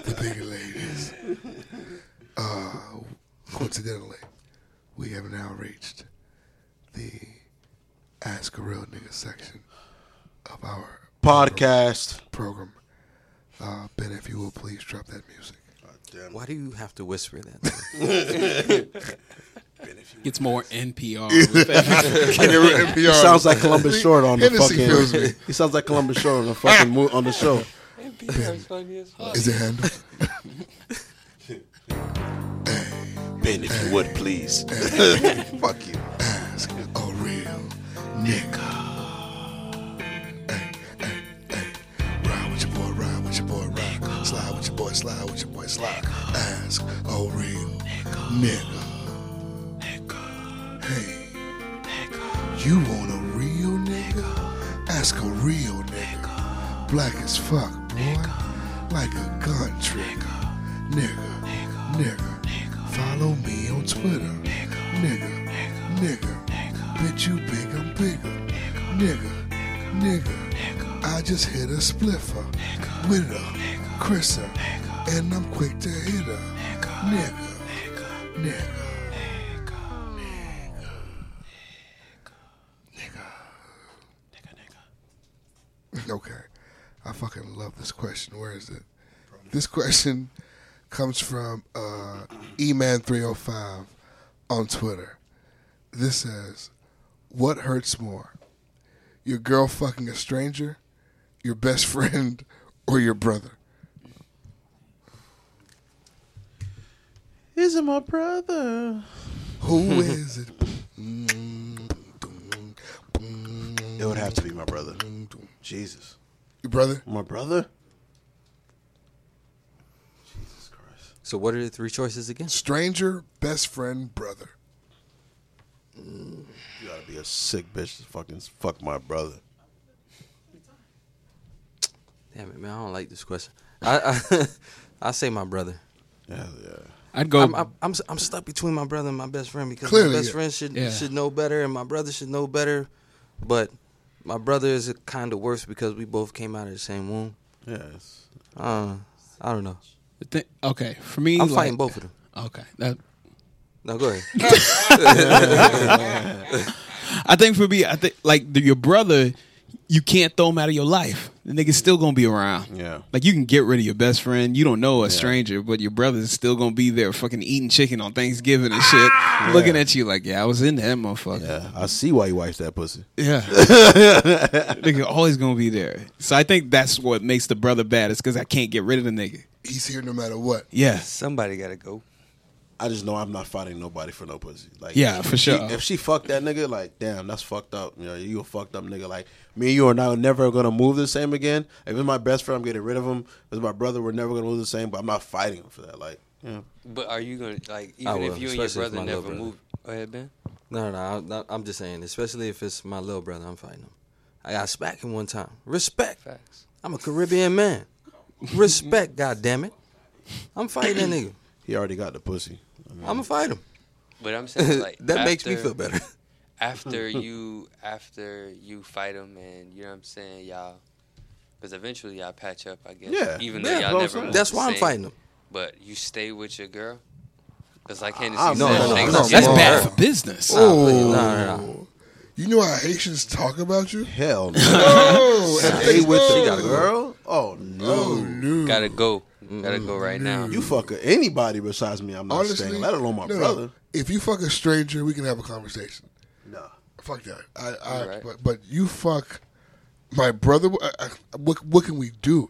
Speaker 1: The big ladies. Uh, coincidentally, we have now reached the Ask a Real Nigga section of our
Speaker 6: Podcast.
Speaker 1: program. Uh, ben, if you will please drop that music.
Speaker 5: Why do you have to whisper that?
Speaker 8: It's more NPR. with every-
Speaker 6: He sounds like Columbus Short on the
Speaker 1: Hennessy fills
Speaker 6: fucking.
Speaker 1: me.
Speaker 6: He sounds like Columbus Short on the fucking mo- on the show.
Speaker 2: NPR is funny as fuck.
Speaker 1: Is it handled?
Speaker 11: Ben, if you would, please.
Speaker 1: Fuck you. Ask a real nigga. Hey, hey, hey. Ride with your boy, ride with your boy, ride. Slide with your boy, slide with your boy, slide. Ask a real nigga. Hey, you want a real nigga? Ask a real nigga. Black as fuck, boy. Like a gun trigger. Nigga, nigga. Follow me on Twitter. Nigga, nigga. Bitch, you big, I'm bigger. Nigga, nigga. I just hit a spliffer with a crisser. And I'm quick to hit her. Nigga, nigga. Okay. I fucking love this question. Where is it? This question comes from uh, Eman305 on Twitter. This says, What hurts more? Your girl fucking a stranger, your best friend, or your brother?
Speaker 6: Is it my brother?
Speaker 1: Who is it?
Speaker 6: It would have to be my brother. Jesus,
Speaker 1: Your brother?
Speaker 6: my brother.
Speaker 5: so what are the three choices again?
Speaker 1: Stranger, best friend, brother.
Speaker 6: You gotta be a sick bitch to fucking fuck my brother.
Speaker 5: Damn it, man! I don't like this question. I I, I say my brother.
Speaker 6: Yeah, yeah.
Speaker 8: I'd go.
Speaker 5: I'm, I'm I'm s- I'm stuck between my brother and my best friend because
Speaker 1: Clearly,
Speaker 5: my best
Speaker 1: yeah.
Speaker 5: friend should
Speaker 8: Yeah.
Speaker 5: should know better and my brother should know better, but my brother is kind of worse because we both came out of the same womb.
Speaker 6: Yes.
Speaker 5: Uh, I don't know.
Speaker 8: thi- okay, for me,
Speaker 5: I'm
Speaker 8: like-
Speaker 5: fighting both of them.
Speaker 8: Okay, that,
Speaker 5: No, go ahead.
Speaker 8: I think for me, I think like the, your brother, you can't throw him out of your life. The nigga's still gonna be around.
Speaker 6: Yeah.
Speaker 8: like you can get rid of your best friend. You don't know a stranger, but your brother's still gonna be there, fucking eating chicken on Thanksgiving and shit, looking at you like, yeah, I was in that motherfucker.
Speaker 6: Yeah, I see why you wipes that pussy.
Speaker 8: Yeah, nigga always gonna be there. So I think that's what makes the brother bad is because I can't get rid of the nigga.
Speaker 1: He's here no matter what.
Speaker 8: Yeah,
Speaker 2: Somebody gotta go.
Speaker 6: I just know I'm not fighting nobody for no pussy. Like,
Speaker 8: Yeah,
Speaker 6: if
Speaker 8: for
Speaker 6: she-
Speaker 8: sure.
Speaker 6: If she fucked that nigga, like, damn, that's fucked up. You know, you a fucked up nigga. Like, me and you are now never gonna move the same again. If it's my best friend, I'm getting rid of him. If it's my brother, we're never gonna move the same. But I'm not fighting him for that. Like, yeah.
Speaker 2: But are you gonna like
Speaker 5: I
Speaker 2: even
Speaker 5: will,
Speaker 2: if you and your
Speaker 5: especially if
Speaker 2: brother
Speaker 5: my
Speaker 2: never
Speaker 5: little brother.
Speaker 2: move? Go ahead, Ben.
Speaker 5: No, no, no. I, I'm just saying, especially if it's my little brother, I'm fighting him. I got smacked him one time. Respect.
Speaker 2: Facts.
Speaker 5: I'm a Caribbean man. Respect, goddammit. I'm fighting that nigga.
Speaker 6: he already got the pussy.
Speaker 5: I'm gonna fight him.
Speaker 2: But I'm saying like
Speaker 5: that makes me
Speaker 2: after-
Speaker 5: feel better.
Speaker 2: after you after you fight him and you know what I'm saying, y'all. Because eventually y'all patch up, I guess.
Speaker 5: Yeah.
Speaker 2: Even though
Speaker 5: Yeah,
Speaker 2: y'all never.
Speaker 5: that's what I'm saying.
Speaker 2: moved
Speaker 5: That's
Speaker 2: the
Speaker 5: why I'm
Speaker 2: same,
Speaker 5: fighting him.
Speaker 2: But you stay with your girl. Because like Hennessy
Speaker 5: I-
Speaker 2: said,
Speaker 5: Ah, no, no, no,
Speaker 2: niggas
Speaker 5: no,
Speaker 2: get
Speaker 5: that's
Speaker 2: more.
Speaker 5: bad for business.
Speaker 8: Uh,
Speaker 5: Nah, please, nah, nah, nah.
Speaker 1: You know how Haitians talk about you?
Speaker 6: Hell no.
Speaker 1: Oh, and
Speaker 6: Stay
Speaker 1: they-
Speaker 6: with the
Speaker 1: oh.
Speaker 6: girl? Oh no.
Speaker 2: Gotta go. Gotta go right now.
Speaker 6: You fuck anybody besides me, I'm not staying. Let alone my
Speaker 1: no, no.
Speaker 6: brother.
Speaker 1: If you fuck a stranger, we can have a conversation. No, fuck that. I, I
Speaker 6: Alright.
Speaker 1: but, but you fuck my brother. I, I, what what can we do?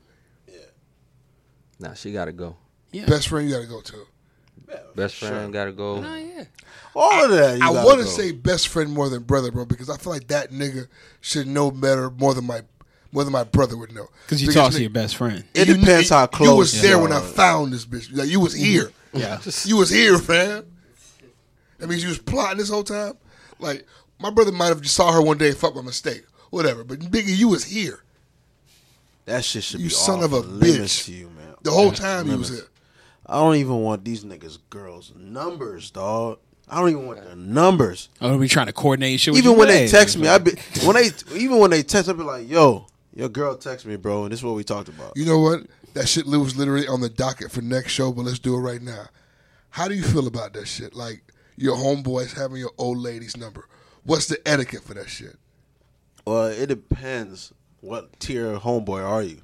Speaker 5: Nah, she gotta go.
Speaker 1: Best friend, you gotta go to.
Speaker 5: Best friend gotta go.
Speaker 6: All of that. you
Speaker 1: I
Speaker 6: gotta
Speaker 1: want to
Speaker 6: go.
Speaker 1: say best friend more than brother, bro, because I feel like that nigga should know better more than my more than my brother would know.
Speaker 8: 'Cause you talk to
Speaker 1: nigga-
Speaker 8: your best friend.
Speaker 6: It
Speaker 1: you-
Speaker 6: depends how
Speaker 1: You
Speaker 6: close
Speaker 1: was there
Speaker 6: y'all
Speaker 1: when I
Speaker 6: are. Mm-hmm.
Speaker 1: found this bitch. Like you was here.
Speaker 8: Yeah.
Speaker 1: you was here, fam. That means you was plotting this whole time. Like my brother might have just saw her one day, and fucked by mistake, whatever. But Biggie, you was here
Speaker 6: That shit should
Speaker 1: You
Speaker 6: be
Speaker 1: son
Speaker 6: off
Speaker 1: of a
Speaker 6: limits
Speaker 1: bitch.
Speaker 6: To you, man.
Speaker 1: the whole
Speaker 6: Off
Speaker 1: time you was
Speaker 6: limits.
Speaker 1: here.
Speaker 6: I don't even want these niggas girls numbers, dog. I don't even want their numbers.
Speaker 8: Oh, we trying to coordinate shit. With
Speaker 6: Even
Speaker 8: you?
Speaker 6: when they
Speaker 8: Hey.
Speaker 6: text me, I be when they even when they text, I be like, "Yo, your girl text me, bro," and this is what we talked about.
Speaker 1: You know what? That shit was literally on the docket for next show, but let's do it right now. How do you feel about that shit? Like your homeboys having your old lady's number. What's the etiquette for that shit?
Speaker 6: Well, it depends what tier homeboy are you.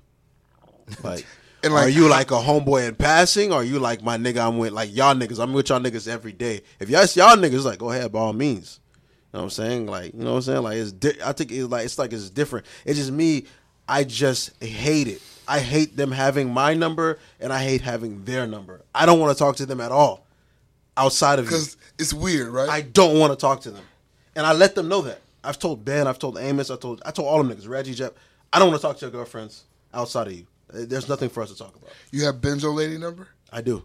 Speaker 6: Like,
Speaker 1: And like-
Speaker 6: are you like a homeboy in passing? Or are you like my nigga? I'm with like y'all niggas. I'm with y'all niggas every day. If y'all it's y'all niggas, like go ahead by all means. You know what I'm saying? Like, you know what I'm saying? Like, it's di- I think it's like it's like it's different. It's just me. I just hate it. I hate them having my number, and I hate having their number. I don't want to talk to them at all outside of you.
Speaker 1: Because it's weird, right?
Speaker 6: I don't want to talk to them, and I let them know that. I've told Ben, I've told Amos, I told I told all them niggas, Reggie, Jeff. I don't want to talk to your girlfriends outside of you. Uh, There's nothing for us to talk about.
Speaker 1: you have Ben's old lady number.
Speaker 6: I do.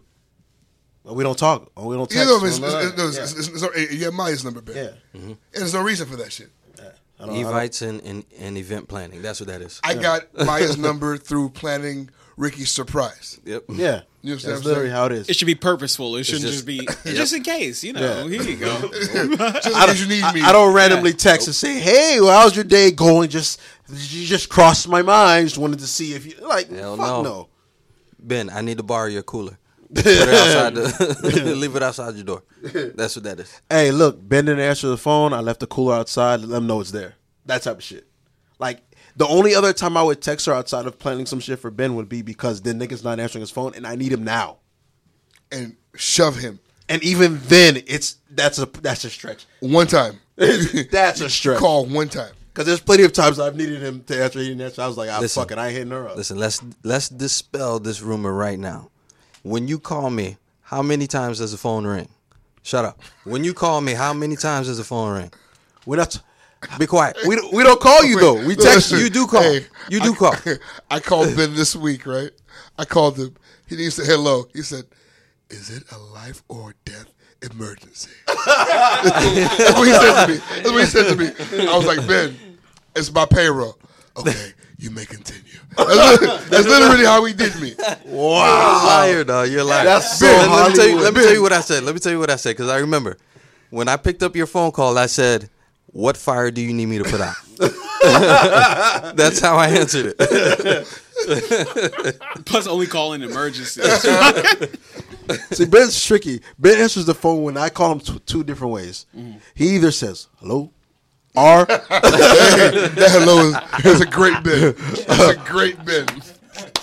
Speaker 6: But we don't talk. Or we don't
Speaker 1: You
Speaker 6: text.
Speaker 1: know, it's,
Speaker 6: or none
Speaker 1: it's,
Speaker 6: of
Speaker 1: it's, no,
Speaker 6: that.
Speaker 1: it's, it's, it's, it's, you have Maya's number, Ben.
Speaker 6: yeah.
Speaker 5: Mm-hmm.
Speaker 1: And there's no reason for that shit.
Speaker 6: I don't- I don't-
Speaker 5: Evites and, and, and event planning. That's what that is.
Speaker 1: I got Maya's number through planning Ricky's surprise.
Speaker 5: Yep.
Speaker 6: yeah.
Speaker 1: You know what I'm
Speaker 6: That's
Speaker 1: saying?
Speaker 6: literally how it is.
Speaker 8: It should be purposeful. It shouldn't
Speaker 5: just-
Speaker 8: just, be just in case. You know, here you go.
Speaker 1: Just in
Speaker 6: I
Speaker 1: case you need
Speaker 6: I,
Speaker 1: me.
Speaker 6: I don't randomly text and say, "Hey, well, how's your day going?" Just you just crossed my mind. Just wanted to see if you like.
Speaker 5: Hell
Speaker 6: fuck
Speaker 5: no.
Speaker 6: no.
Speaker 5: Ben, I need to borrow your cooler. Put it outside the, leave it outside your door. That's what that is.
Speaker 6: Hey, look, Ben didn't answer the phone. I left the cooler outside. Let them know it's there. That type of shit. Like the only other time I would text her outside of planning some shit for Ben would be because then nigga's not answering his phone and I need him now.
Speaker 1: and shove him
Speaker 6: And even then, it's that's a that's a stretch.
Speaker 1: one time.
Speaker 6: That's a stretch.
Speaker 1: Call one time.
Speaker 6: Because there's plenty of times I've needed him to answer. He didn't answer. I was like, ah,
Speaker 5: Listen.
Speaker 6: fuck it, I ain't hitting her up.
Speaker 5: Listen, let's let's dispel this rumor right now. When you call me, how many times does the phone ring? Shut up. When you call me, how many times does the phone ring?
Speaker 6: We're not.
Speaker 5: Be quiet.
Speaker 6: We don't, we don't call you though. We text you.
Speaker 5: You do call.
Speaker 1: Hey,
Speaker 5: you do
Speaker 1: I,
Speaker 5: call.
Speaker 1: I called Ben this week, right? I called him. He didn't say hello. He said, "Is it a life or death emergency?" That's what he said to me. That's what he said to me. I was like, Ben, it's my payroll. Okay, you may continue. That's literally, that's literally how he did me.
Speaker 5: Wow. Liar, dog. You're a liar.
Speaker 6: That's so
Speaker 5: let, let me tell you,
Speaker 6: Hollywood.
Speaker 5: let me tell you what I said. Let me tell you what I said because I remember when I picked up your phone call. I said, "What fire do you need me to put out?" That's how I answered it.
Speaker 8: Plus, only call in emergency.
Speaker 6: See, Ben's tricky. Ben answers the phone when I call him t- two different ways.
Speaker 1: Mm-hmm.
Speaker 6: He either says hello, or
Speaker 1: That hello is, is a great Ben. That's a great Ben.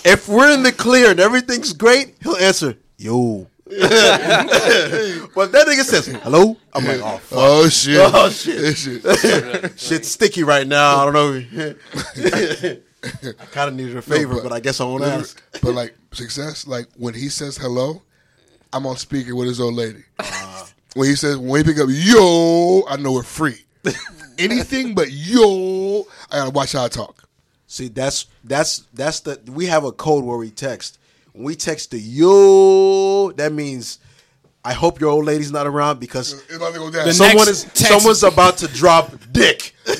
Speaker 6: if we're in the clear and everything's great, he'll answer yo. but if that nigga says hello, I'm like, oh, fuck.
Speaker 1: Oh shit!
Speaker 6: Oh, shit.
Speaker 1: This shit.
Speaker 6: shit's sticky right now. I don't know. I kind of needed a favor, but, I guess I won't ask.
Speaker 1: But like success, like when he says hello, I'm on speaker with his old lady.
Speaker 6: Ah.
Speaker 1: when he says when he pick up yo, I know we're free. Anything but yo, I gotta watch how I talk.
Speaker 6: See, that's that's that's the we have a code where we text. When we text the yo, that means I hope your old lady's not around because
Speaker 1: It's about to go down. The
Speaker 6: someone
Speaker 1: next
Speaker 6: is
Speaker 1: text-
Speaker 6: someone's about to drop dick.
Speaker 2: hey,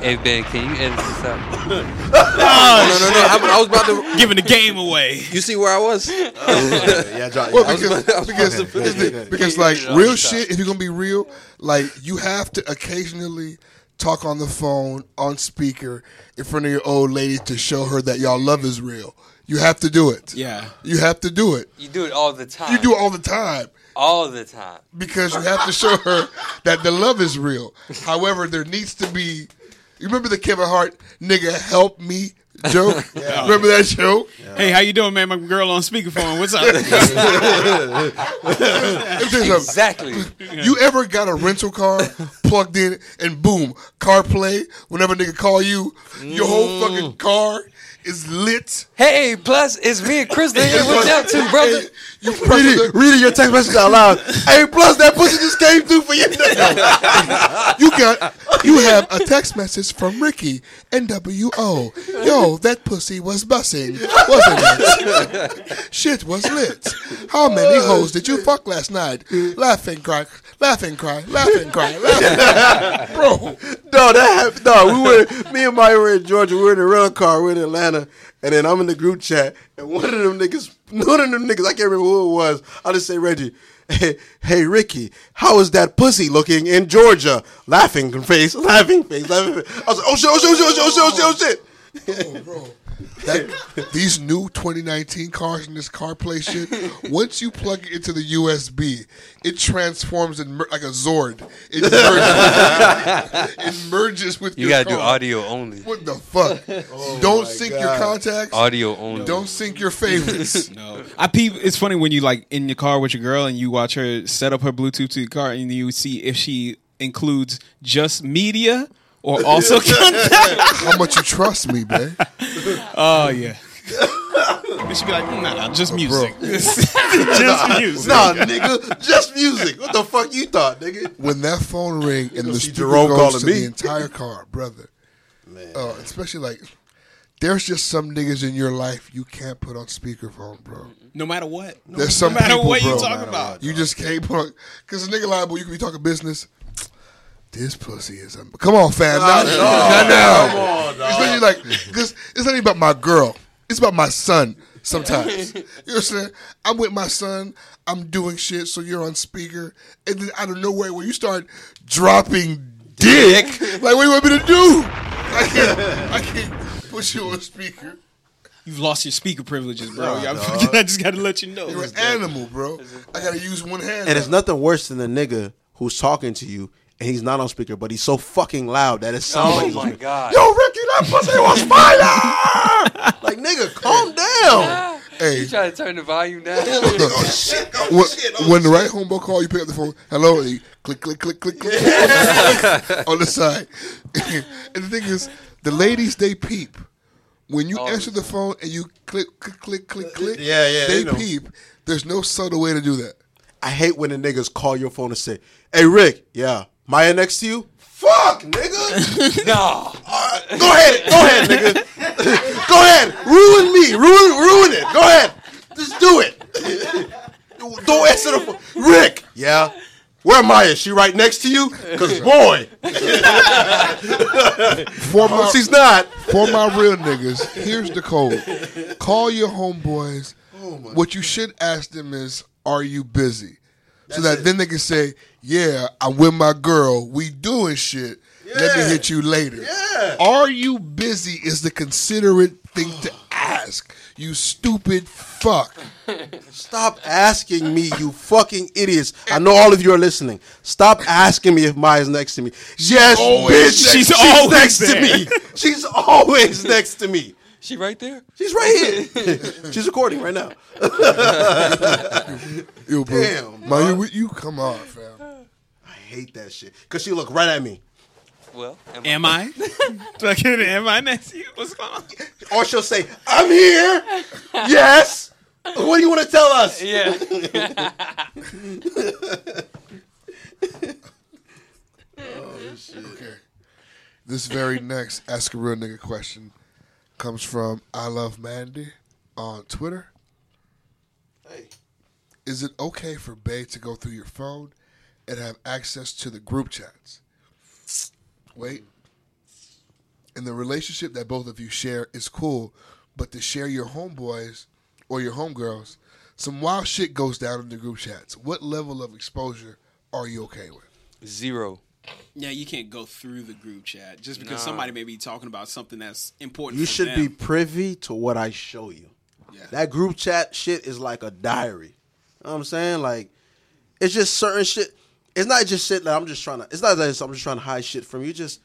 Speaker 2: hey, Ben, can you edit this out?
Speaker 5: no, no, no. I, I was about to
Speaker 8: Ah, giving the game away.
Speaker 5: You see where I was?
Speaker 6: yeah, John.
Speaker 1: Well,
Speaker 5: I was
Speaker 1: because,
Speaker 5: about- I was
Speaker 1: because,
Speaker 5: about to-
Speaker 1: because, because, like real shit, if you're gonna be real, like you have to occasionally talk on the phone on speaker in front of your old lady to show her that y'all love is real. You have to do it.
Speaker 8: Yeah.
Speaker 1: You have to do it.
Speaker 2: You do it all the time.
Speaker 1: You do it all the time
Speaker 2: all the time.
Speaker 1: because you have to show her that the love is real. However, there needs to be. You remember the Kevin Hart nigga help me joke? Remember that joke?
Speaker 8: Hey, how you doing, man? My girl on speakerphone. What's up?
Speaker 1: Let me tell you something.
Speaker 2: Exactly.
Speaker 1: You ever got a rental car plugged in and boom, CarPlay? Whenever a nigga call you, your whole fucking car is lit.
Speaker 2: Hey, plus it's me and Chris. Nigga, what's up, too, brother?
Speaker 1: You press
Speaker 6: Reading,
Speaker 1: the,
Speaker 6: reading your text message out loud. hey, plus that pussy just came through for you.
Speaker 1: you got you have a text message from Ricky NWO. Yo, that pussy was bussing, wasn't it? Shit was lit. How many hoes did you fuck last night? Laugh and cry, laugh and cry, laugh and cry, laugh and cry. Bro,
Speaker 6: No, that happened. No, we were me and Mike were in Georgia. We were in the rental car. We were in Atlanta, and then I'm in the group chat, and one of them niggas, one of them niggas, I can't remember who it was. I just say Reggie, hey, hey Ricky, how is that pussy looking in Georgia? Laughing face, laughing face, laughing. Face. I was like, oh shit, oh shit, oh shit, oh shit, oh shit, oh shit.
Speaker 1: that, these new 2019 cars and this CarPlay shit, once you plug it into the USB, it transforms in mer- like a Zord. It merges, it merges with
Speaker 2: You
Speaker 1: your
Speaker 2: gotta do
Speaker 1: car.
Speaker 2: audio only.
Speaker 1: What the fuck? Don't sync your contacts.
Speaker 2: Audio only.
Speaker 1: Don't sync your favorites.
Speaker 8: No. I peep. It's funny when you like in your car with your girl and you watch her set up her Bluetooth to your car and you see if she includes just media or also content.
Speaker 1: How much you trust me, man?
Speaker 8: Oh yeah. They should be like, nah, nah, just music. just music.
Speaker 6: oh, Nah, nigga, just music. What the fuck you thought, nigga?
Speaker 1: When that phone ring and
Speaker 6: gonna
Speaker 1: the
Speaker 6: see
Speaker 1: speaker
Speaker 6: Jerome
Speaker 1: goes
Speaker 6: calling
Speaker 1: to
Speaker 6: me.
Speaker 1: the entire car, brother. Uh, especially like, there's just some niggas in your life you can't put on speakerphone, bro.
Speaker 8: No matter what. No,
Speaker 1: There's some
Speaker 8: matter
Speaker 1: people,
Speaker 8: what
Speaker 1: bro.
Speaker 8: you talking about.
Speaker 1: You just can't put on because a nigga liable. You can be talking business. This pussy is. Un- come on, fam. Not, not now. Especially like because it's not even about my girl. It's about my son. Sometimes you know what I'm saying. I'm with my son. I'm doing shit. So you're on speaker, and then out of nowhere, when you start dropping dick, like what do you want me to do? I can't. I can't put you on speaker.
Speaker 8: You've lost your speaker privileges, bro. I'm fucking- I just gotta let you know.
Speaker 1: You're an animal, bro. I gotta use one hand.
Speaker 6: And it's
Speaker 1: now.
Speaker 6: nothing worse than a nigga who's talking to you and he's not on speaker, but he's so fucking loud that it sounds like
Speaker 2: Oh
Speaker 6: he's on
Speaker 2: my god.
Speaker 6: Yo, Ricky, that pussy was fire! like, nigga, calm down.
Speaker 1: Hey,
Speaker 2: You trying to turn the volume down?
Speaker 1: Look, when, when the right homo call, you pick up the phone. Hello, and you click, click, click, click, click on the side. and the thing is, the ladies they peep when you answer the phone and you click, click, click, click, click.
Speaker 6: Yeah, yeah,
Speaker 1: They
Speaker 6: they know.
Speaker 1: peep. There's no subtle way to do that.
Speaker 6: I hate when the niggas call your phone and say, "Hey, Rick, yeah, Maya next to you." Fuck, nigga.
Speaker 2: no.
Speaker 6: All right, go ahead, go ahead, nigga. go ahead, ruin me, ruin, ruin it. Go ahead, just do it. Don't answer the phone, Rick. Yeah. Where Maya? She right next to you? Cause boy,
Speaker 1: For my,
Speaker 6: she's not.
Speaker 1: for my real niggas, here's the code. Call your homeboys. what you should ask them is, are you busy? so that then they can say, yeah, I'm with my girl. We doing shit. Let me hit you later. Are you busy is the considerate thing to ask. You stupid fuck.
Speaker 6: Stop asking me, you fucking idiots. I know all of you are listening. Stop asking me if Maya's next to me. Yes,
Speaker 1: always
Speaker 6: bitch.
Speaker 1: next-
Speaker 8: She's always
Speaker 6: next
Speaker 8: there.
Speaker 6: to me. She's always next to me.
Speaker 2: She right there?
Speaker 6: She's right here. She's recording right now.
Speaker 1: Yo, bro.
Speaker 6: Damn,
Speaker 1: Man, you, you come on, fam.
Speaker 6: I hate that shit. Cause she looked right at me.
Speaker 2: Well, am,
Speaker 8: Am I? Fucking am I next to you? What's going on?
Speaker 6: Or she'll say, I'm here. Yes. What do you want to tell us?
Speaker 2: Yeah.
Speaker 1: Okay. This very next Ask a Real Nigga question comes from I Love Mandy on Twitter. Hey. Is it okay for Bay to go through your phone and have access to the group chats? Wait. And the relationship that both of you share is cool, but to share your homeboys or your homegirls, some wild shit goes down in the group chats. What level of exposure are you okay with?
Speaker 2: Zero.
Speaker 8: Yeah, you can't go through the group chat just because
Speaker 2: Nah.
Speaker 8: somebody may be talking about something that's important.
Speaker 6: You
Speaker 8: for
Speaker 6: should
Speaker 8: them.
Speaker 6: be privy to what I show you. That group chat shit is like a diary. You know what I'm saying? Like, it's just certain shit. It's not just shit that I'm just trying to, it's not that I'm just trying to hide shit from you. Just,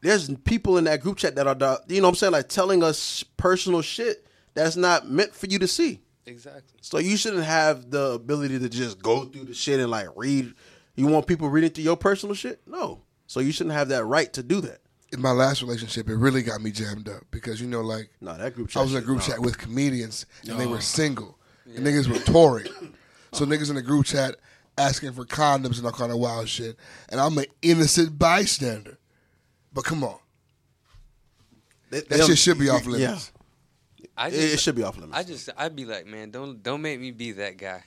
Speaker 6: there's people in that group chat that are, di- you know what I'm saying? Like, telling us personal shit that's not meant for you to see.
Speaker 2: Exactly.
Speaker 6: So you shouldn't have the ability to just go through the shit and like read. You want people reading through your personal shit? No. So you shouldn't have that right to do that.
Speaker 1: in my last relationship, it really got me jammed up because you know, like,
Speaker 6: No, that group
Speaker 1: I was in a
Speaker 6: chat
Speaker 1: group
Speaker 6: shit,
Speaker 1: chat
Speaker 6: no.
Speaker 1: with comedians and they
Speaker 6: No.
Speaker 1: were single. And niggas were touring, so niggas in the group chat asking for condoms and all kind of wild shit. And I'm an innocent bystander, but come on, that
Speaker 6: Them-
Speaker 1: shit should be off
Speaker 6: yeah.
Speaker 1: limits.
Speaker 2: I
Speaker 6: It- it should be off limits.
Speaker 2: I just I'd be like, man, don't don't make me be that guy.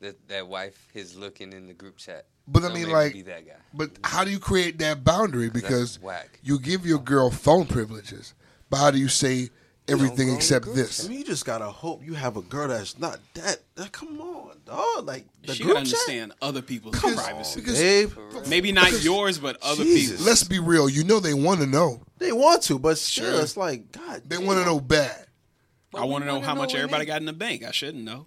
Speaker 2: That that wife is looking in the group chat.
Speaker 1: But I
Speaker 2: Don't
Speaker 1: mean,
Speaker 2: make me
Speaker 1: like,
Speaker 2: be that guy.
Speaker 1: but how do you create that boundary?
Speaker 2: That's
Speaker 1: Because
Speaker 2: whack.
Speaker 1: you give your girl phone privileges, but how do you say everything
Speaker 6: go
Speaker 1: except
Speaker 6: I
Speaker 1: this?
Speaker 6: mean, you just gotta hope you have a girl that's not that. that come on, dog. Like the
Speaker 8: She
Speaker 6: group
Speaker 8: gotta understand other people's
Speaker 6: Come on,
Speaker 8: privacy.
Speaker 6: chat, babe.
Speaker 8: Maybe not yours, but other
Speaker 1: Jesus.
Speaker 8: people's.
Speaker 1: Let's be real. You know they want to know.
Speaker 6: They want to, but still,
Speaker 8: Sure.
Speaker 6: it's like God.
Speaker 1: They want to know bad.
Speaker 8: I want to know
Speaker 2: wanna
Speaker 8: how
Speaker 2: know
Speaker 8: much
Speaker 2: what
Speaker 8: everybody
Speaker 2: it-
Speaker 8: got in the bank. I shouldn't know.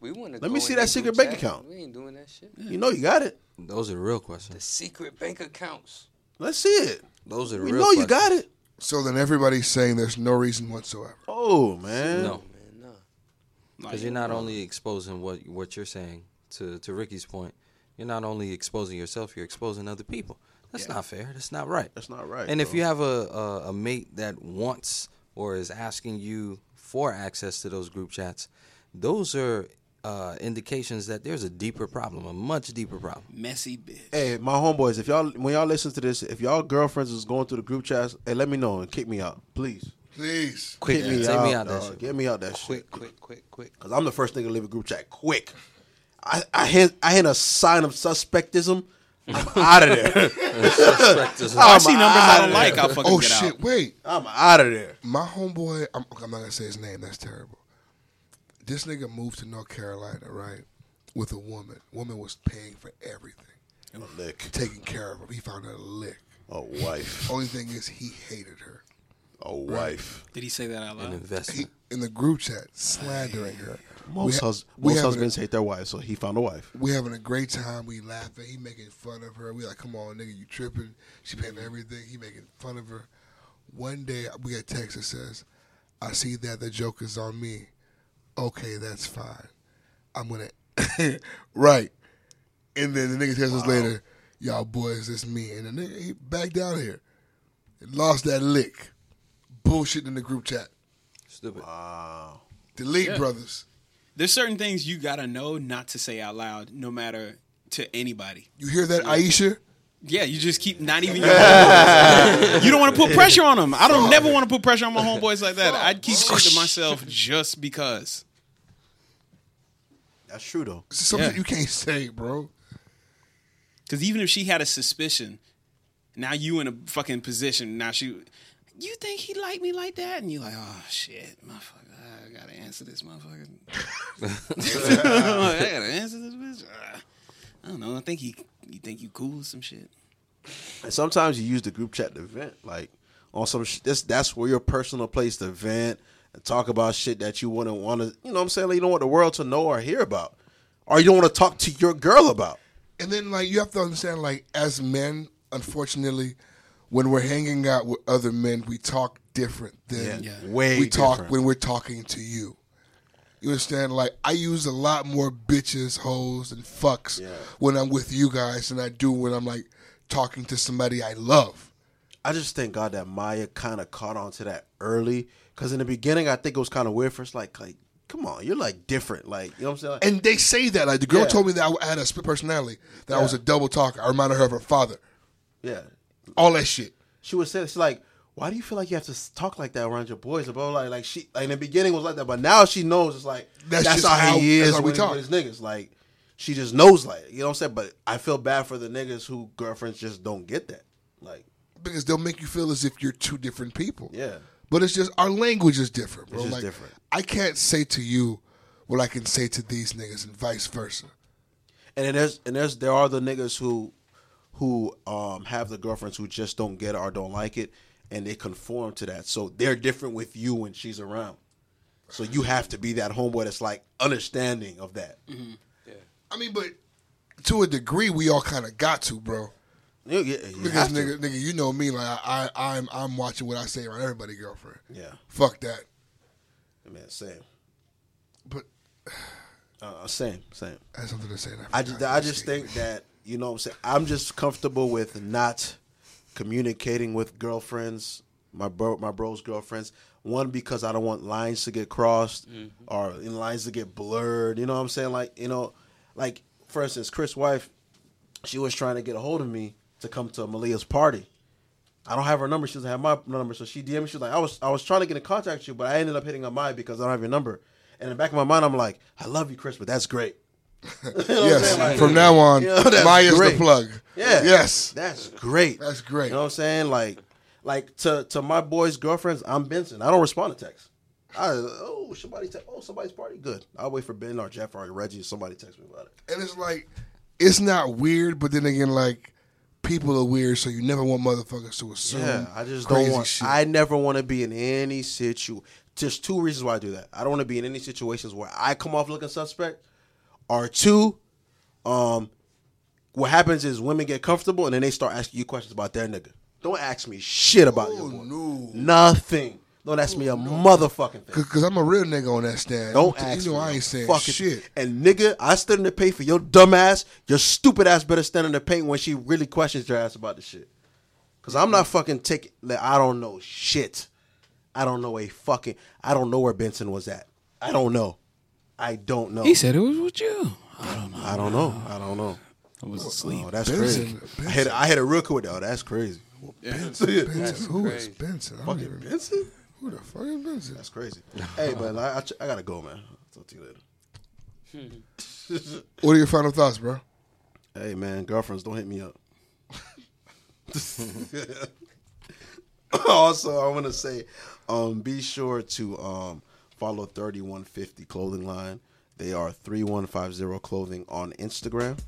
Speaker 2: We want to.
Speaker 6: Let me see that secret bank account.
Speaker 2: We ain't doing that shit.
Speaker 6: You know you got it.
Speaker 5: Those are the real questions.
Speaker 2: The secret bank accounts.
Speaker 6: Let's see it.
Speaker 5: Those are the
Speaker 6: We
Speaker 5: real
Speaker 6: know you
Speaker 5: questions.
Speaker 6: got it.
Speaker 1: So then everybody's saying there's no reason whatsoever.
Speaker 6: Oh man.
Speaker 5: No,
Speaker 2: Man, nah.
Speaker 5: because you're not only exposing what what you're saying to to Ricky's point. You're not only exposing yourself, you're exposing other people. That's not fair. That's not right.
Speaker 6: That's not right.
Speaker 5: and if
Speaker 6: bro.
Speaker 5: you have a, a a mate that wants or is asking you for access to those group chats, those are uh, indications that there's a deeper problem, a much deeper problem.
Speaker 8: Messy bitch.
Speaker 6: Hey, my homeboys, if y'all when y'all listen to this, if y'all girlfriends is going through the group chats, hey, let me know and kick me out, please.
Speaker 1: Please.
Speaker 5: Quick,
Speaker 6: kick me,
Speaker 5: take
Speaker 6: out,
Speaker 5: me out that
Speaker 6: dog.
Speaker 5: shit.
Speaker 6: Get me out that shit.
Speaker 2: Quick, quick, quick, quick.
Speaker 6: Cause I'm the first nigga to leave a group chat quick. I, I hit I hit a sign of suspectism. I'm out of there.
Speaker 5: Suspectism.
Speaker 8: I see numbers I don't
Speaker 6: outta
Speaker 8: like.
Speaker 6: there.
Speaker 8: I'll fucking
Speaker 1: Oh
Speaker 8: get
Speaker 1: shit!
Speaker 8: out.
Speaker 1: Wait,
Speaker 6: I'm out of there.
Speaker 1: my homeboy. I'm, I'm not gonna say his name. That's terrible. This nigga moved to North Carolina, right? With a woman. Woman was paying for everything,
Speaker 6: A lick.
Speaker 1: taking care of him. He found her a lick.
Speaker 11: A wife.
Speaker 1: Only thing is, he hated her.
Speaker 11: A wife.
Speaker 8: Did he say that out
Speaker 5: An
Speaker 8: loud?
Speaker 5: investment.
Speaker 1: In the group chat, slandering her.
Speaker 6: Most,
Speaker 1: ha-
Speaker 6: hus-
Speaker 1: we
Speaker 6: most
Speaker 1: having a-
Speaker 6: husbands hate their wives, so he found a wife.
Speaker 1: we having a great time. We laughing. He making fun of her. We like, come on, nigga, you tripping? She paying for everything. He making fun of her. One day we got text that says, "I see that the joke is on me." Okay, that's fine. I'm gonna right. And then the nigga texts us later, "Y'all boys, it's me." And the nigga he back down here, lost that lick, bullshit in the group chat.
Speaker 5: Stupid.
Speaker 6: Uh,
Speaker 1: Delete, brothers.
Speaker 8: There's certain things you gotta know not to say out loud, no matter to anybody.
Speaker 1: You hear that, Aisha?
Speaker 8: Yeah, you just keep not even. Your homeboys. you don't want to put pressure on them. I don't never want to put pressure on my homeboys like that. I'd keep shit to myself just because.
Speaker 6: That's true though.
Speaker 1: This is something
Speaker 8: Yeah.
Speaker 1: you can't say, bro.
Speaker 8: Because even if she had a suspicion, now you in a fucking position. Now she, you think he liked me like that, and you're like, oh shit, motherfucker, I gotta answer this motherfucker. I gotta answer this bitch. Ah, I don't know. I think he, you think you cool or some shit.
Speaker 6: And sometimes you use the group chat to vent, like on some sh- this. That's where your personal place to vent and talk about shit that you wouldn't want to. You know what I'm saying? Like, you don't want the world to know or hear about, or you don't want to talk to your girl about.
Speaker 1: And then like you have to understand like as men, unfortunately, when we're hanging out with other men, we talk different than
Speaker 6: Yeah. Yeah. Way
Speaker 1: we talk
Speaker 6: different.
Speaker 1: when we're talking to you. You understand? Like I use a lot more bitches, hoes, and fucks when I'm with you guys than I do when I'm like talking to somebody I love.
Speaker 6: I just thank God that Maya kind of caught on to that early. Because in the beginning, I think it was kind of weird for us, like, like come on, you're like different. Like you know what I'm saying? Like,
Speaker 1: And they say that like the girl
Speaker 6: Yeah.
Speaker 1: told me that I had a split personality, that I was a
Speaker 6: Yeah.
Speaker 1: double talker. I reminded her of her father.
Speaker 6: yeah,
Speaker 1: All that shit.
Speaker 6: she would say it's like. Why do you feel like you have to s- talk like that around your boys? Blah, blah, blah. Like she, like in the beginning was like that, but now she knows it's like
Speaker 1: That's
Speaker 6: that's,
Speaker 1: just
Speaker 6: how,
Speaker 1: how-
Speaker 6: he
Speaker 1: that's
Speaker 6: is
Speaker 1: how we
Speaker 6: with,
Speaker 1: talk.
Speaker 6: with his niggas. Like she just knows, like you know what I'm saying. But I feel bad for the niggas who girlfriends just don't get that. Like
Speaker 1: Because they'll make you feel as if you're two different people.
Speaker 6: yeah,
Speaker 1: But it's just our language is different, bro.
Speaker 6: It's just
Speaker 1: like,
Speaker 6: different.
Speaker 1: I can't say to you what I can say to these niggas and vice versa.
Speaker 6: And then there's and there's there are the niggas who who um have the girlfriends who just don't get it or don't like it and they conform to that. So they're different with you when she's around. So you have to be that homeboy that's like understanding of that.
Speaker 1: Mm-hmm. I mean, but to a degree, we all kind of got to, bro.
Speaker 6: You- you- you
Speaker 1: Because
Speaker 6: have to.
Speaker 1: nigga, nigga, you know me. Like I, I, I'm, I'm watching what I say around everybody, girlfriend.
Speaker 6: Yeah.
Speaker 1: Fuck that.
Speaker 6: Man, same.
Speaker 1: But
Speaker 6: Uh, same, same.
Speaker 1: I had something to say. and
Speaker 6: I just
Speaker 1: forgot.
Speaker 6: I just think that, you know what I'm saying? I'm just comfortable with not communicating with girlfriends, my bro my bro's girlfriends. One because I don't want lines to get crossed or in lines to get blurred. You know what I'm saying? Like, you know, like for instance, Chris' wife, she was trying to get a hold of me to come to Malia's party. I don't have her number. She doesn't have my number. So she DM'd me. She was like, I was I was trying to get in contact with you, but I ended up hitting up mine because I don't have your number. And in the back of my mind, I'm like, I love you, Chris, but that's great.
Speaker 1: yes.
Speaker 6: saying? Like-
Speaker 1: from now on,
Speaker 6: You know, that's
Speaker 1: Maya's the
Speaker 6: great.
Speaker 1: plug.
Speaker 6: Yeah.
Speaker 1: Yes.
Speaker 6: That's great.
Speaker 1: That's great.
Speaker 6: You know what I'm saying? Like, like to to my boys' girlfriends, I'm Benson. I don't respond to texts. I oh somebody te- oh somebody's party good. I'll wait for Ben or Jeff or Reggie. if Somebody text me about it.
Speaker 1: And it's like, it's not weird, but then again, like, people are weird, so you never want motherfuckers to assume.
Speaker 6: Yeah, I just
Speaker 1: crazy
Speaker 6: don't want.
Speaker 1: Shit.
Speaker 6: I never want to be in any situ. Just two reasons why I do that. I don't want to be in any situations where I come off looking suspect, or two, um, what happens is women get comfortable and then they start asking you questions about their nigga. Don't ask me shit about your boy.
Speaker 1: Oh, no. Oh,
Speaker 6: Nothing. Don't ask me a motherfucking thing.
Speaker 1: Because I'm a real nigga on that stand.
Speaker 6: Don't
Speaker 1: you
Speaker 6: ask
Speaker 1: know
Speaker 6: me.
Speaker 1: I
Speaker 6: no
Speaker 1: ain't saying
Speaker 6: fucking-
Speaker 1: shit.
Speaker 6: And nigga, I stood in the paint for your dumb ass. Your stupid ass better stand in the paint when she really questions your ass about the shit. Cause I'm not fucking taking. Like, I don't know shit. I don't know a fucking. I don't know where Benson was at. I don't know. I don't know.
Speaker 7: He said it was with you. I don't know.
Speaker 6: I don't know. I don't know.
Speaker 7: I was asleep.
Speaker 6: Oh, that's
Speaker 1: Benson,
Speaker 6: crazy. I had I had a real quick though. That's crazy.
Speaker 1: Benson, who is Benson? I don't even
Speaker 6: Benson?
Speaker 1: Who the fuck is Benson?
Speaker 6: That's crazy. hey, but I, I, I gotta go, man. Talk to you later.
Speaker 1: What are your final thoughts, bro?
Speaker 6: Hey man, girlfriends, don't hit me up. also, I want to say, um, be sure to um, follow Thirty One Fifty Clothing Line. They are three one five zero clothing on Instagram.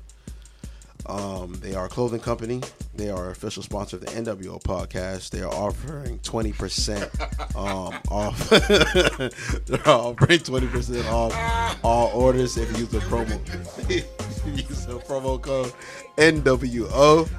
Speaker 6: Um, they are a clothing company. They are official sponsor of the NWO podcast. They are offering twenty percent um, off. They're offering twenty percent off all orders if you use the promo. if you use the promo code NWO.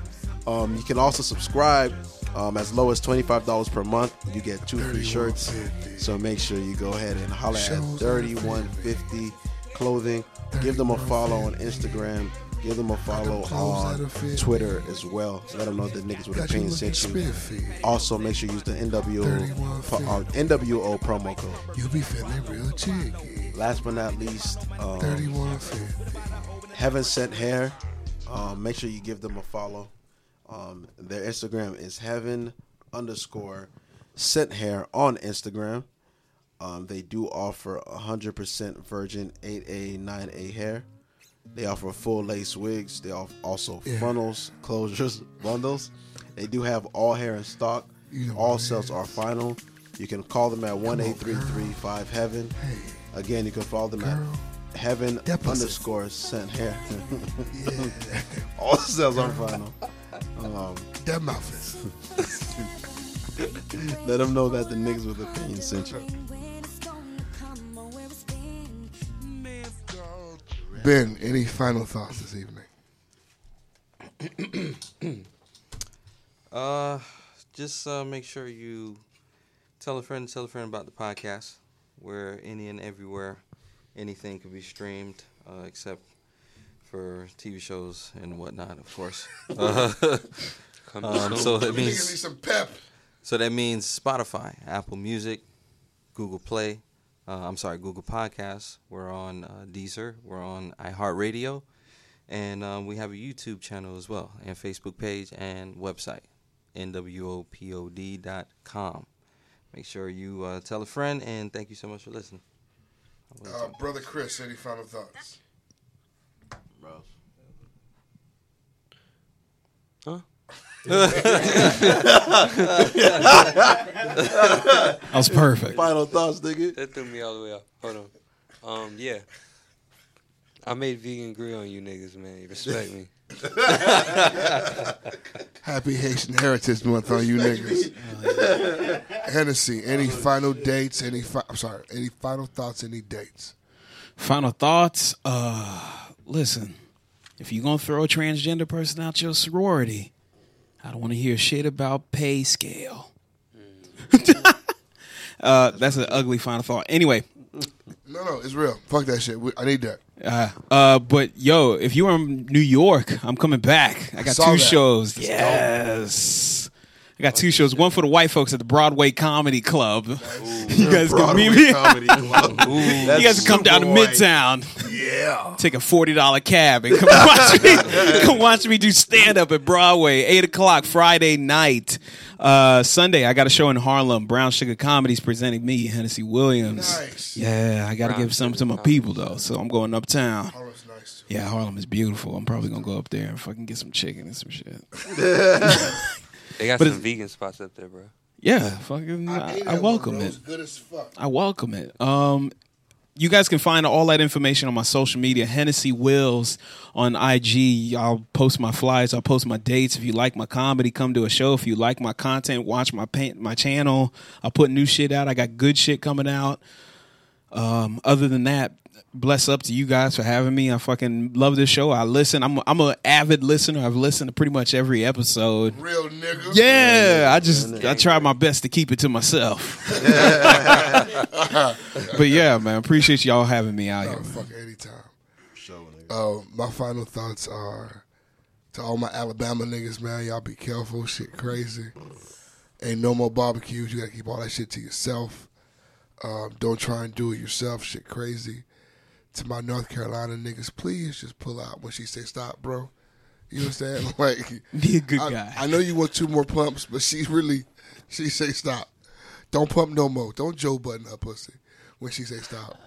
Speaker 6: Um, you can also subscribe um, as low as twenty five dollars per month. You get two free shirts. So make sure you go ahead and holler at
Speaker 1: Shows
Speaker 6: thirty one fifty clothing. Give them a follow on Instagram. Give them a follow
Speaker 1: clothes out
Speaker 6: on
Speaker 1: of fit.
Speaker 6: Twitter as well. Let them know the niggas with
Speaker 1: Got
Speaker 6: a
Speaker 1: you
Speaker 6: pain
Speaker 1: looking
Speaker 6: sent you.
Speaker 1: spiffy.
Speaker 6: Also, make sure you use the NWO, pro-
Speaker 1: 3150.
Speaker 6: uh, NWO promo code.
Speaker 1: You be feeling real cheeky.
Speaker 6: Last but not least, um,
Speaker 1: 3150.
Speaker 6: Heaven Sent Hair. Um, make sure you give them a follow. Um, their Instagram is heaven underscore sent hair on Instagram. Um, they do offer 100% virgin 8A, 9A hair. They offer full lace wigs. They off- also funnels, closures, bundles. They do have all hair in stock. all sales are final. You can call them at 18335 Heaven. Again, you can follow them at Heaven
Speaker 1: Deposit.
Speaker 6: underscore sent hair. all sales are final.
Speaker 1: That mouth is.
Speaker 6: Let them know that the niggas with opinions sent you.
Speaker 1: Ben, any final thoughts this evening?
Speaker 5: Uh, just uh, make sure you tell a friend, tell a friend about the podcast. We're any and everywhere. Anything can be streamed, uh, except for TV shows and whatnot, of course. Uh, um, so that means
Speaker 1: some pep.
Speaker 5: so that means Spotify, Apple Music, Google Play, Uh, I'm sorry, Google Podcasts. We're on uh, Deezer. We're on iHeartRadio, and um, we have a YouTube channel as well, and Facebook page and website, nwopod.com. Make sure you uh, tell a friend, and thank you so much for listening.
Speaker 1: Uh, Brother Chris, any final thoughts?
Speaker 5: Bro.
Speaker 2: that
Speaker 7: was perfect.
Speaker 6: Final thoughts, nigga.
Speaker 2: That threw me all the way up. Hold on. Um, yeah. I made vegan grill on you niggas, man. You Respect me.
Speaker 1: Happy Haitian Heritage Month on you niggas. Hennessy, any final dates? Any fi- I'm sorry, any final thoughts? Any dates?
Speaker 8: Final thoughts. Uh, listen, if you're gonna throw a transgender person out your sorority, I don't want to hear shit about pay scale. uh, that's an ugly final thought. Anyway,
Speaker 1: No, no, it's real. Fuck that shit. We, I need that.
Speaker 8: uh, uh, but yo, if you're in New York, I'm coming back. I got
Speaker 1: Saw
Speaker 8: two
Speaker 1: that.
Speaker 8: shows.
Speaker 1: Let's go.
Speaker 8: yes. I got two shows. One for the white folks at the Broadway Comedy Club. you guys can
Speaker 11: Broadway
Speaker 8: meet me.
Speaker 11: Comedy Club. Ooh,
Speaker 8: you
Speaker 11: that's
Speaker 8: guys can come down to
Speaker 11: super white.
Speaker 8: Midtown.
Speaker 11: Yeah.
Speaker 8: Take a forty dollar cab and come watch me. come watch me do stand up at Broadway. Eight o'clock Friday night. Uh, Sunday, I got a show in Harlem. Brown Sugar Comedy's presenting me, Hennessy Williams.
Speaker 1: Nice.
Speaker 8: Yeah, I got to give something to my people though, so I'm going uptown.
Speaker 1: Harlem's nice,
Speaker 8: Yeah, Harlem is beautiful. I'm probably gonna go up there and fucking get some chicken and some shit.
Speaker 2: They got
Speaker 8: But
Speaker 2: some
Speaker 8: it's-
Speaker 2: vegan spots up there, bro.
Speaker 8: Yeah, fucking, I,
Speaker 1: ate
Speaker 8: I
Speaker 1: that one,
Speaker 8: welcome
Speaker 1: bro.
Speaker 8: it.
Speaker 1: was good as fuck.
Speaker 8: I welcome it. Um, you guys can find all that information on my social media, Hennessy Wills on IG. I'll post my flyers. I'll post my dates. If you like my comedy, come to a show. If you like my content, watch my paint, my channel. I put new shit out. I got good shit coming out. Um, other than that, bless up to you guys for having me. I fucking love this show. I listen. I'm I'm an avid listener. I've listened to pretty much every episode.
Speaker 1: Real nigga.
Speaker 8: Yeah, I just I try my best to keep it to myself. but yeah, man, appreciate y'all having me out here.
Speaker 1: Oh, fuck anytime. Uh, my final thoughts are to all my Alabama niggas, man. Y'all be careful. Shit crazy. Ain't no more barbecues. You gotta keep all that shit to yourself. Um, don't try and do it yourself. Shit crazy. To my North Carolina niggas, please just pull out when she say stop, bro. You understand? Like,
Speaker 8: Be a good
Speaker 1: I,
Speaker 8: guy.
Speaker 1: I know you want two more pumps, but she really, she say stop. Don't pump no more. Don't Joe button her pussy when she say stop.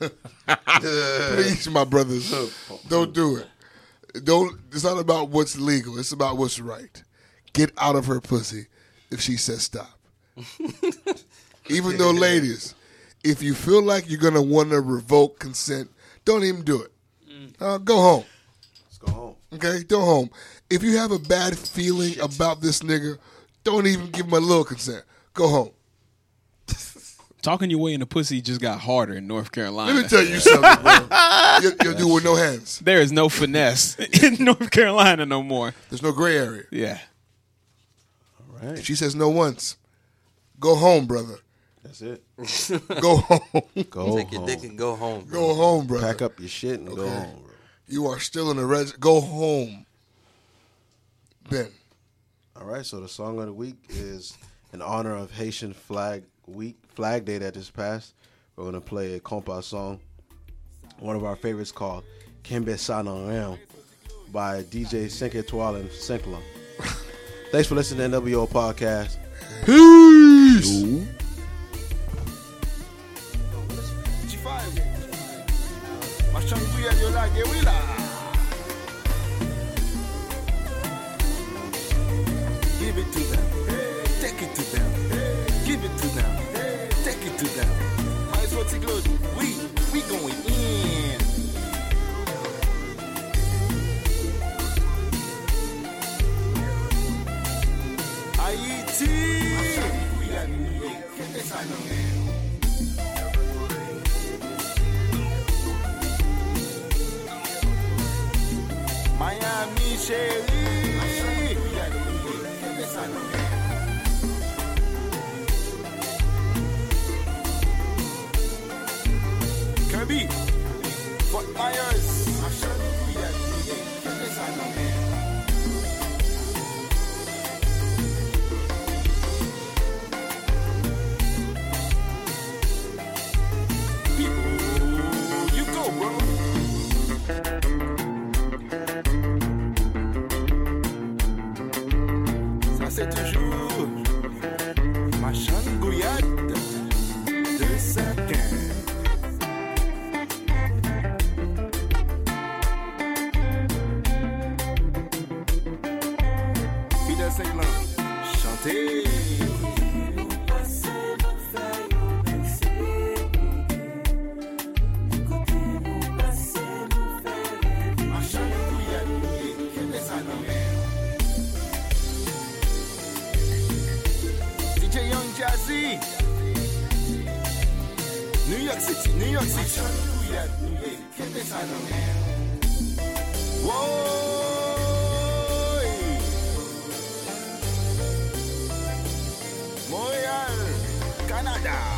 Speaker 1: Please, my brothers, don't do it. Don't. It's not about what's legal. It's about what's right. Get out of her pussy if she says stop. even though, ladies, if you feel like you're gonna want to revoke consent, don't even do it.
Speaker 8: Mm.
Speaker 1: Uh, go home.
Speaker 6: Let's go home.
Speaker 1: Okay, go home. If you have a bad feeling about this nigga, don't even give him a little consent. Go home.
Speaker 8: Talking your way into pussy just got harder in North Carolina.
Speaker 1: Let me tell you something, bro. You'll, you'll do it with no hands.
Speaker 8: there is no finesse in North Carolina no more.
Speaker 1: There's no gray area.
Speaker 8: Yeah.
Speaker 6: All right.
Speaker 1: She says no once. Go home, brother.
Speaker 6: That's it.
Speaker 1: Go home.
Speaker 6: Go
Speaker 5: Take your
Speaker 6: home.
Speaker 5: dick and go home. bro.
Speaker 1: Go home, brother.
Speaker 6: Pack up your shit and go
Speaker 1: Okay.
Speaker 6: home. Bro.
Speaker 1: You are still in the red. Go home, Ben.
Speaker 6: All right, so the song of the week is in honor of Haitian Flag Week, Flag Day that just passed. We're gonna play a compa song, one of our favorites called "Kembe Sanoyam" by DJ Cinq Etoile and Cinqlum. Thanks for listening to NWO podcast.
Speaker 1: Peace.
Speaker 12: Give it to them. Take it to them. Give it to them. Take it to them. Might as well take a look. We, we going in. IET. Miami, chérie. Kirby, Fort Myers.
Speaker 9: City. New York City, New York City. Whoa! Montreal, Canada.